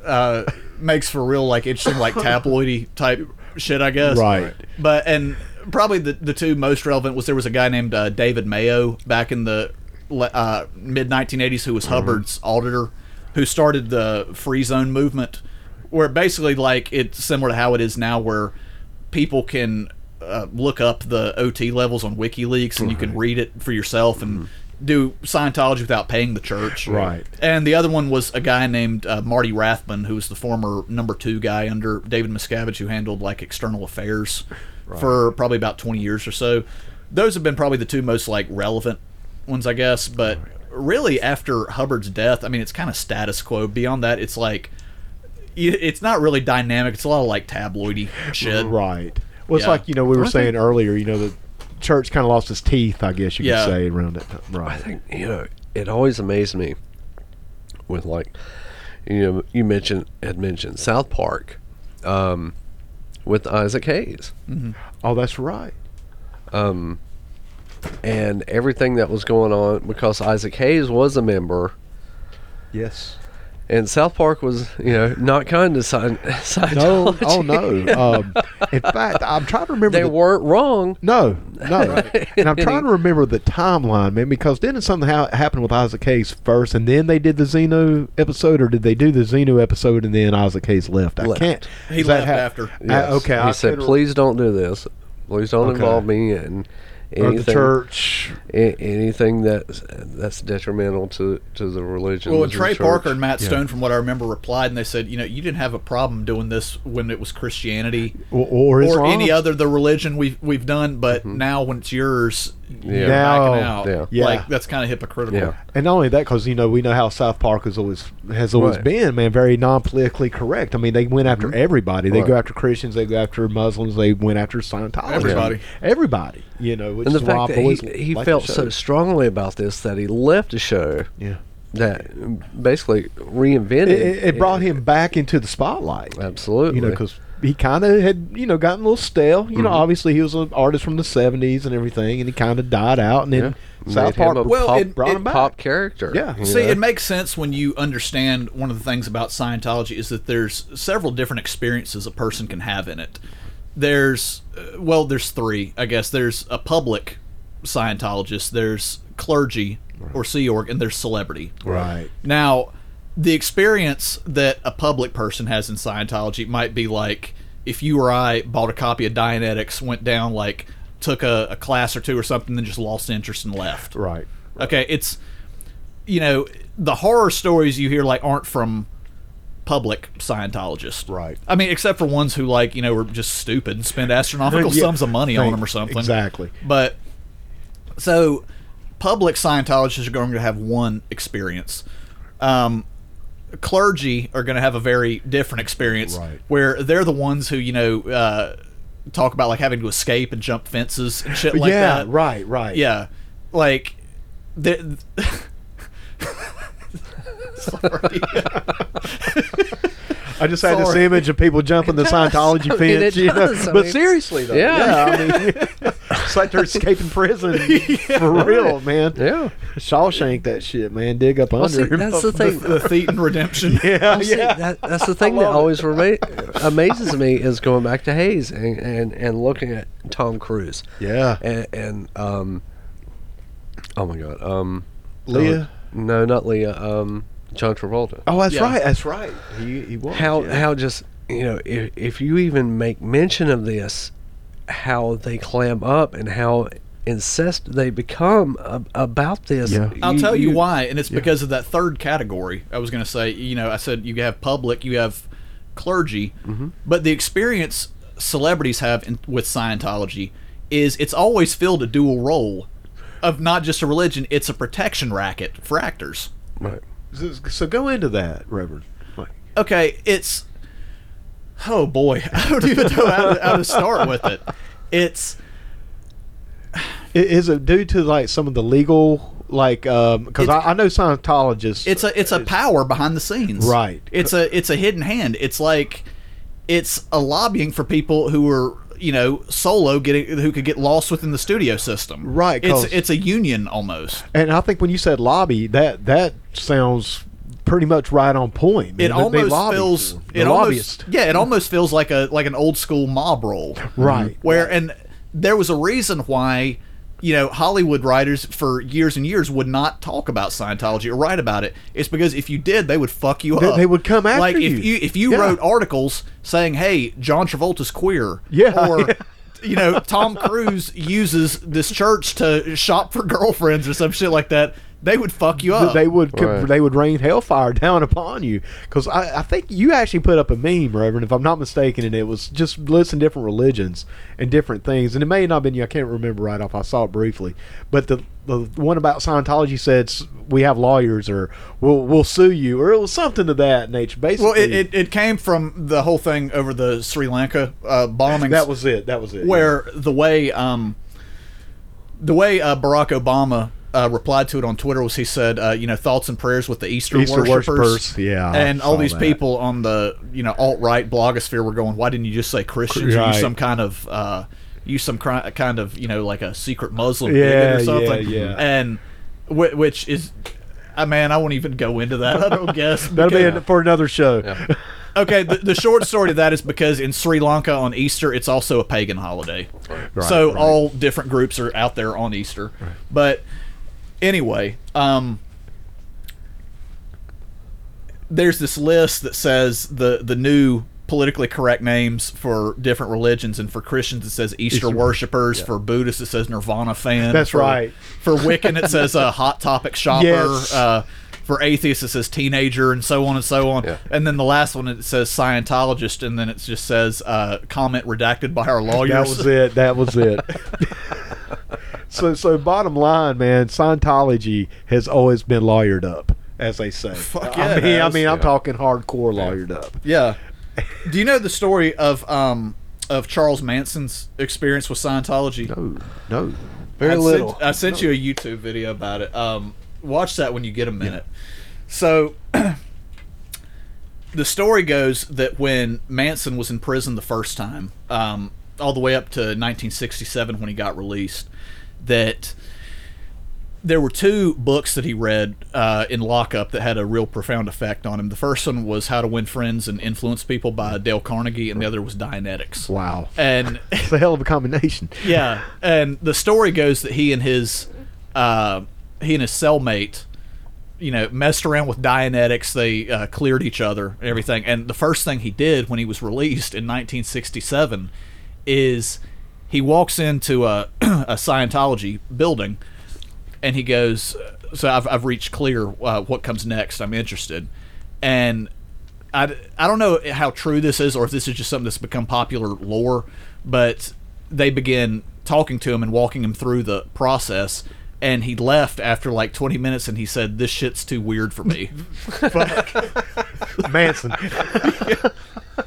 [SPEAKER 4] uh, makes for real like interesting like tabloidy type shit, I guess.
[SPEAKER 2] Right.
[SPEAKER 4] But and probably the the two most relevant was there was a guy named uh, David Mayo back in the le- uh, mid 1980s who was Hubbard's auditor, who started the free zone movement, where basically like it's similar to how it is now, where people can uh, look up the OT levels on WikiLeaks and you can read it for yourself and do Scientology without paying the church.
[SPEAKER 2] Right.
[SPEAKER 4] And the other one was a guy named uh, Marty Rathman, who was the former number two guy under David Miscavige, who handled like external affairs for probably about 20 years or so. Those have been probably the two most like relevant ones, I guess. But really, after Hubbard's death, I mean, it's kind of status quo. Beyond that, it's like. i- It's not really dynamic. It's a lot of like tabloidy shit.
[SPEAKER 2] Right. Well, it's
[SPEAKER 4] Yeah.
[SPEAKER 2] like you know we were
[SPEAKER 3] I
[SPEAKER 2] saying earlier. You know the church kind of lost its teeth. I guess you
[SPEAKER 4] Yeah.
[SPEAKER 2] could say around that time. Right.
[SPEAKER 3] I think you know it always amazed me with like you know you mentioned had mentioned South Park um, with Isaac Hayes
[SPEAKER 2] oh, that's right.
[SPEAKER 3] and everything that was going on because Isaac Hayes was a member
[SPEAKER 2] Yes.
[SPEAKER 3] and South Park was you know not kind to Scien-
[SPEAKER 2] No.
[SPEAKER 3] Scientology.
[SPEAKER 2] oh no. Um, in fact, I'm trying to remember.
[SPEAKER 3] they
[SPEAKER 2] the-
[SPEAKER 3] weren't wrong.
[SPEAKER 2] No, no. and I'm trying to remember the timeline, man, because didn't something ha- happen with Isaac Hayes first, and then they did the Xeno episode, or did they do the Xeno episode and then Isaac Hayes left? I
[SPEAKER 3] Left.
[SPEAKER 2] can't.
[SPEAKER 4] He
[SPEAKER 2] Is that
[SPEAKER 4] left after.
[SPEAKER 2] I-
[SPEAKER 3] Yes.
[SPEAKER 2] okay,
[SPEAKER 3] He
[SPEAKER 2] I
[SPEAKER 3] said,
[SPEAKER 2] couldn't-
[SPEAKER 3] "Please don't do this. Please don't
[SPEAKER 2] Okay.
[SPEAKER 3] involve me in
[SPEAKER 2] or the church.
[SPEAKER 3] a- anything that's that's detrimental to to the religion.
[SPEAKER 4] Well,
[SPEAKER 3] of
[SPEAKER 4] and
[SPEAKER 3] the
[SPEAKER 4] Trey
[SPEAKER 3] church.
[SPEAKER 4] Parker and Matt Stone, from what I remember, replied and they said, you know, you didn't have a problem doing this when it was Christianity
[SPEAKER 2] Or- or Islam.
[SPEAKER 4] any other the religion we've we've done, but now when it's yours, you're
[SPEAKER 2] Now-
[SPEAKER 4] backing out.
[SPEAKER 3] Yeah.
[SPEAKER 2] Oh, Yeah.
[SPEAKER 4] Like that's kind of hypocritical.
[SPEAKER 3] Yeah.
[SPEAKER 2] And not only that, because you know we know how South Park has always has always
[SPEAKER 3] Right.
[SPEAKER 2] been, man, very non-politically correct. I mean, they went after everybody. They go
[SPEAKER 3] Right.
[SPEAKER 2] after Christians. They go after Muslims. They went after Scientology.
[SPEAKER 4] Everybody.
[SPEAKER 2] everybody. You know, which
[SPEAKER 3] and the
[SPEAKER 2] is why
[SPEAKER 3] fact
[SPEAKER 2] I've
[SPEAKER 3] that he,
[SPEAKER 2] always
[SPEAKER 3] he
[SPEAKER 2] liked the
[SPEAKER 3] felt so
[SPEAKER 2] show.
[SPEAKER 3] strongly about this that he left the show
[SPEAKER 2] Yeah,
[SPEAKER 3] that basically reinvented
[SPEAKER 2] it, it, it brought him back into the spotlight.
[SPEAKER 3] absolutely Mm-hmm.
[SPEAKER 2] You know, because he kind of had you know gotten a little stale. You know, obviously he was an artist from the '70s and everything, and he kind of died out. And then
[SPEAKER 3] Made
[SPEAKER 2] South
[SPEAKER 3] him
[SPEAKER 2] Park
[SPEAKER 3] a
[SPEAKER 4] Well,
[SPEAKER 2] pop-
[SPEAKER 4] it-
[SPEAKER 2] brought
[SPEAKER 4] it-
[SPEAKER 2] him back.
[SPEAKER 3] pop character.
[SPEAKER 2] Yeah.
[SPEAKER 3] you
[SPEAKER 4] See,
[SPEAKER 3] know?
[SPEAKER 4] it makes sense when you understand one of the things about Scientology is that there's several different experiences a person can have in it. There's, uh, well, there's three, I guess. There's a public Scientologist, there's clergy or Sea Org, and there's celebrity.
[SPEAKER 2] right.
[SPEAKER 4] Now, the experience that a public person has in Scientology might be like if you or I bought a copy of Dianetics, went down, like, took a, a class or two or something, then just lost interest and left.
[SPEAKER 2] Right.
[SPEAKER 4] Okay, it's you know the horror stories you hear like aren't from public Scientologists,
[SPEAKER 2] Right.
[SPEAKER 4] I mean, except for ones who like you know were just stupid and spend astronomical
[SPEAKER 2] Yeah,
[SPEAKER 4] sums of money on
[SPEAKER 2] thank-
[SPEAKER 4] them or something.
[SPEAKER 2] exactly.
[SPEAKER 4] But so public Scientologists are going to have one experience. Um, clergy are going to have a very different experience,
[SPEAKER 2] Right.
[SPEAKER 4] where they're the ones who you know. Uh, Talk about like having to escape and jump fences and shit like
[SPEAKER 2] yeah.
[SPEAKER 4] that.
[SPEAKER 2] Right. Right.
[SPEAKER 4] Yeah, like the. Sorry.
[SPEAKER 2] I just had this
[SPEAKER 4] Sorry.
[SPEAKER 2] image of people jumping the Scientology
[SPEAKER 3] I mean,
[SPEAKER 2] fence.
[SPEAKER 3] it
[SPEAKER 2] you know.
[SPEAKER 3] does. I
[SPEAKER 2] But
[SPEAKER 3] mean-
[SPEAKER 2] seriously, though,
[SPEAKER 3] Yeah.
[SPEAKER 2] yeah, I mean, it's like they're escaping prison for real, man.
[SPEAKER 3] Yeah.
[SPEAKER 2] Shawshank that shit, man. Dig up
[SPEAKER 3] Well,
[SPEAKER 2] under
[SPEAKER 3] see,
[SPEAKER 2] him.
[SPEAKER 3] that's the
[SPEAKER 4] the,
[SPEAKER 3] thing.
[SPEAKER 4] the Thetan Redemption.
[SPEAKER 2] yeah,
[SPEAKER 3] Well, see,
[SPEAKER 2] yeah.
[SPEAKER 3] that, that's the thing that always rema- amazes me is going back to Hayes and, and, and looking at Tom Cruise.
[SPEAKER 2] Yeah.
[SPEAKER 3] And, and um, oh my God. Um,
[SPEAKER 2] Leah.
[SPEAKER 3] oh, no, not Leah. Um, John Travolta.
[SPEAKER 2] Oh, that's
[SPEAKER 4] Yeah.
[SPEAKER 2] right. That's right. He, he was.
[SPEAKER 3] how
[SPEAKER 2] yeah.
[SPEAKER 3] how just you know if if you even make mention of this, how they clam up and how incest they become ab- about this.
[SPEAKER 2] Yeah.
[SPEAKER 4] I'll tell you why, and it's because of that third category. I was going to say, you know, I said you have public, you have clergy, but the experience celebrities have in, with Scientology is it's always filled a dual role of not just a religion; it's a protection racket for actors.
[SPEAKER 3] Right.
[SPEAKER 2] So, so go into that, Reverend. Like,
[SPEAKER 4] okay, it's oh boy, I don't even know how to, how to start with it. It's
[SPEAKER 2] i- Is it due to like some of the legal, like, because
[SPEAKER 4] It's-
[SPEAKER 2] I, I know Scientologists.
[SPEAKER 4] it's a it's a power behind the scenes,
[SPEAKER 2] Right.
[SPEAKER 4] It's a it's a hidden hand. It's like it's a lobbying for people who are you know solo getting who could get lost within the studio system,
[SPEAKER 2] Right,
[SPEAKER 4] It's
[SPEAKER 2] 'cause-
[SPEAKER 4] it's a union almost.
[SPEAKER 2] And I think when you said lobby, that that sounds pretty much right on point. man.
[SPEAKER 4] It
[SPEAKER 2] They- they
[SPEAKER 4] almost
[SPEAKER 2] lobby
[SPEAKER 4] feels
[SPEAKER 2] for him. the
[SPEAKER 4] it
[SPEAKER 2] lobbyist.
[SPEAKER 4] almost yeah it almost feels like a like an old school mob role
[SPEAKER 2] Right.
[SPEAKER 4] where and there was a reason why you know Hollywood writers for years and years would not talk about Scientology or write about it. It's because if you did, they would fuck you
[SPEAKER 2] They-
[SPEAKER 4] up.
[SPEAKER 2] they would come after
[SPEAKER 4] like
[SPEAKER 2] you.
[SPEAKER 4] if you if you
[SPEAKER 2] Yeah.
[SPEAKER 4] wrote articles saying, "Hey, John Travolta's queer,"
[SPEAKER 2] Yeah,
[SPEAKER 4] or
[SPEAKER 2] yeah.
[SPEAKER 4] you know Tom Cruise uses this church to shop for girlfriends or some shit like that, they would fuck you
[SPEAKER 2] Th-
[SPEAKER 4] up.
[SPEAKER 2] They would co-
[SPEAKER 3] Right.
[SPEAKER 2] they would rain hellfire down upon you because I, I think you actually put up a meme, Reverend, if I'm not mistaken, and it was just listing different religions and different things, and it may not have been you. I can't remember right off. I saw it briefly, but the the one about Scientology said s- we have lawyers or we'll we'll sue you or it was something to that nature. Basically,
[SPEAKER 4] well, it, it, it came from the whole thing over the Sri Lanka uh, bombings.
[SPEAKER 2] that was it. That was it.
[SPEAKER 4] where the way um, the way uh, Barack Obama uh, replied to it on Twitter was he said, uh, you know, thoughts and prayers with the Easter,
[SPEAKER 2] Easter
[SPEAKER 4] worshippers.
[SPEAKER 2] worshippers, yeah, I
[SPEAKER 4] and all
[SPEAKER 2] saw
[SPEAKER 4] these
[SPEAKER 2] that.
[SPEAKER 4] people on the you know alt right blogosphere were going, why didn't you just say Christians? Or
[SPEAKER 2] Right.
[SPEAKER 4] use some kind of uh, use some cri- kind of you know like a secret Muslim
[SPEAKER 2] Yeah,
[SPEAKER 4] bigot or
[SPEAKER 2] yeah,
[SPEAKER 4] something,
[SPEAKER 2] yeah.
[SPEAKER 4] and whi- which is. I man, I won't even go into that. I don't guess
[SPEAKER 2] That'll be
[SPEAKER 4] because-
[SPEAKER 2] in, for another show.
[SPEAKER 4] okay, the, the short story to that is because in Sri Lanka on Easter, it's also a pagan holiday.
[SPEAKER 2] Right,
[SPEAKER 4] so
[SPEAKER 2] right.
[SPEAKER 4] all different groups are out there on Easter. But anyway, um, there's this list that says the, the new politically correct names for different religions, and for Christians it says Easter, worshippers. For Buddhists it says Nirvana fan.
[SPEAKER 2] That's
[SPEAKER 4] for,
[SPEAKER 2] right.
[SPEAKER 4] For Wiccan it says a hot topic shopper.
[SPEAKER 2] Yes.
[SPEAKER 4] Uh, for atheists it says teenager, and so on and so on.
[SPEAKER 3] Yeah.
[SPEAKER 4] And then the last one it says Scientologist, and then it just says uh, comment redacted by our lawyers.
[SPEAKER 2] That was it. That was it. so, so bottom line, man, Scientology has always been lawyered up, as they say.
[SPEAKER 4] Fuck yeah,
[SPEAKER 2] I
[SPEAKER 4] it
[SPEAKER 2] mean, I
[SPEAKER 4] has.
[SPEAKER 2] mean, I'm
[SPEAKER 3] Yeah.
[SPEAKER 2] talking hardcore lawyered up.
[SPEAKER 4] Yeah. Do you know the story of um of Charles Manson's experience with Scientology?
[SPEAKER 2] No, Oh, no.
[SPEAKER 3] Very
[SPEAKER 4] I
[SPEAKER 3] little.
[SPEAKER 4] Sent, I sent you a YouTube video about it. Um, watch that when you get a minute. So, the story goes that when Manson was in prison the first time, um, all the way up to 1967 when he got released, that there were two books that he read uh, in lockup that had a real profound effect on him. The first one was How to Win Friends and Influence People by Dale Carnegie, and the other was Dianetics.
[SPEAKER 2] Wow.
[SPEAKER 4] And
[SPEAKER 2] It's a hell of a combination.
[SPEAKER 4] yeah, and the story goes that he and his uh, he and his cellmate, you know, messed around with Dianetics. They uh, cleared each other and everything. And the first thing he did when he was released in 1967 is he walks into a a Scientology building, and he goes, "So I've I've reached clear. Uh, what comes next? I'm interested." And I, I don't know how true this is or if this is just something that's become popular lore, but they begin talking to him and walking him through the process. And he left after like 20 minutes and he said, This shit's too weird for me.
[SPEAKER 2] Manson,
[SPEAKER 4] Oh.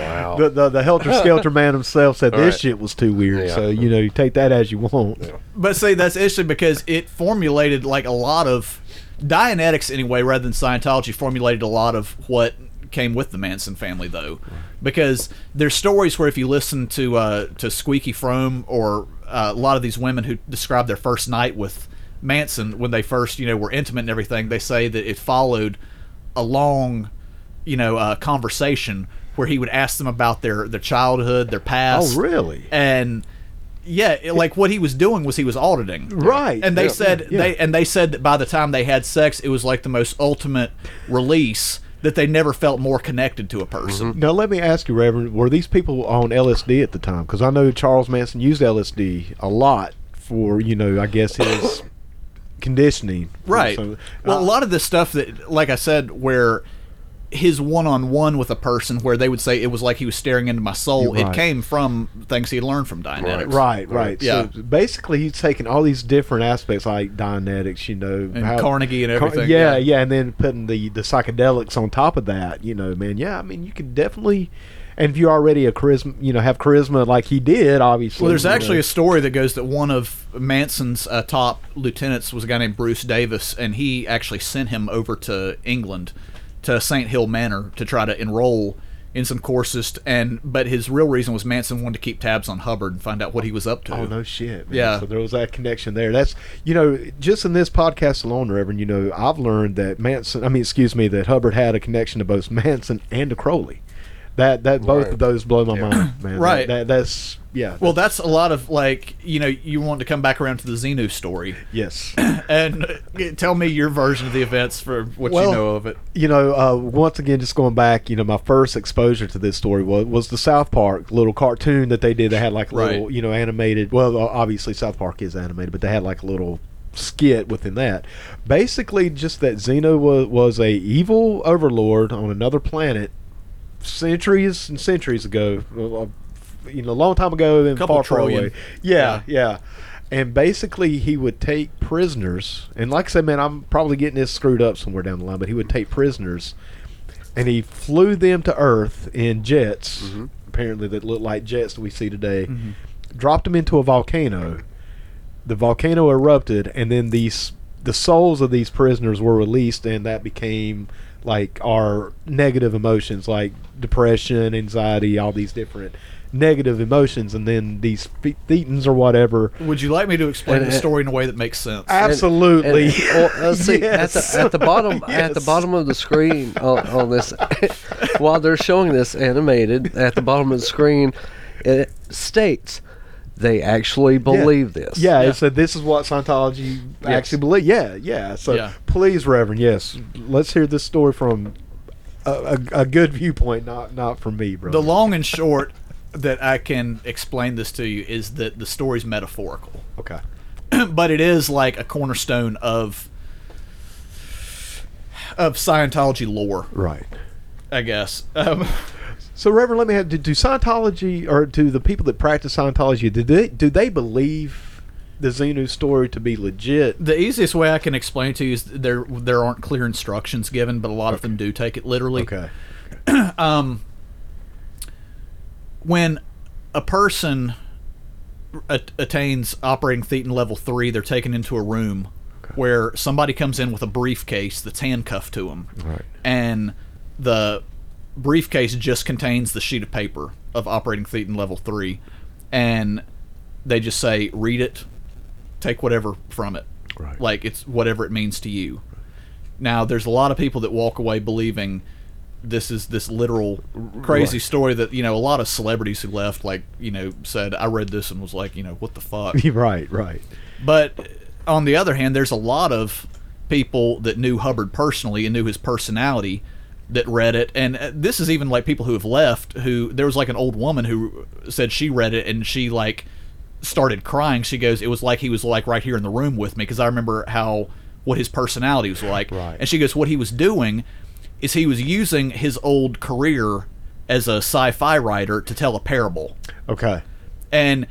[SPEAKER 3] wow.
[SPEAKER 2] the, the the helter skelter man himself, said
[SPEAKER 3] All
[SPEAKER 2] this
[SPEAKER 3] right.
[SPEAKER 2] shit was too weird.
[SPEAKER 3] Yeah.
[SPEAKER 2] So you know, you take that as you want.
[SPEAKER 4] but see, that's interesting because it formulated like a lot of Dianetics anyway, rather than Scientology, formulated a lot of what came with the Manson family though, because there's stories where if you listen to uh, to Squeaky Frome or uh, a lot of these women who describe their first night with Manson when they first you know were intimate and everything, they say that it followed a long you know uh, conversation where he would ask them about their their childhood, their past.
[SPEAKER 2] Oh, really?
[SPEAKER 4] And yeah, it- like what he was doing was he was auditing.
[SPEAKER 2] Right.
[SPEAKER 4] And they
[SPEAKER 2] Yeah,
[SPEAKER 4] said
[SPEAKER 2] yeah, yeah.
[SPEAKER 4] they and they said that by the time they had sex, it was like the most ultimate release that they never felt more connected to a person.
[SPEAKER 2] Now let me ask you, Reverend, were these people on LSD at the time? Because I know Charles Manson used LSD a lot for you know, I guess his conditioning.
[SPEAKER 4] Right.
[SPEAKER 2] Mm-hmm. So,
[SPEAKER 4] well,
[SPEAKER 2] uh,
[SPEAKER 4] a lot of this stuff that, like I said, where his one-on-one with a person, where they would say it was like he was staring into my soul.
[SPEAKER 2] You're right.
[SPEAKER 4] It came from things he learned from Dianetics.
[SPEAKER 2] Right, right.
[SPEAKER 4] Yeah.
[SPEAKER 2] So basically, he's taking all these different aspects, like Dianetics, you know,
[SPEAKER 4] And Carnegie and
[SPEAKER 2] Car-
[SPEAKER 4] everything,
[SPEAKER 2] yeah,
[SPEAKER 4] yeah.
[SPEAKER 2] yeah, and then putting the the psychedelics on top of that, you know, man. Yeah, I mean, you could definitely, and if you're already a charisma, you know, have charisma like he did, obviously.
[SPEAKER 4] Well, there's
[SPEAKER 2] you know.
[SPEAKER 4] actually a story that goes that one of Manson's uh, top lieutenants was a guy named Bruce Davis, and he actually sent him over to England to St. Hill Manor to try to enroll in some courses. t- And but his real reason was Manson wanted to keep tabs on Hubbard and find out what he was up to.
[SPEAKER 2] Oh no shit! Man.
[SPEAKER 4] Yeah.
[SPEAKER 2] So there was that connection there. That's you know, just in this podcast alone, Reverend. You know, I've learned that Manson. I mean, excuse me, that Hubbard had a connection to both Manson and to Crowley. That that both
[SPEAKER 3] Right.
[SPEAKER 2] of those blow my mind, man.
[SPEAKER 4] Right.
[SPEAKER 2] That, that- that's yeah.
[SPEAKER 4] Well, that's a lot of like you know you want to come back around to the Xenu story
[SPEAKER 2] yes.
[SPEAKER 4] and uh, tell me your version of the events for what
[SPEAKER 2] Well,
[SPEAKER 4] you know of it.
[SPEAKER 2] you know, uh, once again, just going back, you know, my first exposure to this story was, was the South Park little cartoon that they did. They had like a little,
[SPEAKER 4] Right.
[SPEAKER 2] you know, animated. Well, o- obviously South Park is animated, but they had like a little skit within that. Basically, just that Xeno was, was a evil overlord on another planet centuries and centuries ago, uh, you know, a long time ago and
[SPEAKER 4] Couple
[SPEAKER 2] far, far
[SPEAKER 4] trillion.
[SPEAKER 2] away. Yeah, yeah. And basically, he would take prisoners, and like I said, man, I'm probably getting this screwed up somewhere down the line, but he would take prisoners, and he flew them to Earth in jets, apparently that looked like jets that we see today, dropped them into a volcano. The volcano erupted, and then these the souls of these prisoners were released, and that became like our negative emotions, like depression, anxiety, all these different negative emotions, and then these phe- thetans or whatever.
[SPEAKER 4] Would you like me to explain
[SPEAKER 2] uh,
[SPEAKER 3] And-
[SPEAKER 4] the story in a way that makes sense?
[SPEAKER 3] And-
[SPEAKER 2] Absolutely.
[SPEAKER 3] and- well, uh, see,
[SPEAKER 2] Yes.
[SPEAKER 3] at, the, at the bottom at the
[SPEAKER 2] Yes.
[SPEAKER 3] bottom of the screen on, on this, while they're showing this animated at the bottom of the screen, it states they actually believe this.
[SPEAKER 2] Yeah,
[SPEAKER 4] Yeah.
[SPEAKER 2] it said this is what Scientology actually believe. Yeah, yeah. So
[SPEAKER 4] Yeah.
[SPEAKER 2] please, Reverend, yes, let's hear this story from a, a, a good viewpoint, not not from me, bro.
[SPEAKER 4] The long and short that I can explain this to you is that the story's metaphorical,
[SPEAKER 2] okay.
[SPEAKER 4] but it is like a cornerstone of of Scientology lore,
[SPEAKER 2] Right.
[SPEAKER 4] I guess. Um,
[SPEAKER 2] So, Reverend, let me have. Do, do Scientology or do the people that practice Scientology do they do they believe the Xenu story to be legit?
[SPEAKER 4] the easiest way I can explain to you is there there aren't clear instructions given, but a lot of them do take it literally.
[SPEAKER 2] Okay.
[SPEAKER 4] when a person at- attains operating thetan level three, they're taken into a room where somebody comes in with a briefcase that's handcuffed to them,
[SPEAKER 2] Right.
[SPEAKER 4] and the briefcase just contains the sheet of paper of operating thetan level three, and they just say, "Read it, take whatever from it,
[SPEAKER 2] Right.
[SPEAKER 4] like it's whatever it means to you." Now, there's a lot of people that walk away believing this is this literal crazy story that you know a lot of celebrities who left like you know said i read this and was like you know what the fuck
[SPEAKER 2] right. Right.
[SPEAKER 4] but on the other hand there's a lot of people that knew hubbard personally and knew his personality that read it and uh, this is even like people who have left who there was like an old woman who said she read it and she like started crying she goes it was like he was like right here in the room with me because i remember how what his personality was like
[SPEAKER 2] Right.
[SPEAKER 4] and she goes what he was doing is he was using his old career as a sci-fi writer to tell a parable
[SPEAKER 2] Okay.
[SPEAKER 4] and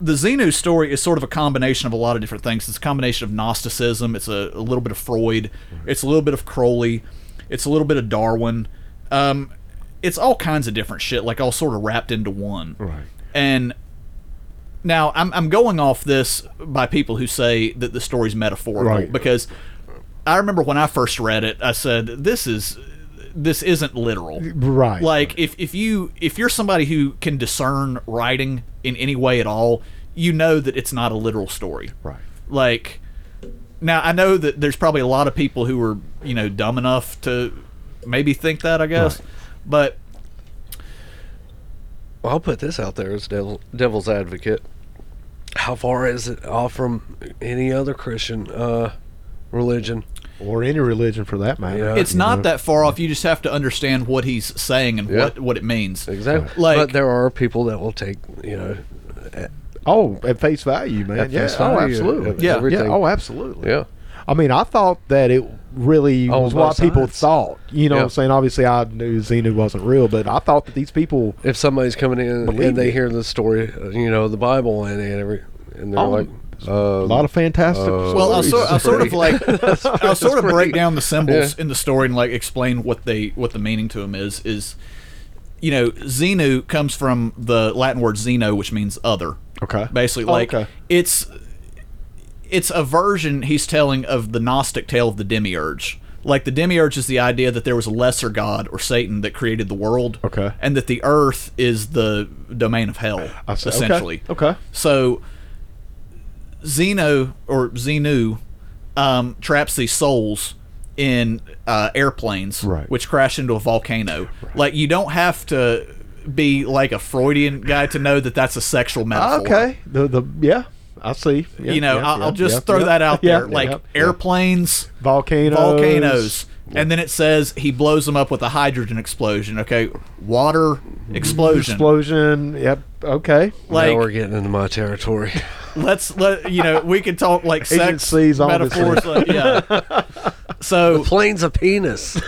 [SPEAKER 4] the Xenu story is sort of a combination of a lot of different things. It's a combination of Gnosticism. It's a, a little bit of Freud. It's a little bit of Crowley. It's a little bit of Darwin. Um, it's all kinds of different shit, like all sort of wrapped into one.
[SPEAKER 2] Right.
[SPEAKER 4] And now I'm, I'm going off this by people who say that the story's metaphorical
[SPEAKER 2] Right.
[SPEAKER 4] because I remember when I first read it, I said this is this isn't literal.
[SPEAKER 2] Right.
[SPEAKER 4] Like if, if you if you're somebody who can discern writing in any way at all, you know that it's not a literal story.
[SPEAKER 2] Right.
[SPEAKER 4] Like now I know that there's probably a lot of people who are, you know, dumb enough to maybe think that, I guess. But
[SPEAKER 3] Well, I'll put this out there as devil, devil's advocate. How far is it off from any other Christian uh, religion?
[SPEAKER 2] Or any religion for that matter.
[SPEAKER 3] Yeah.
[SPEAKER 4] it's not that far off. You just have to understand what he's saying and what, what it means.
[SPEAKER 3] Exactly.
[SPEAKER 4] Like-
[SPEAKER 3] but there are people that will take, you know,
[SPEAKER 2] Oh, at face value, man.
[SPEAKER 3] At
[SPEAKER 2] yeah.
[SPEAKER 3] face
[SPEAKER 2] Oh,
[SPEAKER 3] value,
[SPEAKER 2] absolutely.
[SPEAKER 3] at
[SPEAKER 4] Yeah.
[SPEAKER 2] Yeah.
[SPEAKER 3] everything.
[SPEAKER 2] Oh, absolutely.
[SPEAKER 3] yeah.
[SPEAKER 2] I mean, I thought that it really
[SPEAKER 3] Oh,
[SPEAKER 2] was
[SPEAKER 3] both
[SPEAKER 2] what people
[SPEAKER 3] sides.
[SPEAKER 2] thought. You know what I'm
[SPEAKER 3] Yeah.
[SPEAKER 2] saying? Obviously, I knew Xenu wasn't real, but I thought that these people.
[SPEAKER 3] If somebody's coming in
[SPEAKER 2] Believe
[SPEAKER 3] and they
[SPEAKER 2] it.
[SPEAKER 3] hear the story, uh, you know, the Bible and, and every, and they're
[SPEAKER 2] Oh,
[SPEAKER 3] like, uh,
[SPEAKER 2] A lot of fantastic.
[SPEAKER 3] uh,
[SPEAKER 4] Well, I'll,
[SPEAKER 3] That's
[SPEAKER 4] sort, I'll sort of
[SPEAKER 3] pretty-
[SPEAKER 4] like I'll sort of break
[SPEAKER 3] pretty-
[SPEAKER 4] down the symbols
[SPEAKER 3] Yeah.
[SPEAKER 4] in the story and like explain what they what the meaning to them is. Is you know, Xenu comes from the Latin word xeno, which means other.
[SPEAKER 2] okay.
[SPEAKER 4] Basically,
[SPEAKER 2] Oh,
[SPEAKER 4] like
[SPEAKER 2] okay.
[SPEAKER 4] it's it's a version he's telling of the Gnostic tale of the demiurge. Like the demiurge is the idea that there was a lesser god or Satan that created the world,
[SPEAKER 2] Okay.
[SPEAKER 4] and that the earth is the domain of hell,
[SPEAKER 2] I see. Okay.
[SPEAKER 4] essentially.
[SPEAKER 2] Okay.
[SPEAKER 4] So Xeno or Xenu um, traps these souls in uh, airplanes,
[SPEAKER 2] Right.
[SPEAKER 4] which crash into a volcano. Like you don't have to be like a Freudian guy to know that that's a sexual metaphor.
[SPEAKER 2] Ah, Okay. The the yeah, I see. Yeah,
[SPEAKER 4] you know,
[SPEAKER 2] yeah,
[SPEAKER 4] I'll,
[SPEAKER 2] yeah,
[SPEAKER 4] I'll just
[SPEAKER 2] yeah,
[SPEAKER 4] throw
[SPEAKER 2] yeah,
[SPEAKER 4] that out
[SPEAKER 2] yeah,
[SPEAKER 4] there. like
[SPEAKER 2] yeah,
[SPEAKER 4] airplanes,
[SPEAKER 2] volcanoes,
[SPEAKER 4] volcanoes. And then it says he blows them up with a hydrogen explosion. Okay, water explosion.
[SPEAKER 2] explosion. Yep. Okay.
[SPEAKER 3] now we're
[SPEAKER 4] like
[SPEAKER 3] getting into my territory.
[SPEAKER 4] let's let you know we can talk like sex
[SPEAKER 2] Agencies, all this
[SPEAKER 4] metaphors. Like, yeah. So
[SPEAKER 3] Planes of penis.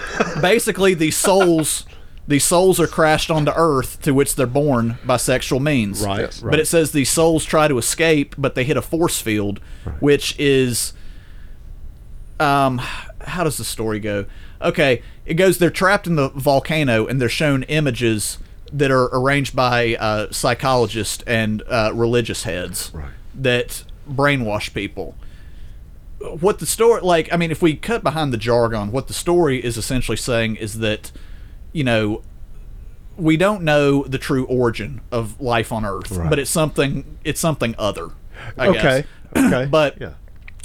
[SPEAKER 4] basically these souls these souls are crashed onto earth to which they're born by sexual means
[SPEAKER 2] Right, Yes.
[SPEAKER 4] but
[SPEAKER 2] right.
[SPEAKER 4] it says these souls try to escape but they hit a force field which is um how does the story go okay it goes they're trapped in the volcano and they're shown images that are arranged by uh, psychologists and uh, religious heads
[SPEAKER 2] Right.
[SPEAKER 4] that brainwash people what the story like i mean if we cut behind the jargon what the story is essentially saying is that you know we don't know the true origin of life on earth
[SPEAKER 2] Right.
[SPEAKER 4] but it's something it's something other I
[SPEAKER 2] okay.
[SPEAKER 4] guess.
[SPEAKER 2] Okay.
[SPEAKER 4] But-
[SPEAKER 2] yeah.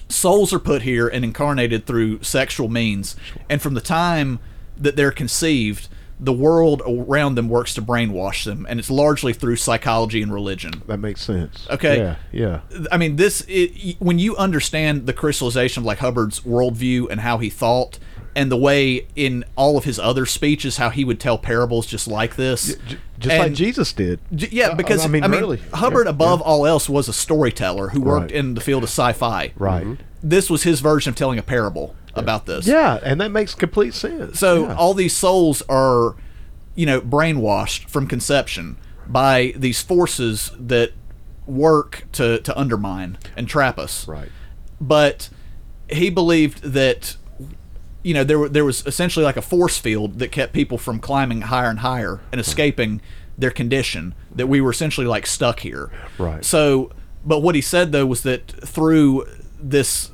[SPEAKER 4] souls are put here and incarnated through sexual means and from the time that they're conceived the world around them works to brainwash them and it's largely through psychology and religion
[SPEAKER 2] That makes sense.
[SPEAKER 4] Okay.
[SPEAKER 2] Yeah. Yeah.
[SPEAKER 4] I mean, this it, when you understand the crystallization of like Hubbard's worldview and how he thought, and the way in all of his other speeches how he would tell parables just like this.
[SPEAKER 2] just like
[SPEAKER 4] And-
[SPEAKER 2] Jesus did.
[SPEAKER 4] J- Yeah,
[SPEAKER 2] I-
[SPEAKER 4] because I mean,
[SPEAKER 2] really.
[SPEAKER 4] Hubbard, above all else, was a storyteller who worked
[SPEAKER 2] Right.
[SPEAKER 4] in the field of sci-fi. Mm-hmm.
[SPEAKER 2] Right.
[SPEAKER 4] This was his version of telling a parable about this.
[SPEAKER 2] Yeah, and that makes complete sense.
[SPEAKER 4] So
[SPEAKER 2] yeah.
[SPEAKER 4] all these souls are, you know, brainwashed from conception by these forces that work to to undermine and trap us.
[SPEAKER 2] right.
[SPEAKER 4] But he believed that you know there were, there was essentially like a force field that kept people from climbing higher and higher and escaping their condition that we were essentially like stuck here.
[SPEAKER 2] Right.
[SPEAKER 4] So but what he said though was that through this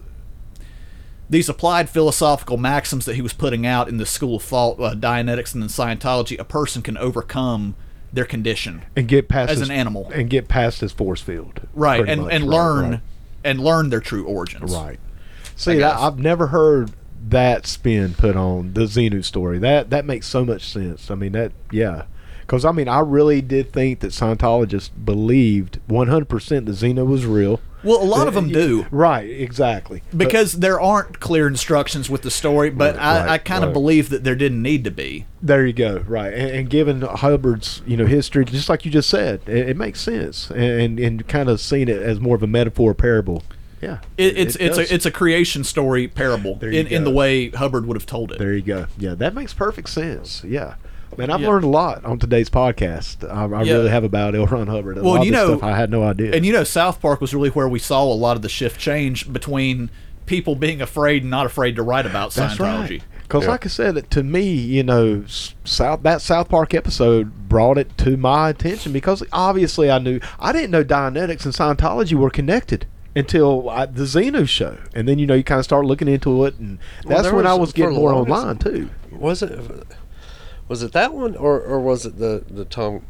[SPEAKER 4] these applied philosophical maxims that he was putting out in the school of thought, uh, Dianetics and then Scientology, a person can overcome their condition,
[SPEAKER 2] And get past
[SPEAKER 4] As
[SPEAKER 2] his-
[SPEAKER 4] an animal.
[SPEAKER 2] and get past his force field.
[SPEAKER 4] right,
[SPEAKER 2] pretty
[SPEAKER 4] and
[SPEAKER 2] much,
[SPEAKER 4] and
[SPEAKER 2] right,
[SPEAKER 4] learn
[SPEAKER 2] right.
[SPEAKER 4] and learn their true origins,
[SPEAKER 2] Right. See,
[SPEAKER 4] guess.
[SPEAKER 2] I I've never heard that spin put on the Xenu story. That that makes so much sense. I mean, that yeah. Because I mean, I really did think that Scientologists believed 100 percent that Xenu was real.
[SPEAKER 4] Well, a
[SPEAKER 2] Uh,
[SPEAKER 4] lot of them do.
[SPEAKER 2] Right. Exactly. But-
[SPEAKER 4] because there aren't clear instructions with the story, but I,
[SPEAKER 2] right,
[SPEAKER 4] I kind of
[SPEAKER 2] right.
[SPEAKER 4] believe that there didn't need to be.
[SPEAKER 2] There you go. Right, and, and given Hubbard's you know history, just like you just said, it, it makes sense, and and kind of seeing it as more of a metaphor parable. Yeah,
[SPEAKER 4] It, it's it's
[SPEAKER 2] does.
[SPEAKER 4] a it's a creation story parable
[SPEAKER 2] you
[SPEAKER 4] in, in
[SPEAKER 2] go.
[SPEAKER 4] the way Hubbard would have told it.
[SPEAKER 2] There you go. Yeah, that makes perfect sense. Yeah. Man, I've learned a lot on today's podcast. I, I
[SPEAKER 4] Yeah.
[SPEAKER 2] really have about L. Ron Hubbard. A
[SPEAKER 4] Well,
[SPEAKER 2] lot
[SPEAKER 4] you
[SPEAKER 2] of this
[SPEAKER 4] know-
[SPEAKER 2] stuff I had no idea.
[SPEAKER 4] And you know, South Park was really where we saw a lot of the shift change between people being afraid and not afraid to write about
[SPEAKER 2] That's
[SPEAKER 4] Scientology.
[SPEAKER 2] right. Because, like I said, it- to me, you know, s- South that South Park episode brought it to my attention because obviously I knew I didn't know Dianetics and Scientology were connected until I, the Xenu show, and then you know you kind of start looking into it, and
[SPEAKER 3] Well,
[SPEAKER 2] that's
[SPEAKER 3] there
[SPEAKER 2] when I
[SPEAKER 3] was-
[SPEAKER 2] was
[SPEAKER 3] for
[SPEAKER 2] getting
[SPEAKER 3] the
[SPEAKER 2] more
[SPEAKER 3] longest-
[SPEAKER 2] online too.
[SPEAKER 3] Was it was it that one or, or was it the, the Tom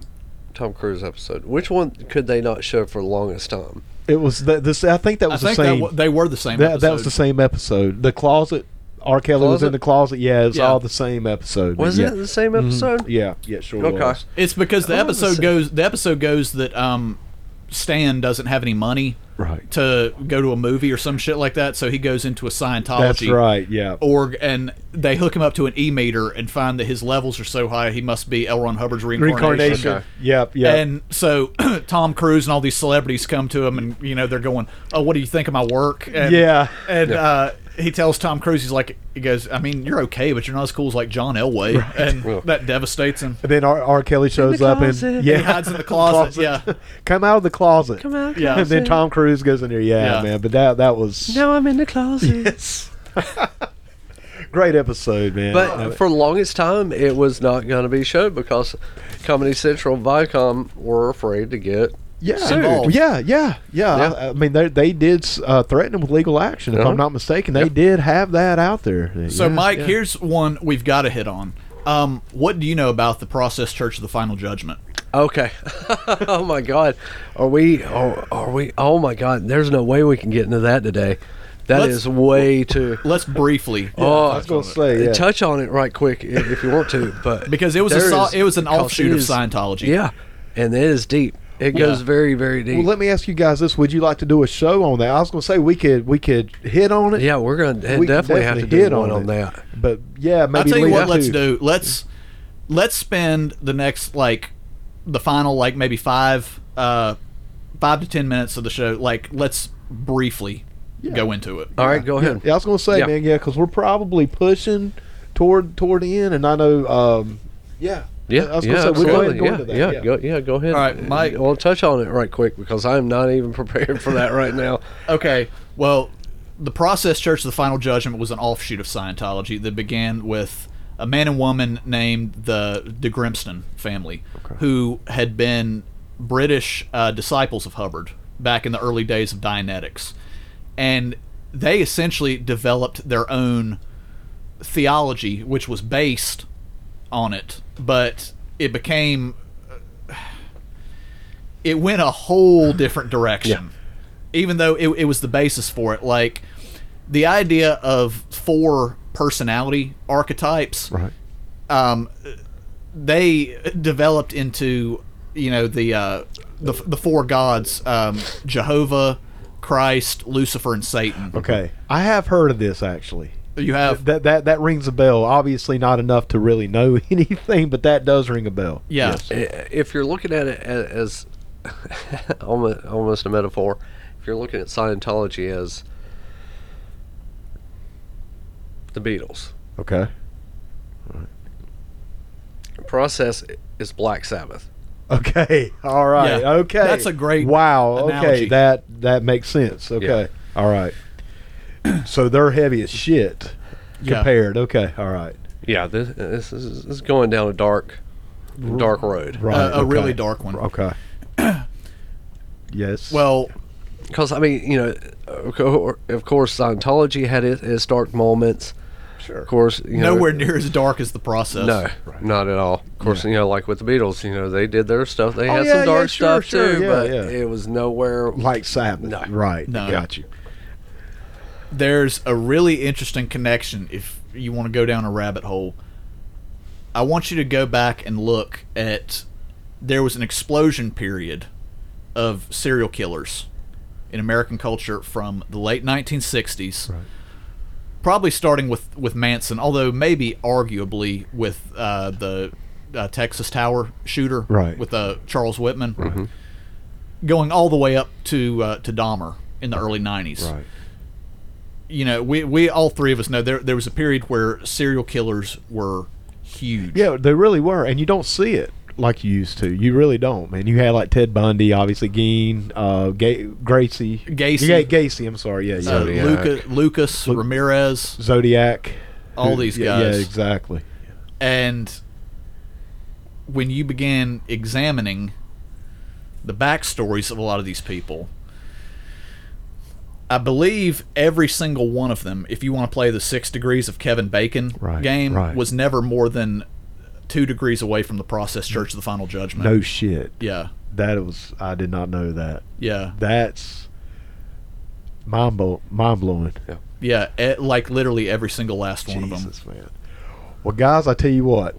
[SPEAKER 3] Tom Cruise episode? Which one could they not show for the longest time?
[SPEAKER 2] It was the, this. I think that
[SPEAKER 4] I
[SPEAKER 2] was
[SPEAKER 4] think
[SPEAKER 2] the
[SPEAKER 4] that
[SPEAKER 2] same.
[SPEAKER 4] w- they were the same.
[SPEAKER 2] That, that was the
[SPEAKER 4] episode.
[SPEAKER 2] same episode. The closet. R. Kelly was
[SPEAKER 3] Closet?
[SPEAKER 2] in the closet. Yeah, it's
[SPEAKER 4] Yeah.
[SPEAKER 2] all the same episode.
[SPEAKER 3] Was
[SPEAKER 2] yeah. Mm,
[SPEAKER 3] it the same episode?
[SPEAKER 2] Yeah, yeah, sure
[SPEAKER 3] Okay.
[SPEAKER 2] was.
[SPEAKER 4] It's because the
[SPEAKER 3] I wanted to
[SPEAKER 4] episode
[SPEAKER 3] say-
[SPEAKER 4] goes the episode goes that um, Stan doesn't have any money
[SPEAKER 2] Right.
[SPEAKER 4] to go to a movie or some shit like that, so he goes into a Scientology.
[SPEAKER 2] That's right. Yeah.
[SPEAKER 4] org and they hook him up to an e meter and find that his levels are so high he must be L. Ron Hubbard's reincarnation.
[SPEAKER 2] Reincarnation.
[SPEAKER 3] Okay.
[SPEAKER 2] Yep. Yep.
[SPEAKER 4] And so Tom Cruise and all these celebrities come to him and you know they're going, "Oh, what do you think of my work?" And,
[SPEAKER 2] Yeah.
[SPEAKER 4] And uh, he tells Tom Cruise, he's like, he goes, "I mean, you're okay, but you're not as cool as like John Elway," and
[SPEAKER 3] Well.
[SPEAKER 4] that devastates him.
[SPEAKER 2] And then R. R. Kelly shows up
[SPEAKER 3] closet.
[SPEAKER 2] and yeah,
[SPEAKER 4] He hides in the closet. yeah.
[SPEAKER 2] come out of the closet.
[SPEAKER 3] Come out of the
[SPEAKER 4] Yeah.
[SPEAKER 2] And then Tom Cruise goes in there. Yeah,
[SPEAKER 4] Yeah.
[SPEAKER 2] man. But that that was
[SPEAKER 3] Now I'm in the closet.
[SPEAKER 2] great episode, man. Uh,
[SPEAKER 3] But for the longest time, it was not going to be showed because Comedy Central and Viacom were afraid to get.
[SPEAKER 2] yeah,
[SPEAKER 4] sued. involved.
[SPEAKER 2] yeah, yeah, yeah.
[SPEAKER 3] Yeah.
[SPEAKER 2] I, I mean, they they did uh, threaten him with legal action. If
[SPEAKER 3] Uh-huh.
[SPEAKER 2] I'm not mistaken, they did have that out there.
[SPEAKER 4] So,
[SPEAKER 2] Yeah,
[SPEAKER 4] Mike,
[SPEAKER 2] yeah.
[SPEAKER 4] here's one we've got to hit on. Um, what do you know about the Process Church of the Final Judgment?
[SPEAKER 3] Okay. oh my God, are we? Are, are we? Oh my God, there's no way we can get into that today. That
[SPEAKER 4] Let's-
[SPEAKER 3] is way too.
[SPEAKER 4] Let's briefly.
[SPEAKER 3] oh,
[SPEAKER 2] I was gonna say, yeah.
[SPEAKER 3] touch on it right quick i- if you want to, but
[SPEAKER 4] Because it was a
[SPEAKER 3] there
[SPEAKER 4] so-
[SPEAKER 3] is-
[SPEAKER 4] it was an
[SPEAKER 3] because
[SPEAKER 4] offshoot
[SPEAKER 3] it
[SPEAKER 4] of
[SPEAKER 3] is-
[SPEAKER 4] Scientology.
[SPEAKER 3] Yeah, and it is deep. It goes very very deep.
[SPEAKER 2] Well, let me ask you guys this: Would you like to do a show on that? I was going to say we could we could hit on it.
[SPEAKER 3] yeah, we're gonna
[SPEAKER 2] we
[SPEAKER 3] definitely,
[SPEAKER 2] could
[SPEAKER 3] have to
[SPEAKER 2] definitely hit
[SPEAKER 3] do one
[SPEAKER 2] on
[SPEAKER 3] on,
[SPEAKER 2] it.
[SPEAKER 3] that.
[SPEAKER 2] but yeah, maybe
[SPEAKER 4] I'll tell you
[SPEAKER 2] lead
[SPEAKER 4] what.
[SPEAKER 2] up
[SPEAKER 4] Let's
[SPEAKER 2] to-
[SPEAKER 4] do. Let's let's spend the next like the final like maybe five uh five to ten minutes of the show. Like let's briefly go into it.
[SPEAKER 3] All right, go ahead.
[SPEAKER 2] Yeah, I was going to say,
[SPEAKER 3] Yeah.
[SPEAKER 2] man, yeah, because we're probably pushing toward toward the end, and I know, um, yeah,
[SPEAKER 3] Yeah,
[SPEAKER 2] I was
[SPEAKER 3] yeah,
[SPEAKER 2] going to say we're going
[SPEAKER 3] absolutely.
[SPEAKER 2] to go
[SPEAKER 3] yeah,
[SPEAKER 2] into that.
[SPEAKER 3] Yeah, Go, yeah, go ahead.
[SPEAKER 4] All right, Mike.
[SPEAKER 3] Well, touch on it right quick because I'm not even prepared for that right now.
[SPEAKER 4] Okay. Well, the Process Church of the Final Judgment was an offshoot of Scientology that began with a man and woman named the De Grimston family, who had been British uh, disciples of Hubbard back in the early days of Dianetics, and they essentially developed their own theology, which was based on it, but it became it went a whole different direction. Even though it, it was the basis for it, like the idea of four personality archetypes,
[SPEAKER 2] Right.
[SPEAKER 4] um, they developed into you know the uh, the the four gods: um, Jehovah, Christ, Lucifer, and Satan.
[SPEAKER 2] Okay, I have heard of this actually.
[SPEAKER 4] You have
[SPEAKER 2] That that that rings a bell. Obviously, not enough to really know anything, but that does ring a bell.
[SPEAKER 4] Yeah.
[SPEAKER 3] I- Eh, if you're looking at it a- as, almost, almost a metaphor, if you're looking at Scientology as the Beatles,
[SPEAKER 2] Okay.
[SPEAKER 3] process is Black Sabbath.
[SPEAKER 2] Okay. All right.
[SPEAKER 4] Yeah.
[SPEAKER 2] Okay.
[SPEAKER 4] That's a great
[SPEAKER 2] wow. Okay.
[SPEAKER 4] analogy.
[SPEAKER 2] That that makes sense. Okay. All right. So they're heavy as shit
[SPEAKER 4] Yeah.
[SPEAKER 2] compared. Okay. All right.
[SPEAKER 3] Yeah, this, this, is, this is going down a dark, dark road.
[SPEAKER 2] Right.
[SPEAKER 4] a,
[SPEAKER 2] okay.
[SPEAKER 4] a really dark one.
[SPEAKER 2] Okay. yes.
[SPEAKER 4] Well,
[SPEAKER 3] Because I mean, you know, of co- of course, Scientology had its, its dark moments.
[SPEAKER 2] sure.
[SPEAKER 3] Of course, you know,
[SPEAKER 4] nowhere near as dark as the process.
[SPEAKER 3] No, not at all. Of course, you know, like with the Beatles, you know, they did their stuff. They
[SPEAKER 2] Oh,
[SPEAKER 3] had
[SPEAKER 2] yeah,
[SPEAKER 3] some dark
[SPEAKER 2] yeah, sure,
[SPEAKER 3] stuff
[SPEAKER 2] sure,
[SPEAKER 3] too,
[SPEAKER 2] yeah,
[SPEAKER 3] but
[SPEAKER 2] yeah.
[SPEAKER 3] it was nowhere.
[SPEAKER 2] Like Sabbath.
[SPEAKER 3] No.
[SPEAKER 2] Right.
[SPEAKER 4] No.
[SPEAKER 2] Got you.
[SPEAKER 4] There's a really interesting connection if you want to go down a rabbit hole. I want you to go back and look at there was an explosion period of serial killers in American culture from the late 1960s. Probably starting with, with Manson, although maybe arguably with uh, the uh, Texas Tower shooter
[SPEAKER 2] Right. Mm-hmm.
[SPEAKER 4] with uh, Charles Whitman, going all the way up to uh, to Dahmer in the early 90s
[SPEAKER 2] Right.
[SPEAKER 4] you know, we we all three of us know there there was a period where serial killers were huge.
[SPEAKER 2] Yeah, they really were, and you don't see it like you used to. You really don't, man. You had like Ted Bundy, obviously Gein, uh, Ga- Gracie,
[SPEAKER 4] Gacy.
[SPEAKER 2] yeah, Gacy. I'm sorry, yeah, yeah.
[SPEAKER 4] Uh,
[SPEAKER 3] Zodiac.
[SPEAKER 4] Luca, Lucas Ramirez,
[SPEAKER 2] Zodiac,
[SPEAKER 4] all these
[SPEAKER 2] Yeah, yeah,
[SPEAKER 4] guys,
[SPEAKER 2] exactly.
[SPEAKER 4] and when you began examining the backstories of a lot of these people, I believe every single one of them, if you want to play the six degrees of Kevin Bacon
[SPEAKER 2] Right,
[SPEAKER 4] game,
[SPEAKER 2] right.
[SPEAKER 4] was never more than two degrees away from the process church of the final judgment.
[SPEAKER 2] No shit.
[SPEAKER 4] Yeah.
[SPEAKER 2] That was I did not know that.
[SPEAKER 4] Yeah.
[SPEAKER 2] That's mind blow, mind blowing.
[SPEAKER 4] Yeah, e- like literally every single last one of them.
[SPEAKER 2] Jesus, man. Well, guys, I tell you what.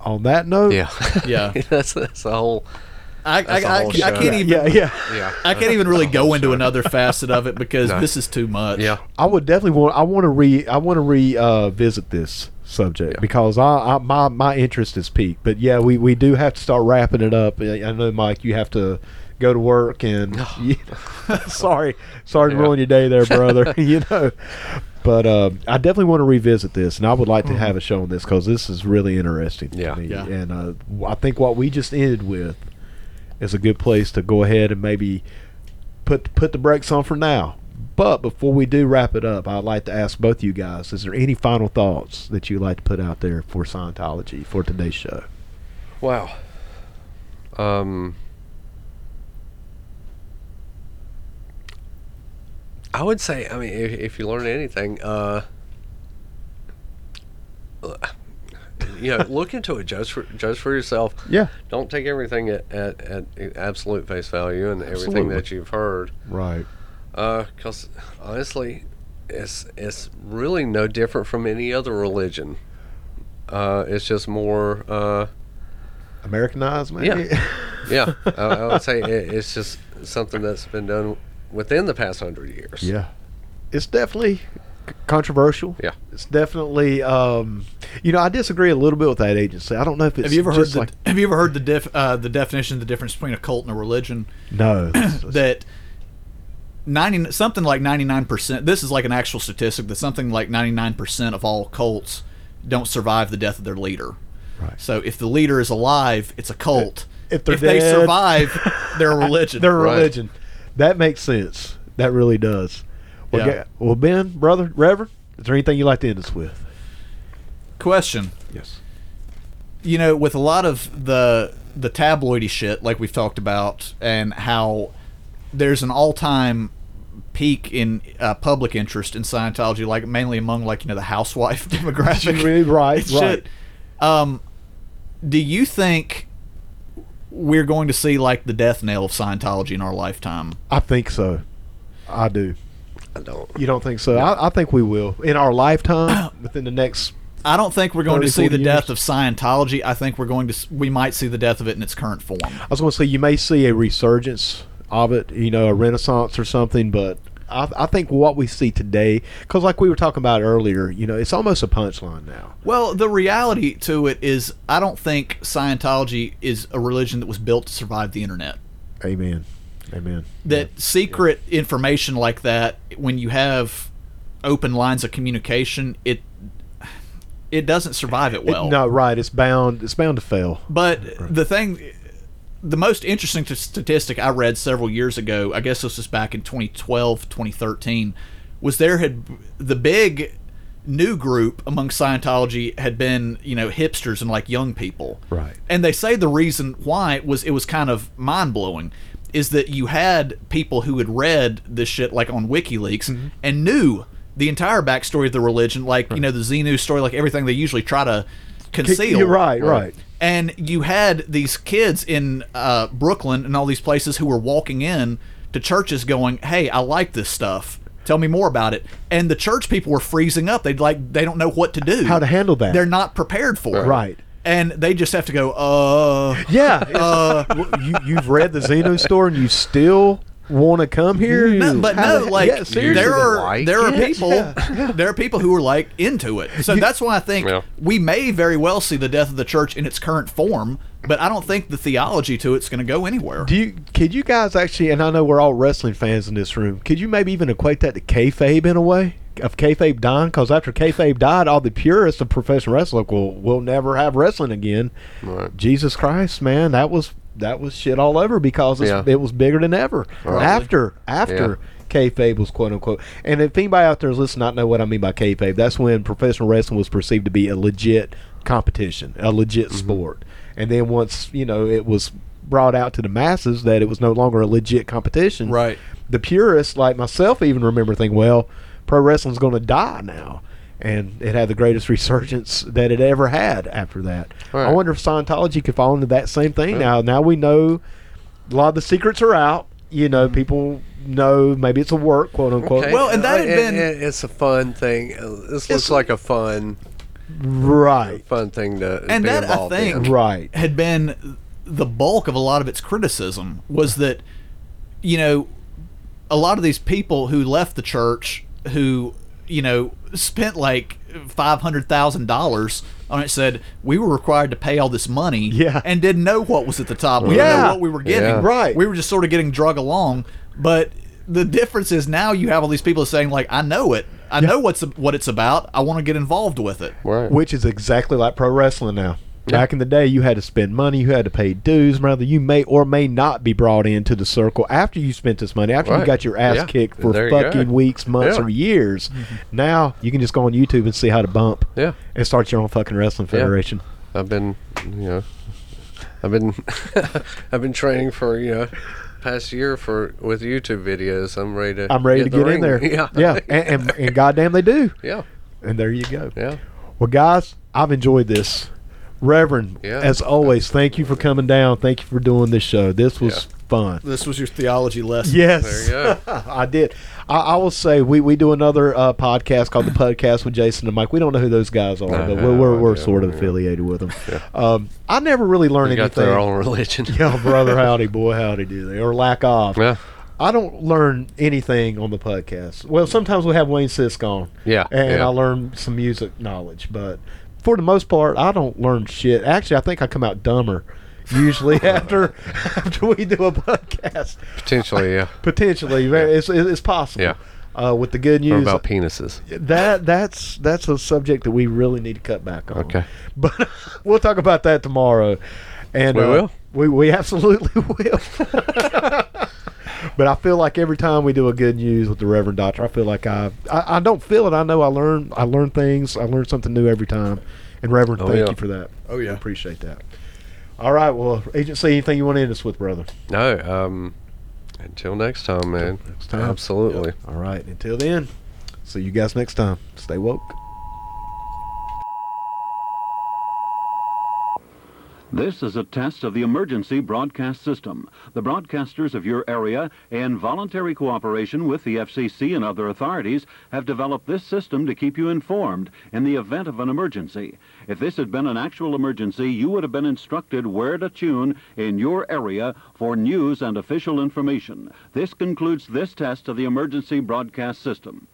[SPEAKER 2] On that note,
[SPEAKER 3] Yeah,
[SPEAKER 4] Yeah.
[SPEAKER 3] that's that's the whole.
[SPEAKER 4] I,
[SPEAKER 3] That's a
[SPEAKER 4] I, I,
[SPEAKER 3] whole
[SPEAKER 4] I
[SPEAKER 3] show.
[SPEAKER 4] can't even.
[SPEAKER 2] yeah, yeah.
[SPEAKER 3] Yeah,
[SPEAKER 4] I can't even really go into another facet of it because
[SPEAKER 3] No.
[SPEAKER 4] this is too much.
[SPEAKER 3] yeah.
[SPEAKER 2] I would definitely want. I want to re. I want to revisit this subject
[SPEAKER 3] Yeah.
[SPEAKER 2] because I, I my my interest is peaked. But yeah, we we do have to start wrapping it up. I I know, Mike, you have to go to work and. sorry, sorry to
[SPEAKER 3] Yeah.
[SPEAKER 2] ruin your day there, brother. you know. But uh, I definitely want to revisit this, and I would like to have a show on this because this is really interesting to
[SPEAKER 3] Mm-hmm. Yeah.
[SPEAKER 2] me.
[SPEAKER 4] Yeah.
[SPEAKER 2] And uh, I think what we just ended with is a good place to go ahead and maybe put put the brakes on for now. But before we do wrap it up, I'd like to ask both you guys: Is there any final thoughts that you'd like to put out there for Scientology for today's show?
[SPEAKER 3] Wow. Um, I would say, I mean, if, if you learn anything, uh, you know, look into it, judge for, judge for yourself.
[SPEAKER 2] Yeah,
[SPEAKER 3] Don't take everything at, at, at absolute face value and everything
[SPEAKER 2] Absolutely.
[SPEAKER 3] that you've heard.
[SPEAKER 2] right.
[SPEAKER 3] Because Uh, honestly, it's it's really no different from any other religion. Uh, it's just more, uh,
[SPEAKER 2] Americanized, man.
[SPEAKER 3] Yeah. yeah. I, I would say it, it's just something that's been done within the past hundred years.
[SPEAKER 2] Yeah. It's definitely c- controversial.
[SPEAKER 3] Yeah.
[SPEAKER 2] It's definitely, um, you know, I disagree a little bit with that agency. I don't know if it's
[SPEAKER 4] Have you ever heard
[SPEAKER 2] just
[SPEAKER 4] the
[SPEAKER 2] like,
[SPEAKER 4] Have you ever heard the def, uh, the definition of the difference between a cult and a religion?
[SPEAKER 2] no, that's- that's-
[SPEAKER 4] That ninety something like ninety nine percent. This is like an actual statistic that something like ninety nine percent of all cults don't survive the death of their leader.
[SPEAKER 2] Right.
[SPEAKER 4] So if the leader is alive, it's a cult.
[SPEAKER 2] If they're
[SPEAKER 4] they
[SPEAKER 2] dead-
[SPEAKER 4] survive, they're a religion.
[SPEAKER 2] their
[SPEAKER 3] Right.
[SPEAKER 2] religion. That makes sense. That really does. Well,
[SPEAKER 4] Yeah.
[SPEAKER 2] ga- well, Ben, brother, Reverend, is there anything you'd like to end us with?
[SPEAKER 4] Question.
[SPEAKER 2] Yes.
[SPEAKER 4] you know, with a lot of the the tabloidy shit, like we've talked about, and how there's an all time peak in uh, public interest in Scientology, like mainly among like you know the housewife demographic.
[SPEAKER 2] Really, right,
[SPEAKER 4] Shit.
[SPEAKER 2] right.
[SPEAKER 4] Um, do you think we're going to see like the death knell of Scientology in our lifetime?
[SPEAKER 2] I think so. I do.
[SPEAKER 3] I don't.
[SPEAKER 2] You don't think so? I, I think we will in our lifetime, within the next.
[SPEAKER 4] I don't think we're going
[SPEAKER 2] 30,
[SPEAKER 4] to see the
[SPEAKER 2] 40
[SPEAKER 4] death of
[SPEAKER 2] years?
[SPEAKER 4] Scientology. I think we're going to s- we might see the death of it in its current form.
[SPEAKER 2] I was going to say you may see a resurgence of it, you know, a renaissance or something, but I, I think what we see today, because like we were talking about earlier, you know, it's almost a punchline now.
[SPEAKER 4] Well, the reality to it is, I don't think Scientology is a religion that was built to survive the internet.
[SPEAKER 2] Amen. Amen.
[SPEAKER 4] That secret information like that, when you have open lines of communication, it it doesn't survive it
[SPEAKER 2] It-
[SPEAKER 4] well.
[SPEAKER 2] no, right. It's bound. It's bound to fail.
[SPEAKER 4] But the thing, the most interesting t- statistic I read several years ago, I guess this was back in 2012, 2013, was there had the big new group among Scientology had been, you know, hipsters and like young people.
[SPEAKER 2] Right.
[SPEAKER 4] And they say the reason why it was it was kind of mind blowing is that you had people who had read this shit like on WikiLeaks
[SPEAKER 2] Mm-hmm.
[SPEAKER 4] and knew the entire backstory of the religion, like, you know, the Xenu story, like everything they usually try to conceal
[SPEAKER 2] You're right. Right.
[SPEAKER 4] and you had these kids in uh, Brooklyn and all these places who were walking in to churches going, "Hey, I like this stuff. Tell me more about it." And the church people were freezing up. They'd like they don't know what to do,
[SPEAKER 2] How to handle that.
[SPEAKER 4] They're not prepared for it,
[SPEAKER 2] Right.
[SPEAKER 4] And they just have to go, "Uh,
[SPEAKER 2] Yeah. Uh, you, you've read the Xeno store and you still want to come here?
[SPEAKER 4] No, but
[SPEAKER 2] How
[SPEAKER 4] no,
[SPEAKER 2] the-
[SPEAKER 4] like
[SPEAKER 2] yeah, seriously.
[SPEAKER 4] there are
[SPEAKER 3] like
[SPEAKER 4] there are
[SPEAKER 3] it.
[SPEAKER 4] people there are people who are like into it. So that's why I think
[SPEAKER 3] Yeah.
[SPEAKER 4] we may very well see the death of the church in its current form, but I don't think the theology to it's going to go anywhere.
[SPEAKER 2] Do you could you guys actually? And I know we're all wrestling fans in this room. Could you maybe even equate that to kayfabe in a way of kayfabe dying? Because after kayfabe died, all the purists of professional wrestling will will never have wrestling again.
[SPEAKER 3] Right.
[SPEAKER 2] Jesus Christ, man, that was that was shit all over because it's,
[SPEAKER 3] Yeah.
[SPEAKER 2] it was bigger than ever after after. Kayfabe was quote unquote, and if anybody out there is listening, not know what I mean by kayfabe. That's when professional wrestling was perceived to be a legit competition, a legit sport. And then once you know it was brought out to the masses that it was no longer a legit competition,
[SPEAKER 4] Right.
[SPEAKER 2] The purists like myself even remember thinking, well, pro wrestling's going to die now. And it had the greatest resurgence that it ever had after that. I
[SPEAKER 3] Right.
[SPEAKER 2] wonder if Scientology could fall into that same thing now. Now we know a lot of the secrets are out. You know, people know maybe it's a work, quote unquote.
[SPEAKER 3] Mm-hmm. Okay.
[SPEAKER 4] Well, and that had
[SPEAKER 3] Uh,
[SPEAKER 4] been-
[SPEAKER 3] and it's a fun thing. Uh, This
[SPEAKER 2] It's-
[SPEAKER 3] looks like a fun,
[SPEAKER 2] right,
[SPEAKER 3] fun thing to
[SPEAKER 4] And
[SPEAKER 3] be
[SPEAKER 4] that, I
[SPEAKER 3] involved in.
[SPEAKER 4] think-
[SPEAKER 2] right.
[SPEAKER 4] had been the bulk of a lot of its criticism was that you know a lot of these people who left the church who you know spent like $500,000 on it said we were required to pay all this money
[SPEAKER 2] Yeah.
[SPEAKER 4] and didn't know what was at the top we didn't
[SPEAKER 2] Yeah.
[SPEAKER 4] know what we were getting
[SPEAKER 3] Yeah.
[SPEAKER 2] Right.
[SPEAKER 4] we were just sort of getting drug along but the difference is now you have all these people saying like I know it I know what's what it's about I want to get involved with it
[SPEAKER 3] Right.
[SPEAKER 2] Which is exactly like pro wrestling now. Back in the day, you had to spend money, you had to pay dues. Rather, you may or may not be brought into the circle after you spent this money, after you
[SPEAKER 3] Right.
[SPEAKER 2] got your ass
[SPEAKER 3] Yeah.
[SPEAKER 2] kicked for
[SPEAKER 3] There you go.
[SPEAKER 2] fucking weeks, months,
[SPEAKER 3] Yeah. Mm-hmm.
[SPEAKER 2] or years. Now you can just go on YouTube and see how to bump.
[SPEAKER 3] Yeah.
[SPEAKER 2] And start your own fucking wrestling
[SPEAKER 3] Yeah.
[SPEAKER 2] federation.
[SPEAKER 3] I've been, you know, I've been, I've been training for you know, past year for with YouTube videos. I'm ready to.
[SPEAKER 2] I'm ready to
[SPEAKER 3] the
[SPEAKER 2] get in
[SPEAKER 3] ring.
[SPEAKER 2] there.
[SPEAKER 3] Yeah.
[SPEAKER 2] Yeah. And, and, and goddamn, they do.
[SPEAKER 3] yeah.
[SPEAKER 2] And there you go.
[SPEAKER 3] Yeah.
[SPEAKER 2] Well, guys, I've enjoyed this. Reverend,
[SPEAKER 3] Yeah.
[SPEAKER 2] as always, thank you for coming down. Thank you for doing this show. This was fun.
[SPEAKER 4] this was your theology lesson
[SPEAKER 2] Yes.
[SPEAKER 3] There you go.
[SPEAKER 2] I did. I, I will say we, we do another uh, podcast called the Podcast with Jason and Mike. We don't know who those guys are, but we're,
[SPEAKER 3] no
[SPEAKER 2] we're, we're
[SPEAKER 3] idea.
[SPEAKER 2] sort of affiliated with them. Um, I never really learned
[SPEAKER 3] They got
[SPEAKER 2] anything.
[SPEAKER 3] their own religion.
[SPEAKER 2] Yeah, brother, howdy, boy, howdy, do they or lack of.
[SPEAKER 3] Yeah.
[SPEAKER 2] I don't learn anything on the podcast. Well, sometimes we have Wayne Sisk on.
[SPEAKER 3] Yeah,
[SPEAKER 2] and
[SPEAKER 3] yeah.
[SPEAKER 2] I learn some music knowledge, but for the most part, I don't learn shit. Actually, I think I come out dumber usually after after we do a podcast.
[SPEAKER 3] Potentially, yeah.
[SPEAKER 2] Potentially, very- it's, it's possible.
[SPEAKER 3] Yeah.
[SPEAKER 2] Uh, with the good
[SPEAKER 3] Or
[SPEAKER 2] news,
[SPEAKER 3] about penises.
[SPEAKER 2] that that's that's a subject that we really need to cut back on.
[SPEAKER 3] Okay.
[SPEAKER 2] but uh, we'll talk about that tomorrow. And
[SPEAKER 3] We
[SPEAKER 2] uh,
[SPEAKER 3] will.
[SPEAKER 2] We we absolutely will. but I feel like every time we do a good news with the Reverend Doctor, I feel like I I, I don't feel it. I know I learn I learn things. I learn something new every time. And Reverend,
[SPEAKER 3] Oh,
[SPEAKER 2] thank
[SPEAKER 3] yeah.
[SPEAKER 2] you for that.
[SPEAKER 4] Oh, yeah.
[SPEAKER 2] We appreciate that. All right, well, agency, anything you want to end us with, brother?
[SPEAKER 3] No. Um. Until next time, man.
[SPEAKER 2] next time.
[SPEAKER 3] Absolutely.
[SPEAKER 2] All right, until then, see you guys next time. Stay woke.
[SPEAKER 1] This is a test of the emergency broadcast system. The broadcasters of your area, in voluntary cooperation with the FCC and other authorities, have developed this system to keep you informed in the event of an emergency. If this had been an actual emergency, you would have been instructed where to tune in your area for news and official information. This concludes this test of the emergency broadcast system.